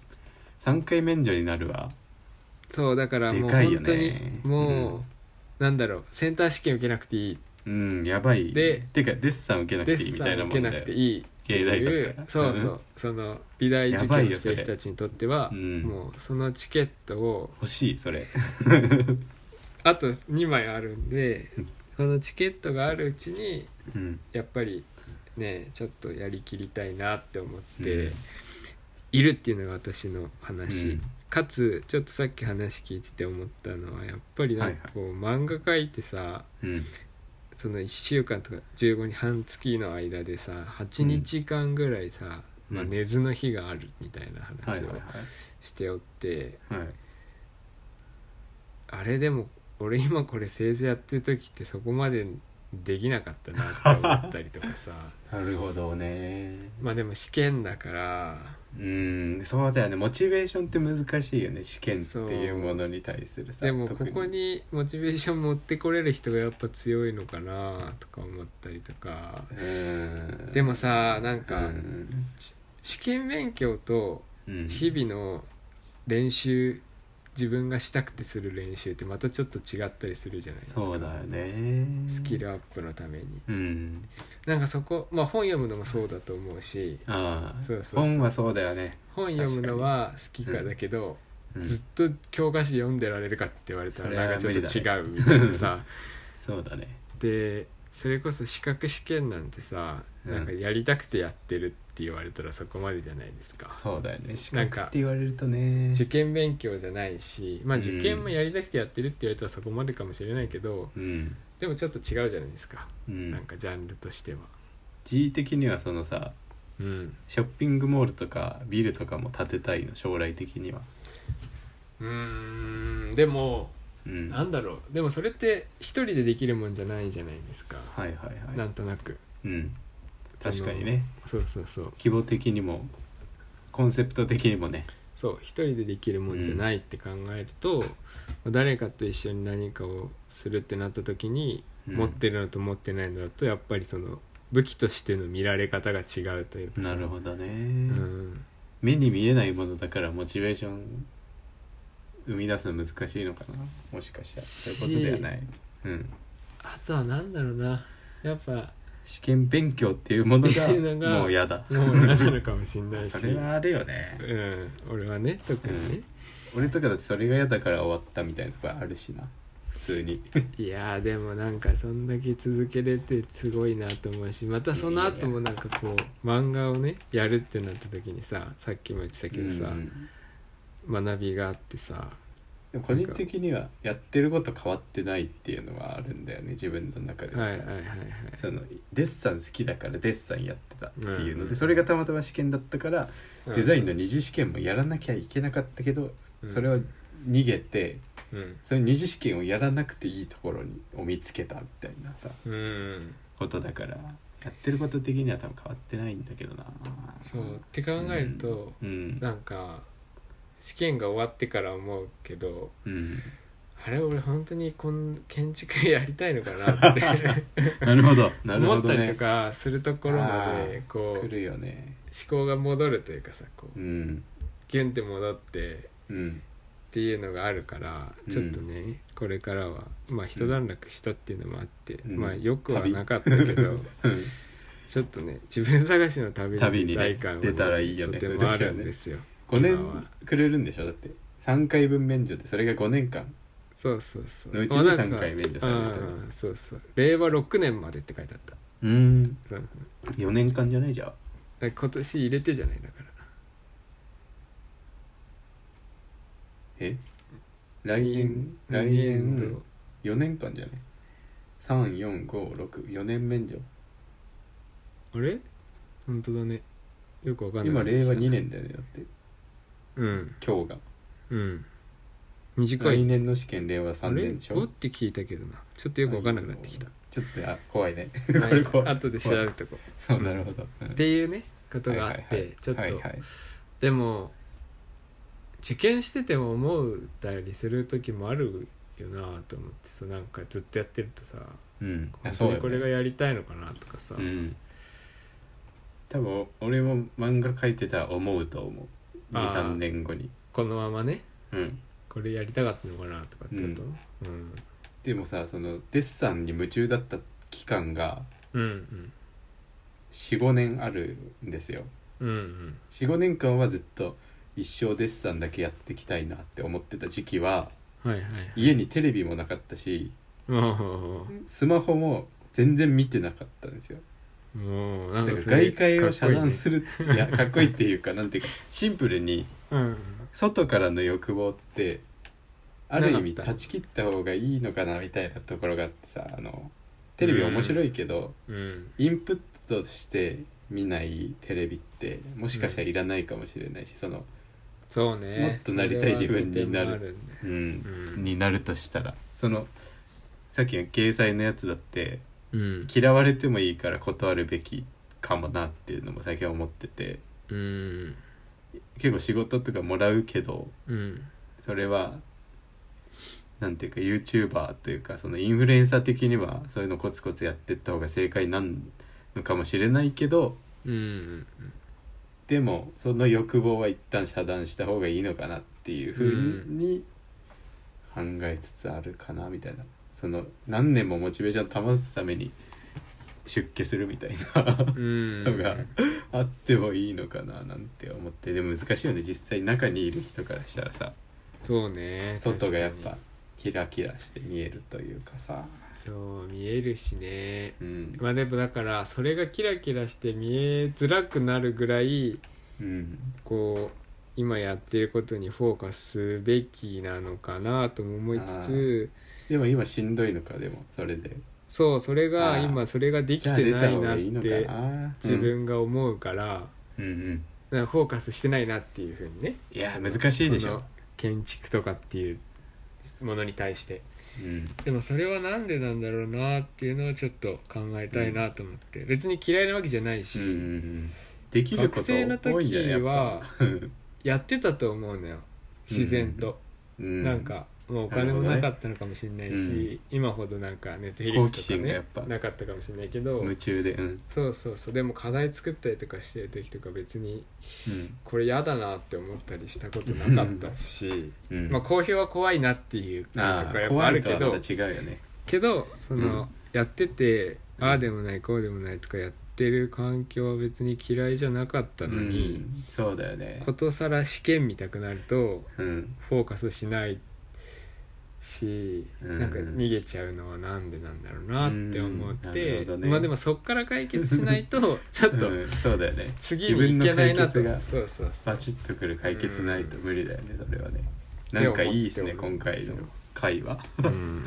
Speaker 1: 3回免除になるわ
Speaker 2: そうだからもう
Speaker 1: でかいよ
Speaker 2: 本当に
Speaker 1: ね
Speaker 2: もなんだろうセンター試験受けなくていい
Speaker 1: うんやばい
Speaker 2: で
Speaker 1: てかデッサン受けな
Speaker 2: デ
Speaker 1: くていい
Speaker 2: ッ
Speaker 1: み
Speaker 2: サ
Speaker 1: たい
Speaker 2: ン
Speaker 1: な
Speaker 2: 受
Speaker 1: も
Speaker 2: け
Speaker 1: ん
Speaker 2: な
Speaker 1: だ
Speaker 2: く
Speaker 1: よ
Speaker 2: ていいって
Speaker 1: 芸
Speaker 2: い
Speaker 1: 大
Speaker 2: う
Speaker 1: 学
Speaker 2: そうそううその美大受験をしてる人たちにとっては
Speaker 1: うん
Speaker 2: もうそのチケットを
Speaker 1: 欲しいそれ
Speaker 2: あと2枚あるんで
Speaker 1: うん
Speaker 2: このチケットがあるうちに
Speaker 1: うん
Speaker 2: やっぱりねちょっとやりきりたいなって思って、
Speaker 1: うん
Speaker 2: いるっていうのが私の話、
Speaker 1: うん
Speaker 2: かつちょっとさっき話聞いてて思ったのはやっぱりなんかこう、漫画描いてさ
Speaker 1: うん
Speaker 2: その1週間とか15日半月の間でさ8日間ぐらいさ、
Speaker 1: うん
Speaker 2: まあ、寝ずの日があるみたいな
Speaker 1: はいは
Speaker 2: 話
Speaker 1: い
Speaker 2: を
Speaker 1: は
Speaker 2: しておって、
Speaker 1: いはい
Speaker 2: あれでも俺今これ製図やってる時ってそこまでできなかったなって思ったりとか さ
Speaker 1: なるほどね
Speaker 2: まあでも試験だから
Speaker 1: うんそうだよねモチベーションって難しいよね試験っていうものに対するさ
Speaker 2: でもこ
Speaker 1: 特
Speaker 2: こにモチベーション持ってこれる人がやっぱ強いのかなとか思ったりとか
Speaker 1: うん
Speaker 2: でもさなん
Speaker 1: う
Speaker 2: か
Speaker 1: ん
Speaker 2: 試験勉強と
Speaker 1: うん
Speaker 2: 日々の練習自分がしたくてする練習ってまたちょっと違ったりするじゃないですか
Speaker 1: そうだよね
Speaker 2: スキルアップのために
Speaker 1: うん
Speaker 2: なんかそこまあ本読むのもそうだと思うし
Speaker 1: ああ
Speaker 2: そうそうそう
Speaker 1: 本はそうだよね、
Speaker 2: 本読むのは好きかだけど、
Speaker 1: うん
Speaker 2: ずっと教科書読んでられるかって言われた
Speaker 1: それ
Speaker 2: ら
Speaker 1: は
Speaker 2: なんかちょっと
Speaker 1: 無理だ
Speaker 2: 違うみたい なさ
Speaker 1: そうだね
Speaker 2: でそれこそ資格試験なんてさ、
Speaker 1: うん
Speaker 2: なんかやりたくてやってるって言われたらそこまでじゃないですか
Speaker 1: そうだよね資
Speaker 2: なん
Speaker 1: 格
Speaker 2: か
Speaker 1: って言われるとね
Speaker 2: 受験勉強じゃないしまあ
Speaker 1: うん
Speaker 2: 受験もやりたくてやってるって言われたらそこまでかもしれないけど
Speaker 1: うん、
Speaker 2: でもちょっと違うじゃないですか、
Speaker 1: うん、
Speaker 2: なんかジャンルとしては
Speaker 1: 時的にはそのさ
Speaker 2: うん
Speaker 1: ショッピングモールとかビルとかも建てたいの将来的には
Speaker 2: うーんでも
Speaker 1: うん
Speaker 2: なんだろうでもそれって一人でできるもんじゃないじゃないですか、
Speaker 1: はいはい
Speaker 2: な
Speaker 1: は
Speaker 2: んとなく
Speaker 1: いうん確かにね
Speaker 2: そうそうそう
Speaker 1: 規模的にもコンセプト的にもね
Speaker 2: そう一人でできるもんじゃないって考えると、誰かと一緒に何かをするってなった時に、
Speaker 1: うん
Speaker 2: 持ってるのと持ってないのだとやっぱりその武器としての見られ方が違うというかさ
Speaker 1: なるほどね、
Speaker 2: うん、
Speaker 1: 目に見えないものだからモチベーション生み出すの難しいのかなもしかしたらそういうことではない、うん、
Speaker 2: あとはなんだろうなやっぱ
Speaker 1: 試験勉強っていうもの
Speaker 2: っていうの
Speaker 1: が
Speaker 2: が
Speaker 1: もう嫌 だ
Speaker 2: もうなのかもしんないし
Speaker 1: それはあるよね
Speaker 2: うん、俺はね特にね、
Speaker 1: 俺とかだってそれが嫌だから終わったみたいなとこあるしな普通に
Speaker 2: いやーでもなんかそんだけ続けれてすごいなと思うしまたその後もなんかこう漫画をねやるってなった時にささっきも言ってたけどさ、
Speaker 1: うん
Speaker 2: 学びがあってさ
Speaker 1: でも個人的にはやってること変わってないっていうのはあるんだよね自分の中でさ、
Speaker 2: はいはいはいはい
Speaker 1: そのデッサン好きだからデッサンやってたっていう
Speaker 2: うん
Speaker 1: の
Speaker 2: うん
Speaker 1: でそれがたまたま試験だったから
Speaker 2: うん
Speaker 1: デザインの二次試験もやらなきゃいけなかったけど
Speaker 2: うん
Speaker 1: それを逃げて
Speaker 2: うん
Speaker 1: その二次試験をやらなくていいところにを見つけたみたいなさ
Speaker 2: うん
Speaker 1: ことだからやってること的には多分変わってないんだけどな
Speaker 2: そうって考えると、
Speaker 1: うん
Speaker 2: なんか試験が終わってから思うけど
Speaker 1: うん
Speaker 2: あれ俺本当にこん建築やりたいのかなって
Speaker 1: なるほどなる
Speaker 2: 思
Speaker 1: ほ
Speaker 2: っ
Speaker 1: ど
Speaker 2: たりと
Speaker 1: ね
Speaker 2: かするところま
Speaker 1: あ
Speaker 2: で
Speaker 1: ー
Speaker 2: こう
Speaker 1: 来
Speaker 2: 思
Speaker 1: るよね
Speaker 2: 考が戻るというかさこう
Speaker 1: うん
Speaker 2: ギュンって戻って
Speaker 1: うん
Speaker 2: っていうのがあるから
Speaker 1: うん
Speaker 2: ちょっとね、これからはまあ一段落したっていうのもあって、
Speaker 1: うん
Speaker 2: まあよくはなかったけど ちょっとね自分探しの旅
Speaker 1: 旅
Speaker 2: の
Speaker 1: にね
Speaker 2: 大感は、
Speaker 1: 出たらいいよね
Speaker 2: とてもあるんです よ。
Speaker 1: 5
Speaker 2: 今は
Speaker 1: 年くれるんでしょだって3回分免除でそれが5年間
Speaker 2: そうそうそう。
Speaker 1: のうちに
Speaker 2: まあなんか
Speaker 1: 3回免除されるとか
Speaker 2: うんそうそう。令和6年までって書いてあった。
Speaker 1: うん
Speaker 2: うん
Speaker 1: 4年間じゃないじゃん
Speaker 2: だから今年入れてじゃないだから。
Speaker 1: え来年来年4年間じゃない34564年免除
Speaker 2: 度。あれ本当だね。よくわかんない。
Speaker 1: 今令和2。年だよねだって
Speaker 2: うん。
Speaker 1: 今日が
Speaker 2: うん。短
Speaker 1: 来
Speaker 2: い。
Speaker 1: 年の試験令和
Speaker 2: あ
Speaker 1: 3
Speaker 2: れ
Speaker 1: 年でし
Speaker 2: おっ
Speaker 1: ょ
Speaker 2: て聞いたけどな。ちょっとよくわかんなくなってきた。
Speaker 1: ちょっとあ怖いね
Speaker 2: ま あ
Speaker 1: これ怖い
Speaker 2: 後で調べとこう。
Speaker 1: そうなるほどうん
Speaker 2: っていうね、ことがあって、
Speaker 1: はいはいはい
Speaker 2: ちょっと、
Speaker 1: はいはい
Speaker 2: でも、受験してても思うたりする時もあるよなと思ってさ、なんかずっとやってるとさ、
Speaker 1: うんあ
Speaker 2: 本
Speaker 1: そう
Speaker 2: 当
Speaker 1: よ
Speaker 2: に
Speaker 1: ね
Speaker 2: これがやりたいのかなとかさ、
Speaker 1: うん多分俺も漫画描いてたら思うと思う
Speaker 2: あー
Speaker 1: 23年後に
Speaker 2: このままね
Speaker 1: うん
Speaker 2: これやりたかったのかなとかってこと、うん
Speaker 1: でもさそのデッサンに夢中だった期間が
Speaker 2: うん
Speaker 1: 45年あるんですよ
Speaker 2: うんうん
Speaker 1: 45年間はずっと一生デッサンだけやっていきたいなって思ってた時期は
Speaker 2: うんはいはい
Speaker 1: 家にテレビもなかったし
Speaker 2: も
Speaker 1: スマホも全然見てなかったんですよ
Speaker 2: うもうな
Speaker 1: だか
Speaker 2: ん
Speaker 1: ら
Speaker 2: かそれ
Speaker 1: 外界を遮
Speaker 2: かっこいい
Speaker 1: 断
Speaker 2: ね
Speaker 1: するい,、やかっこいいっていうかなんていうかシンプルに
Speaker 2: うん
Speaker 1: 外からの欲望ってある意味
Speaker 2: なかった
Speaker 1: 断ち切った方がいいのかなみたいなところがあってさあのテレビ面白いけど、
Speaker 2: うん
Speaker 1: インプットして見ないテレビってもしかしたらいらないかもしれないし、その、
Speaker 2: そうね
Speaker 1: もっとなりたい自分になる
Speaker 2: それはとてもあんだよ
Speaker 1: うん
Speaker 2: うん
Speaker 1: になるとしたらそのさっきの掲載のやつだって
Speaker 2: うん
Speaker 1: 嫌われてもいいから断るべきかもなっていうのも最近は思ってて
Speaker 2: うん
Speaker 1: 結構仕事とかもらうけど
Speaker 2: うん
Speaker 1: それはなんていうか YouTuber というかそのインフルエンサー的にはそういうのコツコツやってった方が正解なんのかもしれないけど
Speaker 2: うん
Speaker 1: でもその欲望は一旦遮断した方がいいのかなっていうふうに考えつつあるかなみたいなその何年もモチベーション保つために出家するみたいな
Speaker 2: うん
Speaker 1: のがあってもいいのかななんて思ってでも難しいよね実際中にいる人からしたらさ
Speaker 2: そうね
Speaker 1: 外がやっ
Speaker 2: 確か
Speaker 1: ぱキラキラして見えるというかさ、
Speaker 2: にそう見えるしね
Speaker 1: うん
Speaker 2: まあでもだからそれがキラキラして見えづらくなるぐらい
Speaker 1: うん、
Speaker 2: こう今やってることにフォーカスすべきなのかなとも思いつつ
Speaker 1: でも今しんどいのかでもそれで
Speaker 2: そうそ
Speaker 1: あ
Speaker 2: れが
Speaker 1: ー
Speaker 2: 今それができ
Speaker 1: じゃ
Speaker 2: て
Speaker 1: あ出
Speaker 2: な
Speaker 1: た
Speaker 2: い
Speaker 1: 方
Speaker 2: な
Speaker 1: が
Speaker 2: っ
Speaker 1: いいのか
Speaker 2: て
Speaker 1: な
Speaker 2: 自、分が思うから,、
Speaker 1: うん、うんうん
Speaker 2: フォーカスしてないなっていうふうにね
Speaker 1: いや難しいでし
Speaker 2: そ
Speaker 1: ょ
Speaker 2: の、建築とかっていうものに対して
Speaker 1: うん、
Speaker 2: でもそれはなんでなんだろうなっていうのをちょっと考えたいなと思って、別に嫌いなわけじゃないし、
Speaker 1: うんうんうんできること
Speaker 2: 学生の
Speaker 1: 多いんじゃない
Speaker 2: 時は
Speaker 1: やっぱ
Speaker 2: やってたと思うのよ自然と、
Speaker 1: う
Speaker 2: なんかもうお金もなかったのかもしれな
Speaker 1: な
Speaker 2: いし、
Speaker 1: るほどね
Speaker 2: 今ほどなんかネットフィリックス
Speaker 1: 好
Speaker 2: と
Speaker 1: 奇心
Speaker 2: か
Speaker 1: がや
Speaker 2: ね
Speaker 1: っぱ
Speaker 2: なかったかもしれないけど
Speaker 1: 夢中でうん、
Speaker 2: そうそうそうでも課題作ったりとかしてる時とか別に
Speaker 1: うん
Speaker 2: これ嫌だなって思ったりしたことなかったし、
Speaker 1: うん
Speaker 2: まあ公表は怖いなっていう感
Speaker 1: あ
Speaker 2: 覚は
Speaker 1: あ
Speaker 2: やっぱあ
Speaker 1: 怖
Speaker 2: る
Speaker 1: いと
Speaker 2: け
Speaker 1: は
Speaker 2: ど
Speaker 1: また違うよね
Speaker 2: けどその、
Speaker 1: うん
Speaker 2: やってて
Speaker 1: うん
Speaker 2: ああでもないこうでもないとかやってる環境は別に嫌いじゃなかったのに、
Speaker 1: うんそうだよね
Speaker 2: ことさら試験見たくなると
Speaker 1: うん
Speaker 2: フォーカスしないし、
Speaker 1: うん
Speaker 2: なんか逃げちゃうのはなんでなんだろうなって思って、
Speaker 1: うんなるほどね
Speaker 2: まあでもそっから解決しないとちょっと
Speaker 1: うんそうだよね
Speaker 2: 次に行けないなと、
Speaker 1: 自分の解決が
Speaker 2: そうそうそう
Speaker 1: バチッとくる解決ないと無理だよねそれはね
Speaker 2: うん
Speaker 1: なんかいいですね
Speaker 2: って思
Speaker 1: 今
Speaker 2: って
Speaker 1: 回
Speaker 2: おります
Speaker 1: の回は
Speaker 2: うん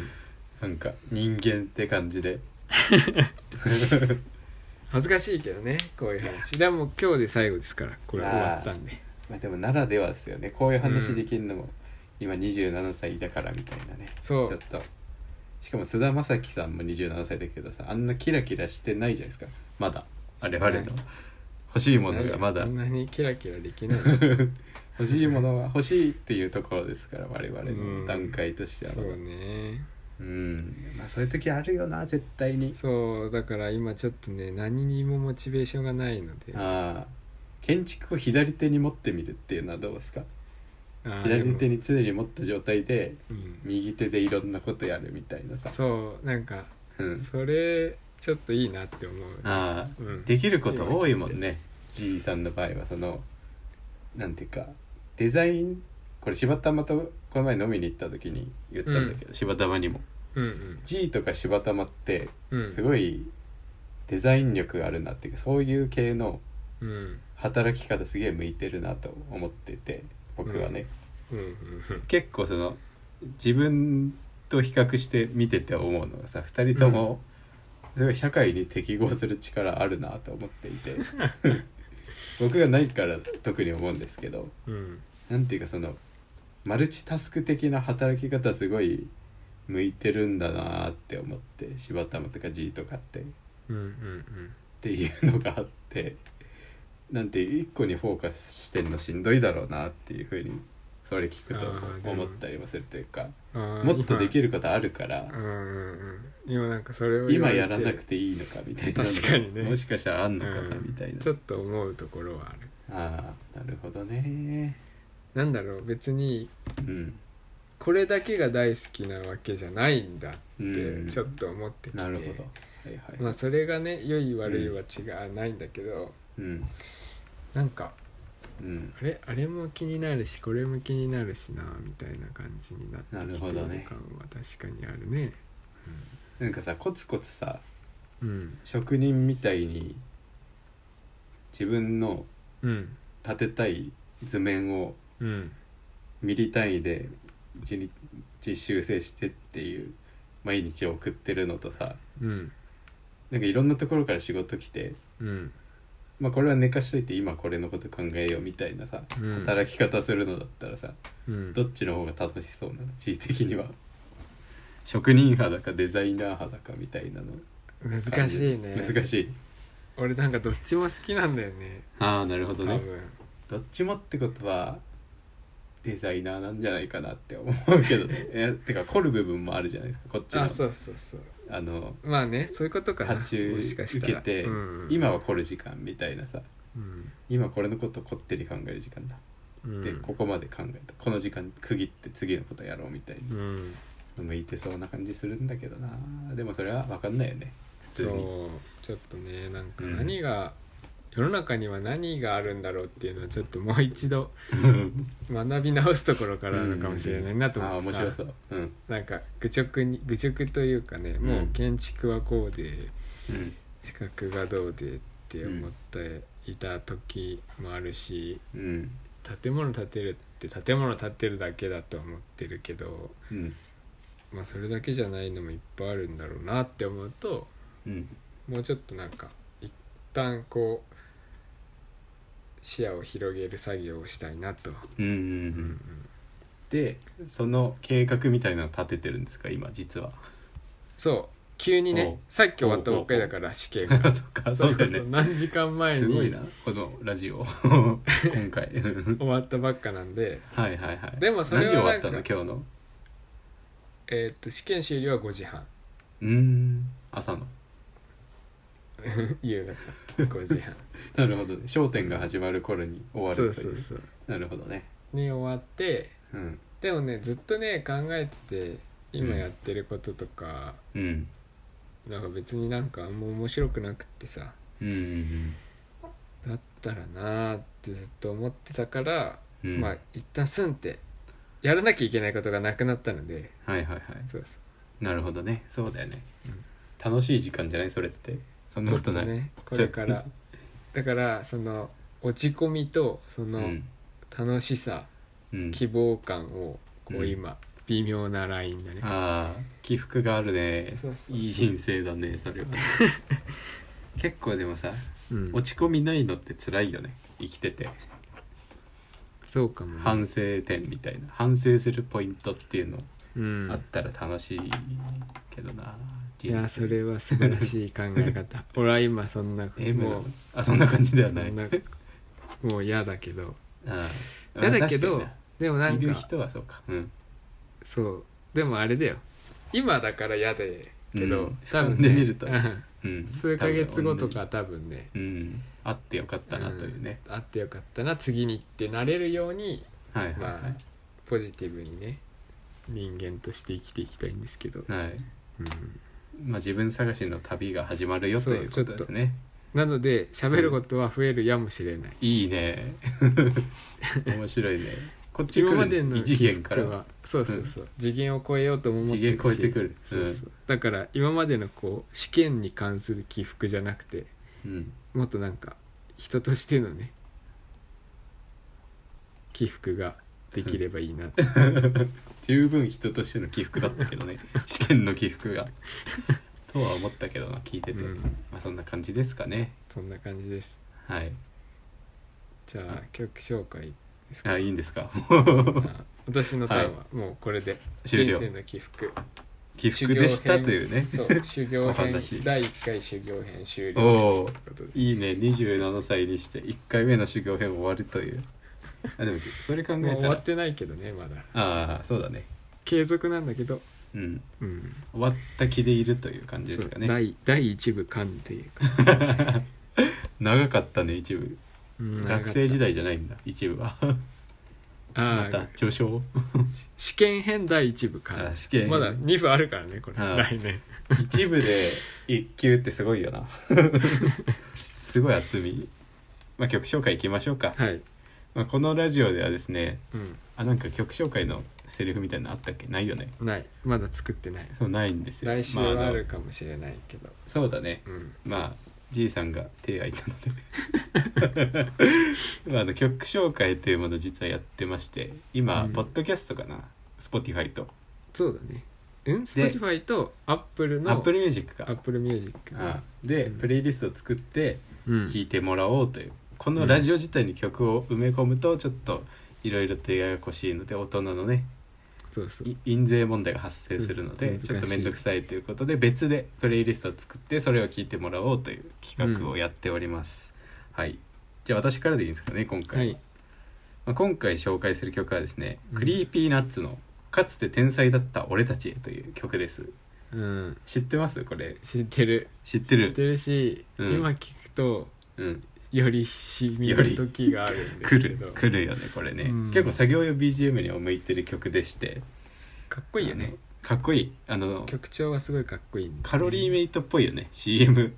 Speaker 1: なんか人間って感じで
Speaker 2: 恥ずかしいけどねこういう話でも今日で最後ですからこれ終わったんで
Speaker 1: まあでもならではですよねこういう話できるのも今27歳だからみたいなねち
Speaker 2: そ
Speaker 1: ょっ
Speaker 2: う
Speaker 1: としかも菅田将暉さんも27歳だけどさあんなキラキラしてないじゃないですかまだあれあれの
Speaker 2: して
Speaker 1: 欲しいものがまだ
Speaker 2: そんなにキラキラできない
Speaker 1: 欲しいものは欲しいっていうところですから我々
Speaker 2: うん
Speaker 1: の段階としては
Speaker 2: そうね
Speaker 1: うんまあそういう時あるよな絶対に
Speaker 2: そうだから今ちょっとね何にもモチベーションがないので
Speaker 1: ああ建築を左手に持ってみるっていうのはどうですか
Speaker 2: あーで
Speaker 1: 左
Speaker 2: も
Speaker 1: 手に常に持った状態で
Speaker 2: うん
Speaker 1: 右手でいろんなことやるみたいなさ
Speaker 2: そうなんか
Speaker 1: うん、
Speaker 2: それちょっといいなって思う
Speaker 1: ああ
Speaker 2: うん
Speaker 1: できること多いもんねじいさんの場合はそのなんていうかデザインこれ柴玉とこの前飲みに行った時に言ったんだけど、柴玉にも
Speaker 2: うん
Speaker 1: じいとか柴玉って
Speaker 2: うんうん
Speaker 1: す
Speaker 2: い
Speaker 1: ごいデザイン力があるなっていうかそういう系の
Speaker 2: うんうん
Speaker 1: 働き方すげえ向いてるなと思ってて僕はね、
Speaker 2: うんうん
Speaker 1: 結構その自分と比較して見てて思うのがさ2人ともすごい社会に適合する力あるなと思ってい て僕がないから特に思うんですけど
Speaker 2: うん
Speaker 1: なんていうかそのマルチタスク的な働き方すごい向いてるんだなって思って柴玉とか G とかってっ
Speaker 2: うんうん
Speaker 1: ていうのがあってなんて一個にフォーカスしてんのしんどいだろうなっていうふうにそれ聞く
Speaker 2: あー
Speaker 1: と
Speaker 2: でも
Speaker 1: 思ったりもするというか。
Speaker 2: あー
Speaker 1: もっとでき
Speaker 2: 今
Speaker 1: ることあるから
Speaker 2: うんうんうん今なんかそれを言
Speaker 1: 今
Speaker 2: われて
Speaker 1: やらなくていいのかみたいな
Speaker 2: 確かにね
Speaker 1: もしかしたらあんのかな
Speaker 2: うん
Speaker 1: みたいな
Speaker 2: ちょっと思うところはある
Speaker 1: ああなるほどね
Speaker 2: なんだろう別に
Speaker 1: うん
Speaker 2: これだけが大好きなわけじゃないんだってちょっと思ってきて、
Speaker 1: なるほどはいはい、
Speaker 2: まあそれがね良い悪いは違うないんだけど、
Speaker 1: うん
Speaker 2: なんか
Speaker 1: うん
Speaker 2: あれあれも気になるしこれも気になるしなみたいな感じになって
Speaker 1: なる
Speaker 2: きて
Speaker 1: ほ
Speaker 2: る
Speaker 1: どね
Speaker 2: 感は確かにあるね。
Speaker 1: なんかさコツコツさ
Speaker 2: うん
Speaker 1: 職人みたいに自分の
Speaker 2: うん
Speaker 1: 立てたい図面を
Speaker 2: うん
Speaker 1: ミリ単位で一日修正してっていう毎日を送ってるのとさ
Speaker 2: うん
Speaker 1: なんかいろんなところから仕事来て、
Speaker 2: うん
Speaker 1: まあ、これは寝かしといて今これのこと考えようみたいなさ、
Speaker 2: うん
Speaker 1: 働き方するのだったらさ
Speaker 2: うん
Speaker 1: どっちの方が楽しそうなの地位的には職人派だかデザイナー派だかみたいなの
Speaker 2: 難しいね
Speaker 1: 難しい
Speaker 2: 俺なんかどっちも好きなんだよね
Speaker 1: ああなるほ
Speaker 2: 多
Speaker 1: どね
Speaker 2: 分
Speaker 1: どっちもってことはデザイナーなんじゃないかなって思うけ どねえてか凝る部分もあるじゃないですかこっちの
Speaker 2: あそうそうそう
Speaker 1: あの
Speaker 2: まあねそういうことかな
Speaker 1: 発注
Speaker 2: もしか
Speaker 1: 受
Speaker 2: した
Speaker 1: け
Speaker 2: ら
Speaker 1: て、
Speaker 2: うん
Speaker 1: 今は凝る時間みたいなさ
Speaker 2: うん
Speaker 1: 今これのことこってり考える時間だ、
Speaker 2: うん
Speaker 1: でここまで考えたこの時間区切って次のことやろうみたい
Speaker 2: うん
Speaker 1: に向いてそうな感じするんだけどなでもそれは分かんないよね普
Speaker 2: そ
Speaker 1: 通
Speaker 2: う
Speaker 1: に
Speaker 2: ちょっとねなんか
Speaker 1: うん
Speaker 2: 何が、世の中には何があるんだろうっていうのはちょっともう一度 学び直すところからなのかもしれないなと
Speaker 1: ああ
Speaker 2: 思って
Speaker 1: 面
Speaker 2: さ、
Speaker 1: 白そううん
Speaker 2: なんか愚直に愚直というかね、もう建築はこうで
Speaker 1: うん
Speaker 2: 資格がどうでって思っていた時もあるし、
Speaker 1: うん
Speaker 2: 建物建てるって建物建てるだけだと思ってるけど、
Speaker 1: うん
Speaker 2: まあ、それだけじゃないのもいっぱいあるんだろうなって思うと
Speaker 1: うん
Speaker 2: もうちょっとなんか一旦こう視野を広げる作業をしたいなと、
Speaker 1: うんうんう
Speaker 2: う
Speaker 1: ん
Speaker 2: ん
Speaker 1: でその計画みたいなの立ててるんですか今実は
Speaker 2: そう急に
Speaker 1: おう
Speaker 2: ねさっき終わったばっかりだから試験 が
Speaker 1: そっか
Speaker 2: そうそう
Speaker 1: だ
Speaker 2: そ
Speaker 1: よ
Speaker 2: う
Speaker 1: ね
Speaker 2: 何時間前
Speaker 1: すごい
Speaker 2: に
Speaker 1: なこのラジ オ今回
Speaker 2: 終わったばっかなんで
Speaker 1: はいはいはい
Speaker 2: でもそれは
Speaker 1: 何時終わったの今
Speaker 2: なん
Speaker 1: 日
Speaker 2: か
Speaker 1: の
Speaker 2: えーっと試験終了は5時半
Speaker 1: うーん朝の
Speaker 2: 夕方5 時半
Speaker 1: なるほどね商店が始まる頃に終わると
Speaker 2: そ
Speaker 1: いう
Speaker 2: うそうそう
Speaker 1: なるほどね
Speaker 2: に終わって
Speaker 1: うん
Speaker 2: でもねずっとね考えてて今やってることとか、
Speaker 1: うん
Speaker 2: なんか別になんかあんま面白くなくってさ
Speaker 1: うんうん
Speaker 2: だったらなーってずっと思ってたから、
Speaker 1: うんうん
Speaker 2: まあ一旦スンってやらなきゃいけないことがなくなったので
Speaker 1: はいはいは
Speaker 2: そうそ
Speaker 1: いなるほどねそうだよね、
Speaker 2: うん
Speaker 1: 楽しい時間じゃないそれってそん
Speaker 2: う
Speaker 1: なことない、
Speaker 2: ねこれか
Speaker 1: ちょ
Speaker 2: ら
Speaker 1: っと
Speaker 2: だからその落ち込みとそうの
Speaker 1: ん、
Speaker 2: 楽しさ、
Speaker 1: うん、
Speaker 2: 希望感を
Speaker 1: う
Speaker 2: こうん今、微妙なラインだね
Speaker 1: ああ起伏があるね
Speaker 2: そうそうそう
Speaker 1: いい人生だねそ れは結構でもさ
Speaker 2: うん、
Speaker 1: 落ち込みないのって辛いよね生きてて
Speaker 2: そうかもね、
Speaker 1: 反省点みたいな反省するポイントっていうの
Speaker 2: うん
Speaker 1: あったら楽しいけどな、
Speaker 2: いやそれは素晴らしい考え 方俺は今そんな
Speaker 1: M な
Speaker 2: も
Speaker 1: のあそんな感じ
Speaker 2: う
Speaker 1: ではない
Speaker 2: そんなもう嫌だけど
Speaker 1: うん
Speaker 2: 嫌だけど
Speaker 1: まあ確か
Speaker 2: でもな
Speaker 1: に
Speaker 2: ん
Speaker 1: ねいる
Speaker 2: か
Speaker 1: 人はそうかうん
Speaker 2: そうでもあれだよ今だから嫌でけど、
Speaker 1: うん
Speaker 2: 多分
Speaker 1: 俯瞰で
Speaker 2: ね
Speaker 1: 見ると
Speaker 2: うん
Speaker 1: うん
Speaker 2: 数ヶ月後
Speaker 1: 多
Speaker 2: と
Speaker 1: 分
Speaker 2: か多分ね
Speaker 1: 同じうんあってよかったなというね、
Speaker 2: うんあってよかったな次にってなれるように
Speaker 1: はいはい
Speaker 2: まあポジティブにね人間として生きていきたいんですけど、
Speaker 1: はい、はい
Speaker 2: うん
Speaker 1: まあ、自分探しの旅が始まるよということですね
Speaker 2: なので喋ることは増えるやもしれない、
Speaker 1: いいね面白いねこっち来
Speaker 2: 今
Speaker 1: る
Speaker 2: ま
Speaker 1: んで
Speaker 2: ですの
Speaker 1: 異次元から
Speaker 2: 起伏はそうそうそう、次元を超えようとも思って
Speaker 1: 次元超えてくる
Speaker 2: そうそうだから今までのこう試験に関する起伏じゃなくて
Speaker 1: うん
Speaker 2: もっとなんか人としてのね起伏ができればいいな って
Speaker 1: 十分人としての起伏だったけど ね試験の起伏がとは思ったけどな聞いてて、
Speaker 2: うん
Speaker 1: まあそんな感じですかね
Speaker 2: そんな感じです
Speaker 1: はい
Speaker 2: じゃあ曲紹介ですか
Speaker 1: あいいんです か
Speaker 2: あ私のターンはもうこれで
Speaker 1: 終了
Speaker 2: 人生の起伏
Speaker 1: 起伏でしたというね
Speaker 2: そう修行
Speaker 1: わかん
Speaker 2: 編
Speaker 1: ないし
Speaker 2: 第1回修行編終
Speaker 1: お
Speaker 2: 了
Speaker 1: お
Speaker 2: ということで
Speaker 1: いいね27歳にして1回目の修行編終わるというあでもそれ考
Speaker 2: も
Speaker 1: え
Speaker 2: う終
Speaker 1: た
Speaker 2: わ
Speaker 1: ら
Speaker 2: ってないけどねまだ
Speaker 1: ああそうだね
Speaker 2: 継続なんだけど
Speaker 1: うん
Speaker 2: うん
Speaker 1: 終わった気でいるという感じですか
Speaker 2: そう
Speaker 1: ね
Speaker 2: 第第一部完っていうか、
Speaker 1: 長かったね一部
Speaker 2: うん
Speaker 1: 学生時代じゃないんだ一部は
Speaker 2: あ
Speaker 1: ま
Speaker 2: あ
Speaker 1: た序章
Speaker 2: 試験編第1部から
Speaker 1: あ試験編
Speaker 2: まだ2部あるからねこれ
Speaker 1: ああ
Speaker 2: 来年
Speaker 1: 一部で一級ってすごいよ なすごい厚みまあ曲紹介いきましょうか、
Speaker 2: はい、
Speaker 1: まあ、このラジオではですね
Speaker 2: う
Speaker 1: あなんか曲紹介のセリフみたいなのあったっけないよね
Speaker 2: ん、ないまだ作ってない
Speaker 1: そうないんですよ
Speaker 2: 来週
Speaker 1: ま
Speaker 2: は
Speaker 1: あ
Speaker 2: あ
Speaker 1: の
Speaker 2: るかもしれないけど、
Speaker 1: そうだね
Speaker 2: うん
Speaker 1: まあじいさんが手がいたので まああの曲紹介というものを実はやってまして今、
Speaker 2: うん
Speaker 1: ポッドキャストかな Spotify と
Speaker 2: そうだねうん Spotify と Apple の
Speaker 1: Apple Music か
Speaker 2: Apple Music
Speaker 1: あで、
Speaker 2: うん
Speaker 1: プレイリストを作って
Speaker 2: うん
Speaker 1: 聴いてもらおうという、このラジオ自体に曲を埋め込むとちょっといろいろ手がやこしいので大人のね
Speaker 2: そうそう
Speaker 1: い印税問題が発生するの
Speaker 2: そ
Speaker 1: で
Speaker 2: うそ
Speaker 1: ち
Speaker 2: う
Speaker 1: ょっと
Speaker 2: 難しい
Speaker 1: 面倒くさいということで別でプレイリストを作ってそれを聞いてもらおうという企画をやっております、はいじゃあ私からでいいんですかね今回、
Speaker 2: はい
Speaker 1: まあ、今回紹介する曲はですね、
Speaker 2: うん
Speaker 1: クリーピーナッツの「かつて天才だった俺たちへ」という曲です
Speaker 2: うん
Speaker 1: 知ってますこれ
Speaker 2: 知ってる
Speaker 1: 知ってる
Speaker 2: 知ってるし、
Speaker 1: うん
Speaker 2: 今聞くと
Speaker 1: うん
Speaker 2: よりしみる時があるんで
Speaker 1: 来
Speaker 2: すけ
Speaker 1: る
Speaker 2: ど
Speaker 1: 来るよねこれね、
Speaker 2: うん
Speaker 1: 結構作業用 BGM には向いてる曲でして
Speaker 2: かっこいいよね
Speaker 1: あのかっこいいあの
Speaker 2: 曲調はすごいかっこいいんだよね、
Speaker 1: カロリーメイトっぽいよね CM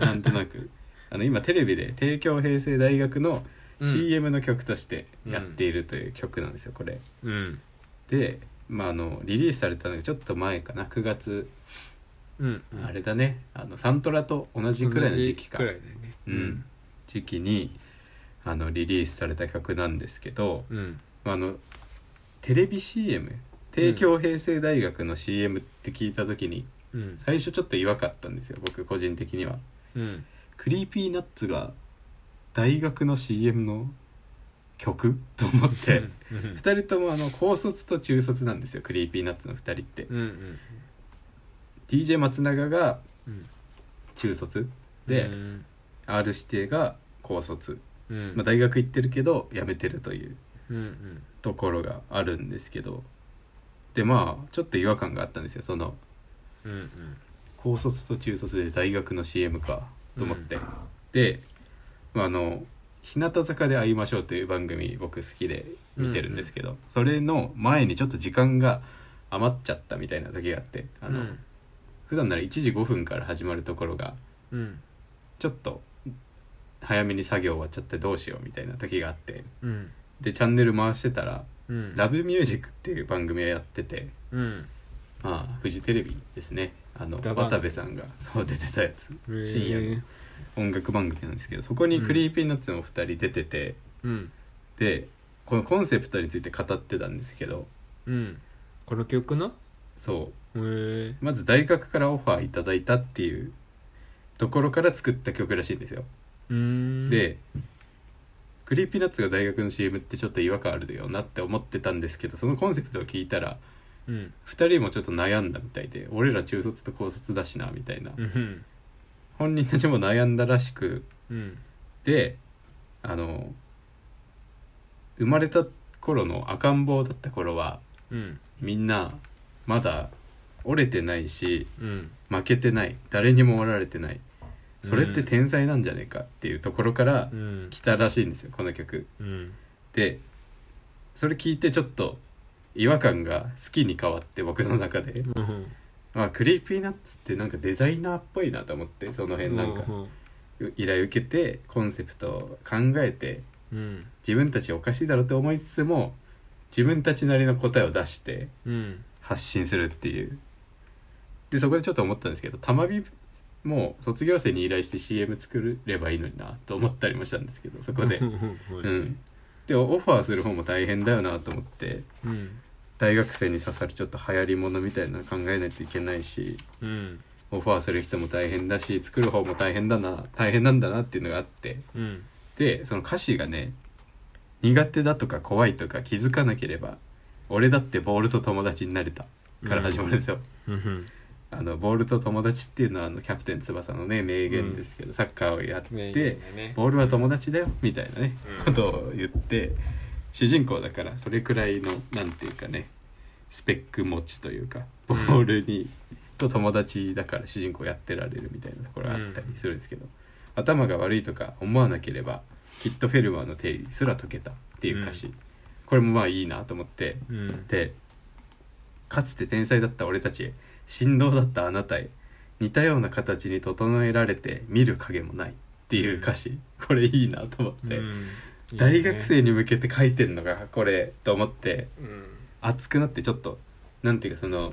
Speaker 1: なんとなくあの今テレビで帝京平成大学の
Speaker 2: うん
Speaker 1: CM の曲としてやっているという曲なんですよこれ
Speaker 2: うん
Speaker 1: で、まあ、あのリリースされたのがちょっと前かな9月、
Speaker 2: うん
Speaker 1: あれだねあのサントラと同じくらいの時期か
Speaker 2: 同じくらいだよね
Speaker 1: うん、時期にあのリリースされた曲なんですけど、
Speaker 2: うん
Speaker 1: まあ、あのテレビ CM 帝京平成大学の CM って聞いた時に
Speaker 2: うん
Speaker 1: 最初ちょっと違和かったんですよ僕個人的には。
Speaker 2: うん
Speaker 1: クリーピーナッツが大学の CM の曲と思って
Speaker 2: うん
Speaker 1: 2人ともあの高卒と中卒なんですよクリーピーナッツの2人って
Speaker 2: うんうん
Speaker 1: DJ 松永が
Speaker 2: うん
Speaker 1: 中卒で、
Speaker 2: うん、
Speaker 1: R 指定が高卒、
Speaker 2: うん
Speaker 1: まあ、大学行ってるけど辞めてるという
Speaker 2: うんうん
Speaker 1: ところがあるんですけどでまあちょっと違和感があったんですよその
Speaker 2: うんうん
Speaker 1: 高卒と中卒で大学の CM かと思って、で、まあ、あの「日向坂で会いましょう」という番組僕好きで見てるんですけど、それの前にちょっと時間が余っちゃったみたいな時があってあの、
Speaker 2: うん
Speaker 1: 普段なら1時5分から始まるところが
Speaker 2: うん
Speaker 1: ちょっと早めに作業終わっちゃってどうしようみたいな時があって
Speaker 2: うん
Speaker 1: でチャンネル回してたら
Speaker 2: う
Speaker 1: 「
Speaker 2: ん
Speaker 1: ラブミュージックっていう番組をやってて。
Speaker 2: うん
Speaker 1: まあ、フジテレビですねあの
Speaker 2: ダバン
Speaker 1: 渡部さんがそう出てたやつ深夜の
Speaker 2: へえ
Speaker 1: 音楽番組なんですけどそこにクリーピーナッツのお二人出てて、
Speaker 2: うん
Speaker 1: でこのコンセプトについて語ってたんですけど
Speaker 2: うんこの曲の
Speaker 1: そ
Speaker 2: へえ
Speaker 1: うまず大学からオファーいただいたっていうところから作った曲らしいんですよ。
Speaker 2: うん
Speaker 1: でクリーピーナッツが大学の CM ってちょっと違和感あるよなって思ってたんですけどそのコンセプトを聞いたら
Speaker 2: うん
Speaker 1: 2人もちょっと悩んだみたいで俺ら中卒と高卒だしなみたいな
Speaker 2: うん
Speaker 1: 本人たちも悩んだらしく
Speaker 2: うん
Speaker 1: であの生まれた頃の赤ん坊だった頃は
Speaker 2: うん
Speaker 1: みんなまだ折れてないし
Speaker 2: うん
Speaker 1: 負けてない誰にも折られてないそれって天才なんじゃねえかっていうところから
Speaker 2: うん
Speaker 1: 来たらしいんですよこの曲。
Speaker 2: うん
Speaker 1: でそれ聞いてちょっと違和感が好きに変わって僕の中で、
Speaker 2: うん
Speaker 1: まあ、クリーピーナッツってなんかデザイナーっぽいなと思ってその辺なんか依頼受けてコンセプトを考えて
Speaker 2: うん
Speaker 1: 自分たちおかしいだろうと思いつつも自分たちなりの答えを出して
Speaker 2: うん
Speaker 1: 発信するっていうでそこでちょっと思ったんですけどたまびもう卒業生に依頼して CM 作ればいいのになと思ったりもしたんですけどそこで
Speaker 2: うん
Speaker 1: うんでオファーする方も大変だよなと思って
Speaker 2: うん
Speaker 1: 大学生に刺さるちょっと流行りものみたいなの考えないといけないし
Speaker 2: うん
Speaker 1: オファーする人も大変だし作る方も大変だな大変なんだなっていうのがあって
Speaker 2: うん
Speaker 1: でその歌詞がね苦手だとか怖いとか気づかなければ俺だってボールと友達になれたから始まるんですよ、
Speaker 2: うん
Speaker 1: あのボールと友達っていうのはあのキャプテン翼のね名言ですけど、サッカーをやって、
Speaker 2: 名言だね
Speaker 1: ボールは友達だよみたいなね、
Speaker 2: うん
Speaker 1: ことを言って主人公だからそれくらいのなんていうかねスペック持ちというかボールに、と友達だから主人公やってられるみたいなところがあったりするんですけど、頭が悪いとか思わなければきっとフェルマーの定理すら解けたっていう歌詞、これもまあいいなと思って
Speaker 2: うん
Speaker 1: でかつて天才だった俺たちへ振動だったあなたへ似たような形に整えられて見る影もないっていう歌詞、これいいなと思って、
Speaker 2: うんいいね
Speaker 1: 大学生に向けて書いてんのがこれと思って
Speaker 2: うん
Speaker 1: 熱くなってちょっとなんていうかその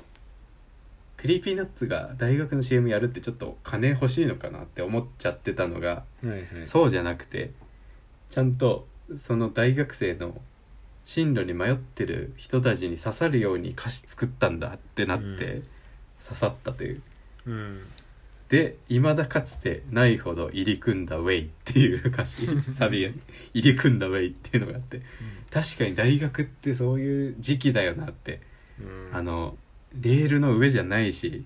Speaker 1: クリーピーナッツが大学の CM やるってちょっと金欲しいのかなって思っちゃってたのが
Speaker 2: はいはい
Speaker 1: そうじゃなくてちゃんとその大学生の進路に迷ってる人たちに刺さるように歌詞作ったんだってなって、
Speaker 2: うん
Speaker 1: 刺さったという
Speaker 2: うん
Speaker 1: で「未だかつてないほど入り組んだウェイ」っていう歌 詞サビが入り組んだウェイっていうのがあって確かに大学ってそういう時期だよなって、
Speaker 2: うん
Speaker 1: あのレールの上じゃないし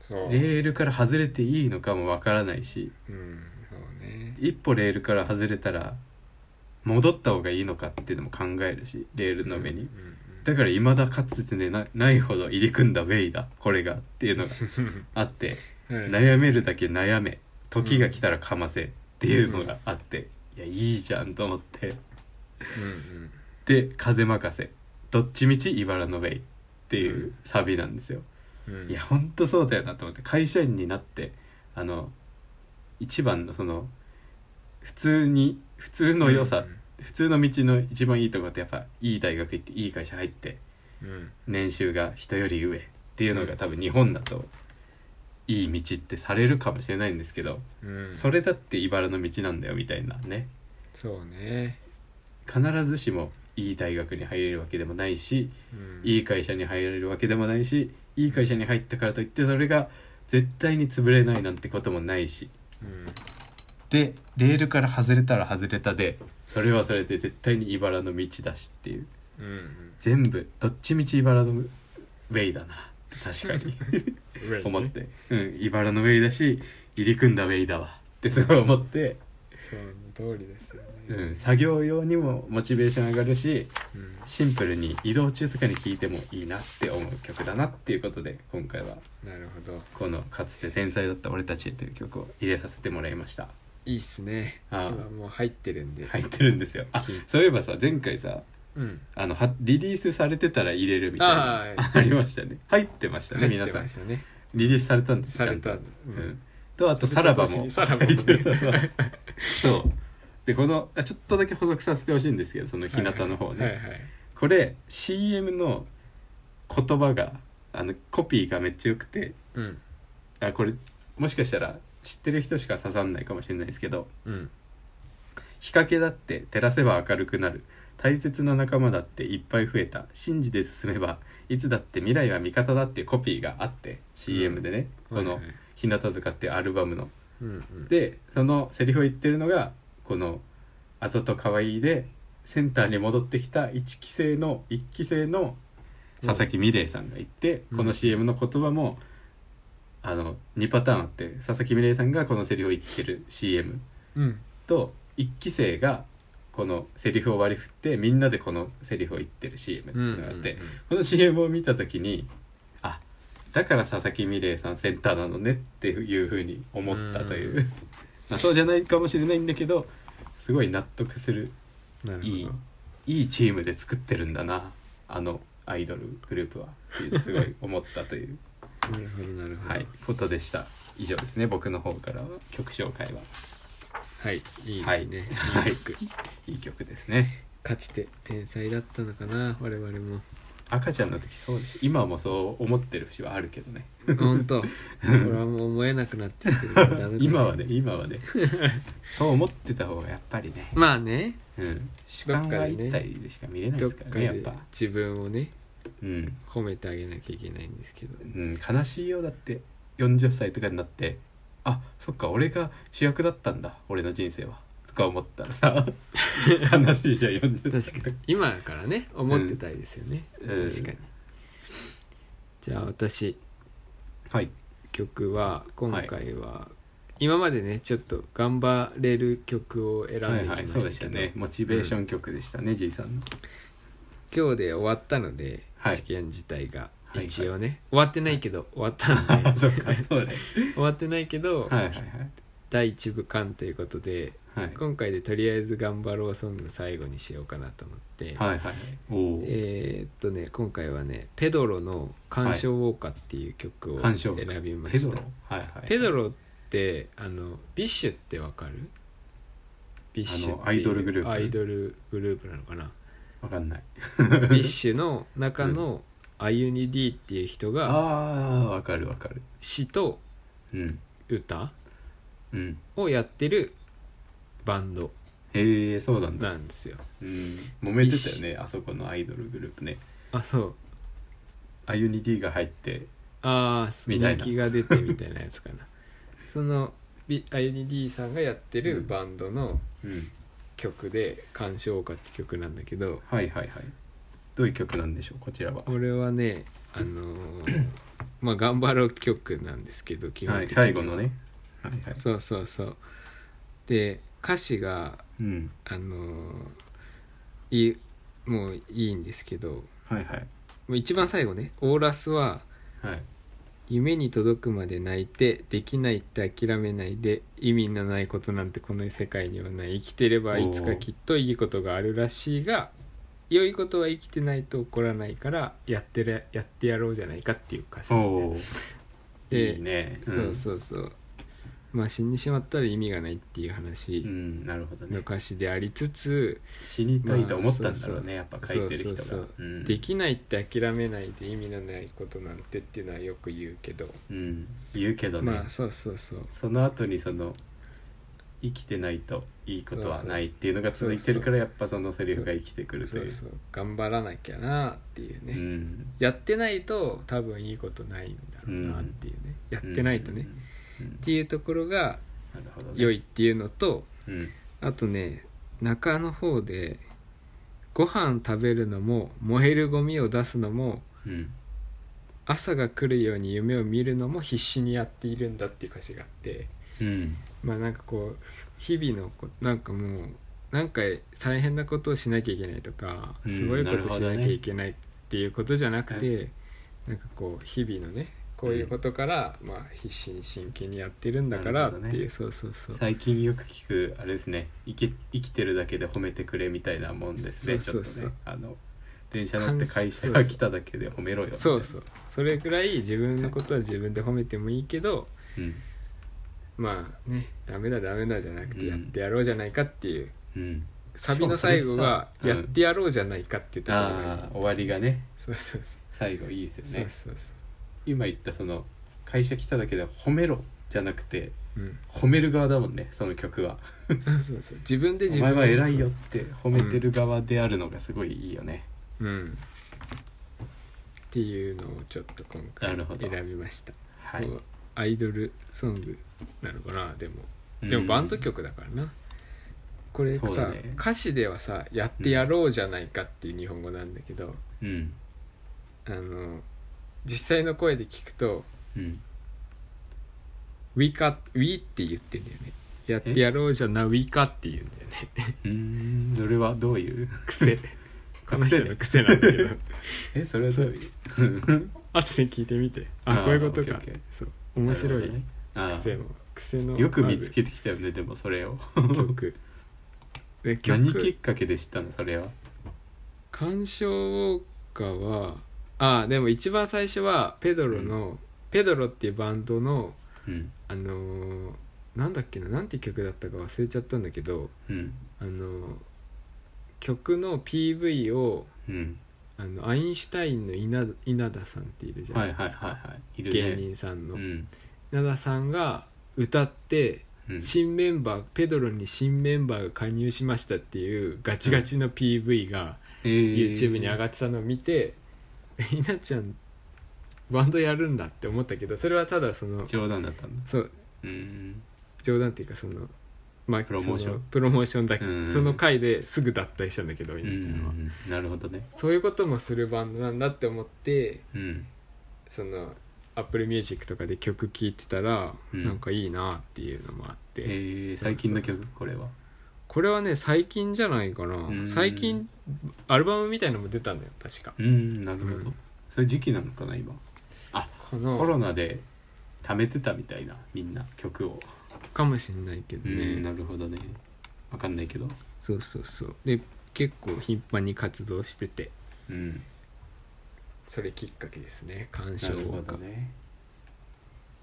Speaker 2: そう
Speaker 1: レールから外れていいのかもわからないし
Speaker 2: うんそうね
Speaker 1: 一歩レールから外れたら戻った方がいいのかっていうのも考えるしレールの上に、
Speaker 2: うんうん
Speaker 1: だから未だかつてねなないほど入り組んだウェイだこれがっていうのが あって
Speaker 2: はい
Speaker 1: 悩めるだけ悩め時が来たらかませっていうのがあって、いやいいじゃんと思って
Speaker 2: うんうん
Speaker 1: で「風任せどっちみち茨のウェイ」っていうサビなんですよ、
Speaker 2: うん
Speaker 1: いやほんとそうだよなと思って会社員になってあの一番のその普通に普通の良さ、普通の道の一番いいところってやっぱいい大学行っていい会社入って
Speaker 2: うんうん
Speaker 1: 年収が人より上っていうのが多分日本だといい道ってされるかもしれないんですけど、
Speaker 2: うん
Speaker 1: それだって茨の道なんだよみたいなね
Speaker 2: そうね
Speaker 1: 必ずしもいい大学に入れるわけでもないし
Speaker 2: うん
Speaker 1: いい会社に入れるわけでもないしいい会社に入ったからといってそれが絶対に潰れないなんてこともないし
Speaker 2: うん
Speaker 1: でレールから外れたら外れたでそれはそれで絶対に茨の道だしっていう
Speaker 2: うん
Speaker 1: 全部どっちみち茨のウェイだなって 確かに
Speaker 2: うん
Speaker 1: 思って、うん、茨のウェイだし入り組んだウェイだわってすごい思って、
Speaker 2: そうの通りですよ
Speaker 1: う
Speaker 2: ね
Speaker 1: ん、作業用にもモチベーション上がるし
Speaker 2: うん
Speaker 1: シンプルに移動中とかに聴いてもいいなって思う曲だなっていうことで今回は
Speaker 2: なるほど
Speaker 1: この「かつて天才だった俺たちへ」という曲を入れさせてもらいました
Speaker 2: いいっすね
Speaker 1: あー
Speaker 2: 今もう入ってるんで
Speaker 1: 入ってるんですよあ
Speaker 2: 聞い
Speaker 1: そういえばさ前回さ
Speaker 2: うん
Speaker 1: あのはリリースされてたら入れるみたいな
Speaker 2: あー
Speaker 1: ありましたね入ってましたね
Speaker 2: 入っ
Speaker 1: 皆
Speaker 2: て
Speaker 1: さ
Speaker 2: ま
Speaker 1: ん
Speaker 2: したね
Speaker 1: リリースされたんですよ
Speaker 2: された
Speaker 1: ちゃんとう
Speaker 2: う
Speaker 1: んん、とあとさらばも
Speaker 2: さらばも
Speaker 1: 入
Speaker 2: ね
Speaker 1: ってるそうでこのあちょっとだけ補足させてほしいんですけどその日向の方ね、
Speaker 2: はいはい
Speaker 1: これ CM の言葉があのコピーがめっちゃ良くて
Speaker 2: うん
Speaker 1: あこれもしかしたら知ってる人しか刺さんないかもしれないですけど
Speaker 2: うん
Speaker 1: 「日陰だって照らせば明るくなる」「大切な仲間だっていっぱい増えた」「信じて進めばいつだって未来は味方だ」ってコピーがあって CM でね、こ
Speaker 2: は
Speaker 1: の
Speaker 2: いはい
Speaker 1: 「日向坂」ってアルバムの。
Speaker 2: うんうん
Speaker 1: でそのセリフを言ってるのがこの「あざとかわいい」でセンターに戻ってきた1期生の1期生の佐々木美玲さんがいて、
Speaker 2: うん
Speaker 1: この CM の言葉もあの2パターンあって佐々木美玲さんがこのセリフを言ってる CM
Speaker 2: うん
Speaker 1: と1期生がこのセリフを割り振ってみんなでこのセリフを言ってる CM って
Speaker 2: うん
Speaker 1: いうのがあって、この CM を見た時にあだから佐々木美玲さんセンターなのねっていうふうに思ったという
Speaker 2: う
Speaker 1: まあそうじゃないかもしれないんだけどすごい納得する
Speaker 2: なるほど
Speaker 1: いいいいチームで作ってるんだなあのアイドルグループはっていうのすごい思ったと いう、
Speaker 2: なるほどなるほど
Speaker 1: はい、ことでした以上ですね僕の方からは曲紹介は
Speaker 2: はいいい
Speaker 1: は
Speaker 2: で
Speaker 1: い
Speaker 2: すね
Speaker 1: はいいい曲ですね
Speaker 2: かつて天才だったのかな我々も
Speaker 1: 赤ちゃんの時そうでしょ今もそう思ってる節はあるけどね
Speaker 2: 本 当これはもう思えなくなってきてるからダメか
Speaker 1: 今はね今は ねそう思ってた方がやっぱりね、
Speaker 2: まあね
Speaker 1: うん、主観が一体でしか見れない
Speaker 2: ど
Speaker 1: で
Speaker 2: っ
Speaker 1: すか
Speaker 2: から
Speaker 1: ねやっ
Speaker 2: で
Speaker 1: ぱ、
Speaker 2: 自分をね
Speaker 1: うん
Speaker 2: 褒めてあげなきゃいけないんですけど
Speaker 1: うん、悲しいよだって40歳とかになってあそっか俺が主役だったんだ俺の人生はとか思ったらさ 悲しいじゃん40歳
Speaker 2: 確かに今からね思ってたいですよね、
Speaker 1: うん
Speaker 2: 確かにじゃあ私
Speaker 1: はい
Speaker 2: 曲は今回は、今までねちょっと頑張れる曲を選
Speaker 1: は
Speaker 2: んで
Speaker 1: い
Speaker 2: きま
Speaker 1: はい
Speaker 2: したけど、
Speaker 1: そうでしたねモチベーション曲でしたね、じいさんの
Speaker 2: 今日で終わったので、
Speaker 1: はい
Speaker 2: 試験自体が
Speaker 1: はいはい
Speaker 2: 一応ね、終わってないけど、終わったの で
Speaker 1: あそっかそうね
Speaker 2: 終わってないけど、
Speaker 1: はいはいはい
Speaker 2: 第一部間ということで
Speaker 1: はい
Speaker 2: 今回でとりあえず「頑張ろうソング」最後にしようかなと思って、
Speaker 1: はいはいおおー
Speaker 2: えーっとね今回はねペドロの「鑑賞ウォーカ」っていう曲を
Speaker 1: 鑑賞
Speaker 2: 選びま
Speaker 1: ペ
Speaker 2: し
Speaker 1: ド
Speaker 2: た
Speaker 1: ロはいはい
Speaker 2: ペドロってあのビッシュってわかるビッシュっていう
Speaker 1: あのアイドルグループ
Speaker 2: アイドルグループなのかな
Speaker 1: わかんない
Speaker 2: ビッシュの中のアユニ・ディっていう人
Speaker 1: あ
Speaker 2: が
Speaker 1: あわかるわかる
Speaker 2: 詩と
Speaker 1: うん
Speaker 2: 歌
Speaker 1: うん
Speaker 2: をやってるバンド
Speaker 1: へえそうなんだ
Speaker 2: なんですよ
Speaker 1: うん揉めてたよねあそこのアイドルグループね
Speaker 2: あそう
Speaker 1: アユニ D が入って
Speaker 2: ああそう
Speaker 1: みたいな
Speaker 2: 人気が出てみたいなやつかな そのビアユニ・ディさんがやってるバンドの
Speaker 1: うん
Speaker 2: 曲で「鑑賞歌」って曲なんだけど
Speaker 1: はいはいはいどういう曲なんでしょうこちらは
Speaker 2: 俺はねあの ーまあ頑張ろう曲なんですけど基本
Speaker 1: はい
Speaker 2: 的に
Speaker 1: 最後のねはいはい
Speaker 2: そうそうそうで歌詞が
Speaker 1: うん
Speaker 2: あのーいいもういいんですけども
Speaker 1: はいはいう
Speaker 2: 一番最後ねオーラスは
Speaker 1: はい
Speaker 2: 「夢に届くまで泣いてできないって諦めないで意味のないことなんてこの世界にはない生きてればいつかきっといいことがあるらしいが良いことは生きてないと起こらないからやってれやってやろうじゃないか」っていう歌詞
Speaker 1: お
Speaker 2: なんだよ
Speaker 1: お
Speaker 2: で
Speaker 1: いいね
Speaker 2: そ
Speaker 1: ん
Speaker 2: うそうそうまあ死んでしまったら意味がないっていう
Speaker 1: う
Speaker 2: 話
Speaker 1: んなるほど
Speaker 2: の
Speaker 1: ね
Speaker 2: 歌詞でありつつ、
Speaker 1: 死にたいと思ったんだろう
Speaker 2: まあ
Speaker 1: ねやっぱ書いてる人
Speaker 2: そうそ
Speaker 1: が
Speaker 2: う
Speaker 1: うん
Speaker 2: できないって諦めないで意味のないことなんてっていうのはよく言うけど、
Speaker 1: うん言うけどね
Speaker 2: まあそうそうそう
Speaker 1: その後にその生きてないといいことはないっていうのが続いてるからやっぱそのセリフが生きてくると
Speaker 2: そ
Speaker 1: いうう
Speaker 2: そう頑張らなきゃなっていう
Speaker 1: う
Speaker 2: ね、
Speaker 1: ん
Speaker 2: やってないと多分いいことないんだろうなっていうね、やってないとね、っ
Speaker 1: うんうん
Speaker 2: ていうところが
Speaker 1: なるほどね
Speaker 2: 良いっていうのと
Speaker 1: うん
Speaker 2: あとね中の方でご飯食べるのも燃えるゴミを出すのも
Speaker 1: うん
Speaker 2: 朝が来るように夢を見るのも必死にやっているんだっていう歌詞があって
Speaker 1: うん
Speaker 2: まあなんかこう日々のこなんかもうなんか大変なことをしなきゃいけないとか
Speaker 1: うん
Speaker 2: すごいことし
Speaker 1: なるほ
Speaker 2: なき
Speaker 1: ど
Speaker 2: ゃ
Speaker 1: ね
Speaker 2: いけないっていうことじゃなくて、なんかこう日々のねこういうことから、まあ必死に真剣にやってるんだからって
Speaker 1: なる
Speaker 2: いう、
Speaker 1: ほどね
Speaker 2: そうそうそう
Speaker 1: 最近よく聞くあれですね生き生きてるだけで褒めてくれみたいなもんですねち
Speaker 2: そ
Speaker 1: ょ
Speaker 2: う
Speaker 1: っと
Speaker 2: そうそう
Speaker 1: ねあの電車乗って会社
Speaker 2: 感
Speaker 1: が
Speaker 2: 想
Speaker 1: 来ただけで褒めろよ
Speaker 2: そう
Speaker 1: う
Speaker 2: そうそれぐらい自分のことは自分で褒めてもいいけど
Speaker 1: うん
Speaker 2: まあねダメだダメだじゃなくて
Speaker 1: うん
Speaker 2: やってやろうじゃないかっていう、
Speaker 1: うん
Speaker 2: サビの最後が
Speaker 1: しかもそれさ
Speaker 2: やってやろうじゃないかっていうところがいい
Speaker 1: ああ終わりがね
Speaker 2: そうそう
Speaker 1: 最後いいですよ
Speaker 2: そう、
Speaker 1: ね
Speaker 2: そうそうそ
Speaker 1: 今言ったその会社来ただけで褒めろじゃなくて
Speaker 2: う、うん、
Speaker 1: 褒める側だもんねその曲は
Speaker 2: そうそうそう自分で
Speaker 1: お
Speaker 2: 自
Speaker 1: 前
Speaker 2: 分
Speaker 1: は
Speaker 2: で
Speaker 1: 偉いよって褒めてる側であるのがすごいいいよね、
Speaker 2: うんっていうのをちょっと今回
Speaker 1: なるほど
Speaker 2: 選びました、
Speaker 1: はい
Speaker 2: もうアイドルソングなのかなでもでもバンド曲だからな、これ
Speaker 1: そう
Speaker 2: さ、
Speaker 1: だね
Speaker 2: 歌詞ではさ「やってやろうじゃないか」っていう日本語なんだけど、
Speaker 1: うん
Speaker 2: あの実際の声で聞くと
Speaker 1: うん
Speaker 2: 「We か」「We」って言ってんだよね「やってやろうじゃな We か」って言うんだよ ね
Speaker 1: うーんそれはどういう
Speaker 2: 癖この人の癖なんだけど
Speaker 1: えそれはどういう
Speaker 2: 後で聞いてみてあ
Speaker 1: あー
Speaker 2: こういうこと
Speaker 1: オ
Speaker 2: か
Speaker 1: ッケーオッケー
Speaker 2: そう面白い、
Speaker 1: なるほどね
Speaker 2: 癖も癖の
Speaker 1: ああよく見つけてきたよねでもそれを
Speaker 2: ある 曲で
Speaker 1: 何きっ
Speaker 2: 曲
Speaker 1: かけで知ったのそれは
Speaker 2: 「鑑賞ウォーカーは」あでも一番最初はペドロの、ペドロっていうバンドの
Speaker 1: うん
Speaker 2: あのーなんだっけななんて曲だったか忘れちゃったんだけど
Speaker 1: うん
Speaker 2: あのー曲の PV を
Speaker 1: うん
Speaker 2: あのアインシュタインの稲稲田さんっているじゃ
Speaker 1: は
Speaker 2: ないい
Speaker 1: はいはい
Speaker 2: ですか、
Speaker 1: はいいるね
Speaker 2: 芸人さんの、
Speaker 1: うん
Speaker 2: 稲田さんが歌って
Speaker 1: うん
Speaker 2: 新メンバーペドロに新メンバーが加入しましたっていうガチガチの PV が
Speaker 1: えー
Speaker 2: YouTube に上がってたのを見て 「稲、ちゃんバンドやるんだ」って思ったけどそれはただその
Speaker 1: 冗談だったんだ
Speaker 2: そう
Speaker 1: うーん
Speaker 2: 冗談っていうかその、まあ、
Speaker 1: プロモーション
Speaker 2: そのプロモーションだけ
Speaker 1: うん
Speaker 2: その回ですぐ脱退したんだけど
Speaker 1: う
Speaker 2: 稲ちゃんは、
Speaker 1: んなるほどね
Speaker 2: そういうこともするバンドなんだって思って
Speaker 1: うん
Speaker 2: その Apple Music とかで曲聴いてたら、
Speaker 1: うん
Speaker 2: なんかいいなっていうのもあって。
Speaker 1: えー最近の曲これは
Speaker 2: これはね最近じゃないかな、
Speaker 1: うん
Speaker 2: 最近アルバムみたいのも出たんだよ確か
Speaker 1: うんなるほど、
Speaker 2: うん
Speaker 1: そういう時期なのかな今
Speaker 2: この
Speaker 1: コロナで貯めてたみたいなみんな曲を、
Speaker 2: かもしんないけどね、
Speaker 1: なるほどねわかんないけど
Speaker 2: そうそうそうで結構頻繁に活動してて
Speaker 1: うん
Speaker 2: それきっかけですね鑑
Speaker 1: な
Speaker 2: 賞
Speaker 1: るほ
Speaker 2: が、
Speaker 1: どね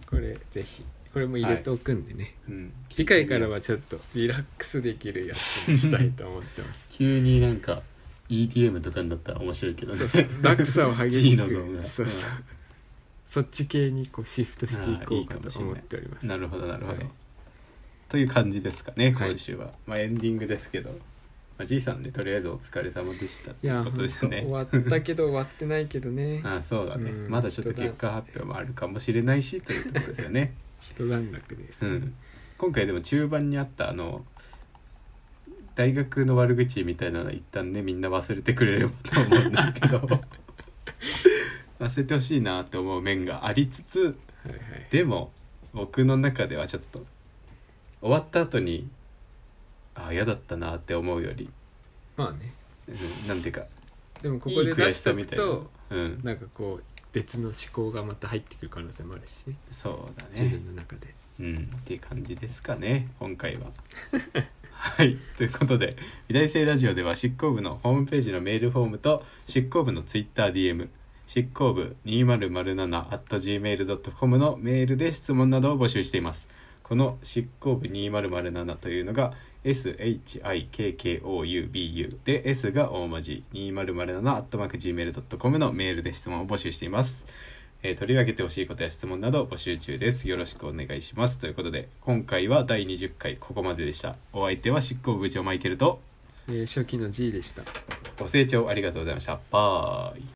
Speaker 2: これぜひこれも入れておくんでね、
Speaker 1: うん
Speaker 2: 次回からはちょっとリラックスできるやつにしたいと思ってます
Speaker 1: 急になんか EDM とかになったら面白いけどね
Speaker 2: そうそう落差を激し
Speaker 1: G のゾーン
Speaker 2: く
Speaker 1: が
Speaker 2: そうそうそっち系にこうシフトしていこ
Speaker 1: あーいうい
Speaker 2: か
Speaker 1: かもし
Speaker 2: と
Speaker 1: れない
Speaker 2: 思っております
Speaker 1: なるほどなるほど、
Speaker 2: はい
Speaker 1: という感じですかね
Speaker 2: はい
Speaker 1: 今週は、まあエンディングですけど、まあ、G さんでとりあえずお疲れ様でしたって
Speaker 2: い
Speaker 1: い
Speaker 2: や
Speaker 1: う
Speaker 2: ー
Speaker 1: こ
Speaker 2: ほん
Speaker 1: と
Speaker 2: と
Speaker 1: です
Speaker 2: 終
Speaker 1: ね
Speaker 2: わったけど終わってないけどね
Speaker 1: ああそうだね、
Speaker 2: うん
Speaker 1: まだちょっと結果発表もあるかもしれないしというところですよね
Speaker 2: 一段落です、
Speaker 1: うん今回でも中盤にあったあの大学の悪口みたいなのは一旦ねみんな忘れてくれればと思うんです けど忘れてほしいなって思う面がありつつ
Speaker 2: はいはい
Speaker 1: でも僕の中ではちょっと終わった後にああ嫌だったなって思うより、
Speaker 2: まあね
Speaker 1: うん、なんていうか
Speaker 2: でもここで
Speaker 1: いい悔
Speaker 2: 出
Speaker 1: し
Speaker 2: し
Speaker 1: さ
Speaker 2: と
Speaker 1: み
Speaker 2: く
Speaker 1: たいな、
Speaker 2: と
Speaker 1: うん、
Speaker 2: なんかこう別の思考がまた入ってくる可能性もあるしね
Speaker 1: そうだ
Speaker 2: 自
Speaker 1: ね
Speaker 2: 分、の中で
Speaker 1: うん、っていう感じですかね今回は。 はいということで「美大生ラジオ」では執行部のホームページのメールフォームと執行部の TwitterDM 執行部 2007-gmail.com のメールで質問などを募集していますこの執行部2007というのが SHIKKOUBU で S が大文字 2007-gmail.com のメールで質問を募集しています、えー取り上げてほしいことや質問などを募集中ですよろしくお願いしますということで今回は第20回ここまででしたお相手は執行部部長マイケルと
Speaker 2: えー初期の G でした
Speaker 1: ご清聴ありがとうございましたバイ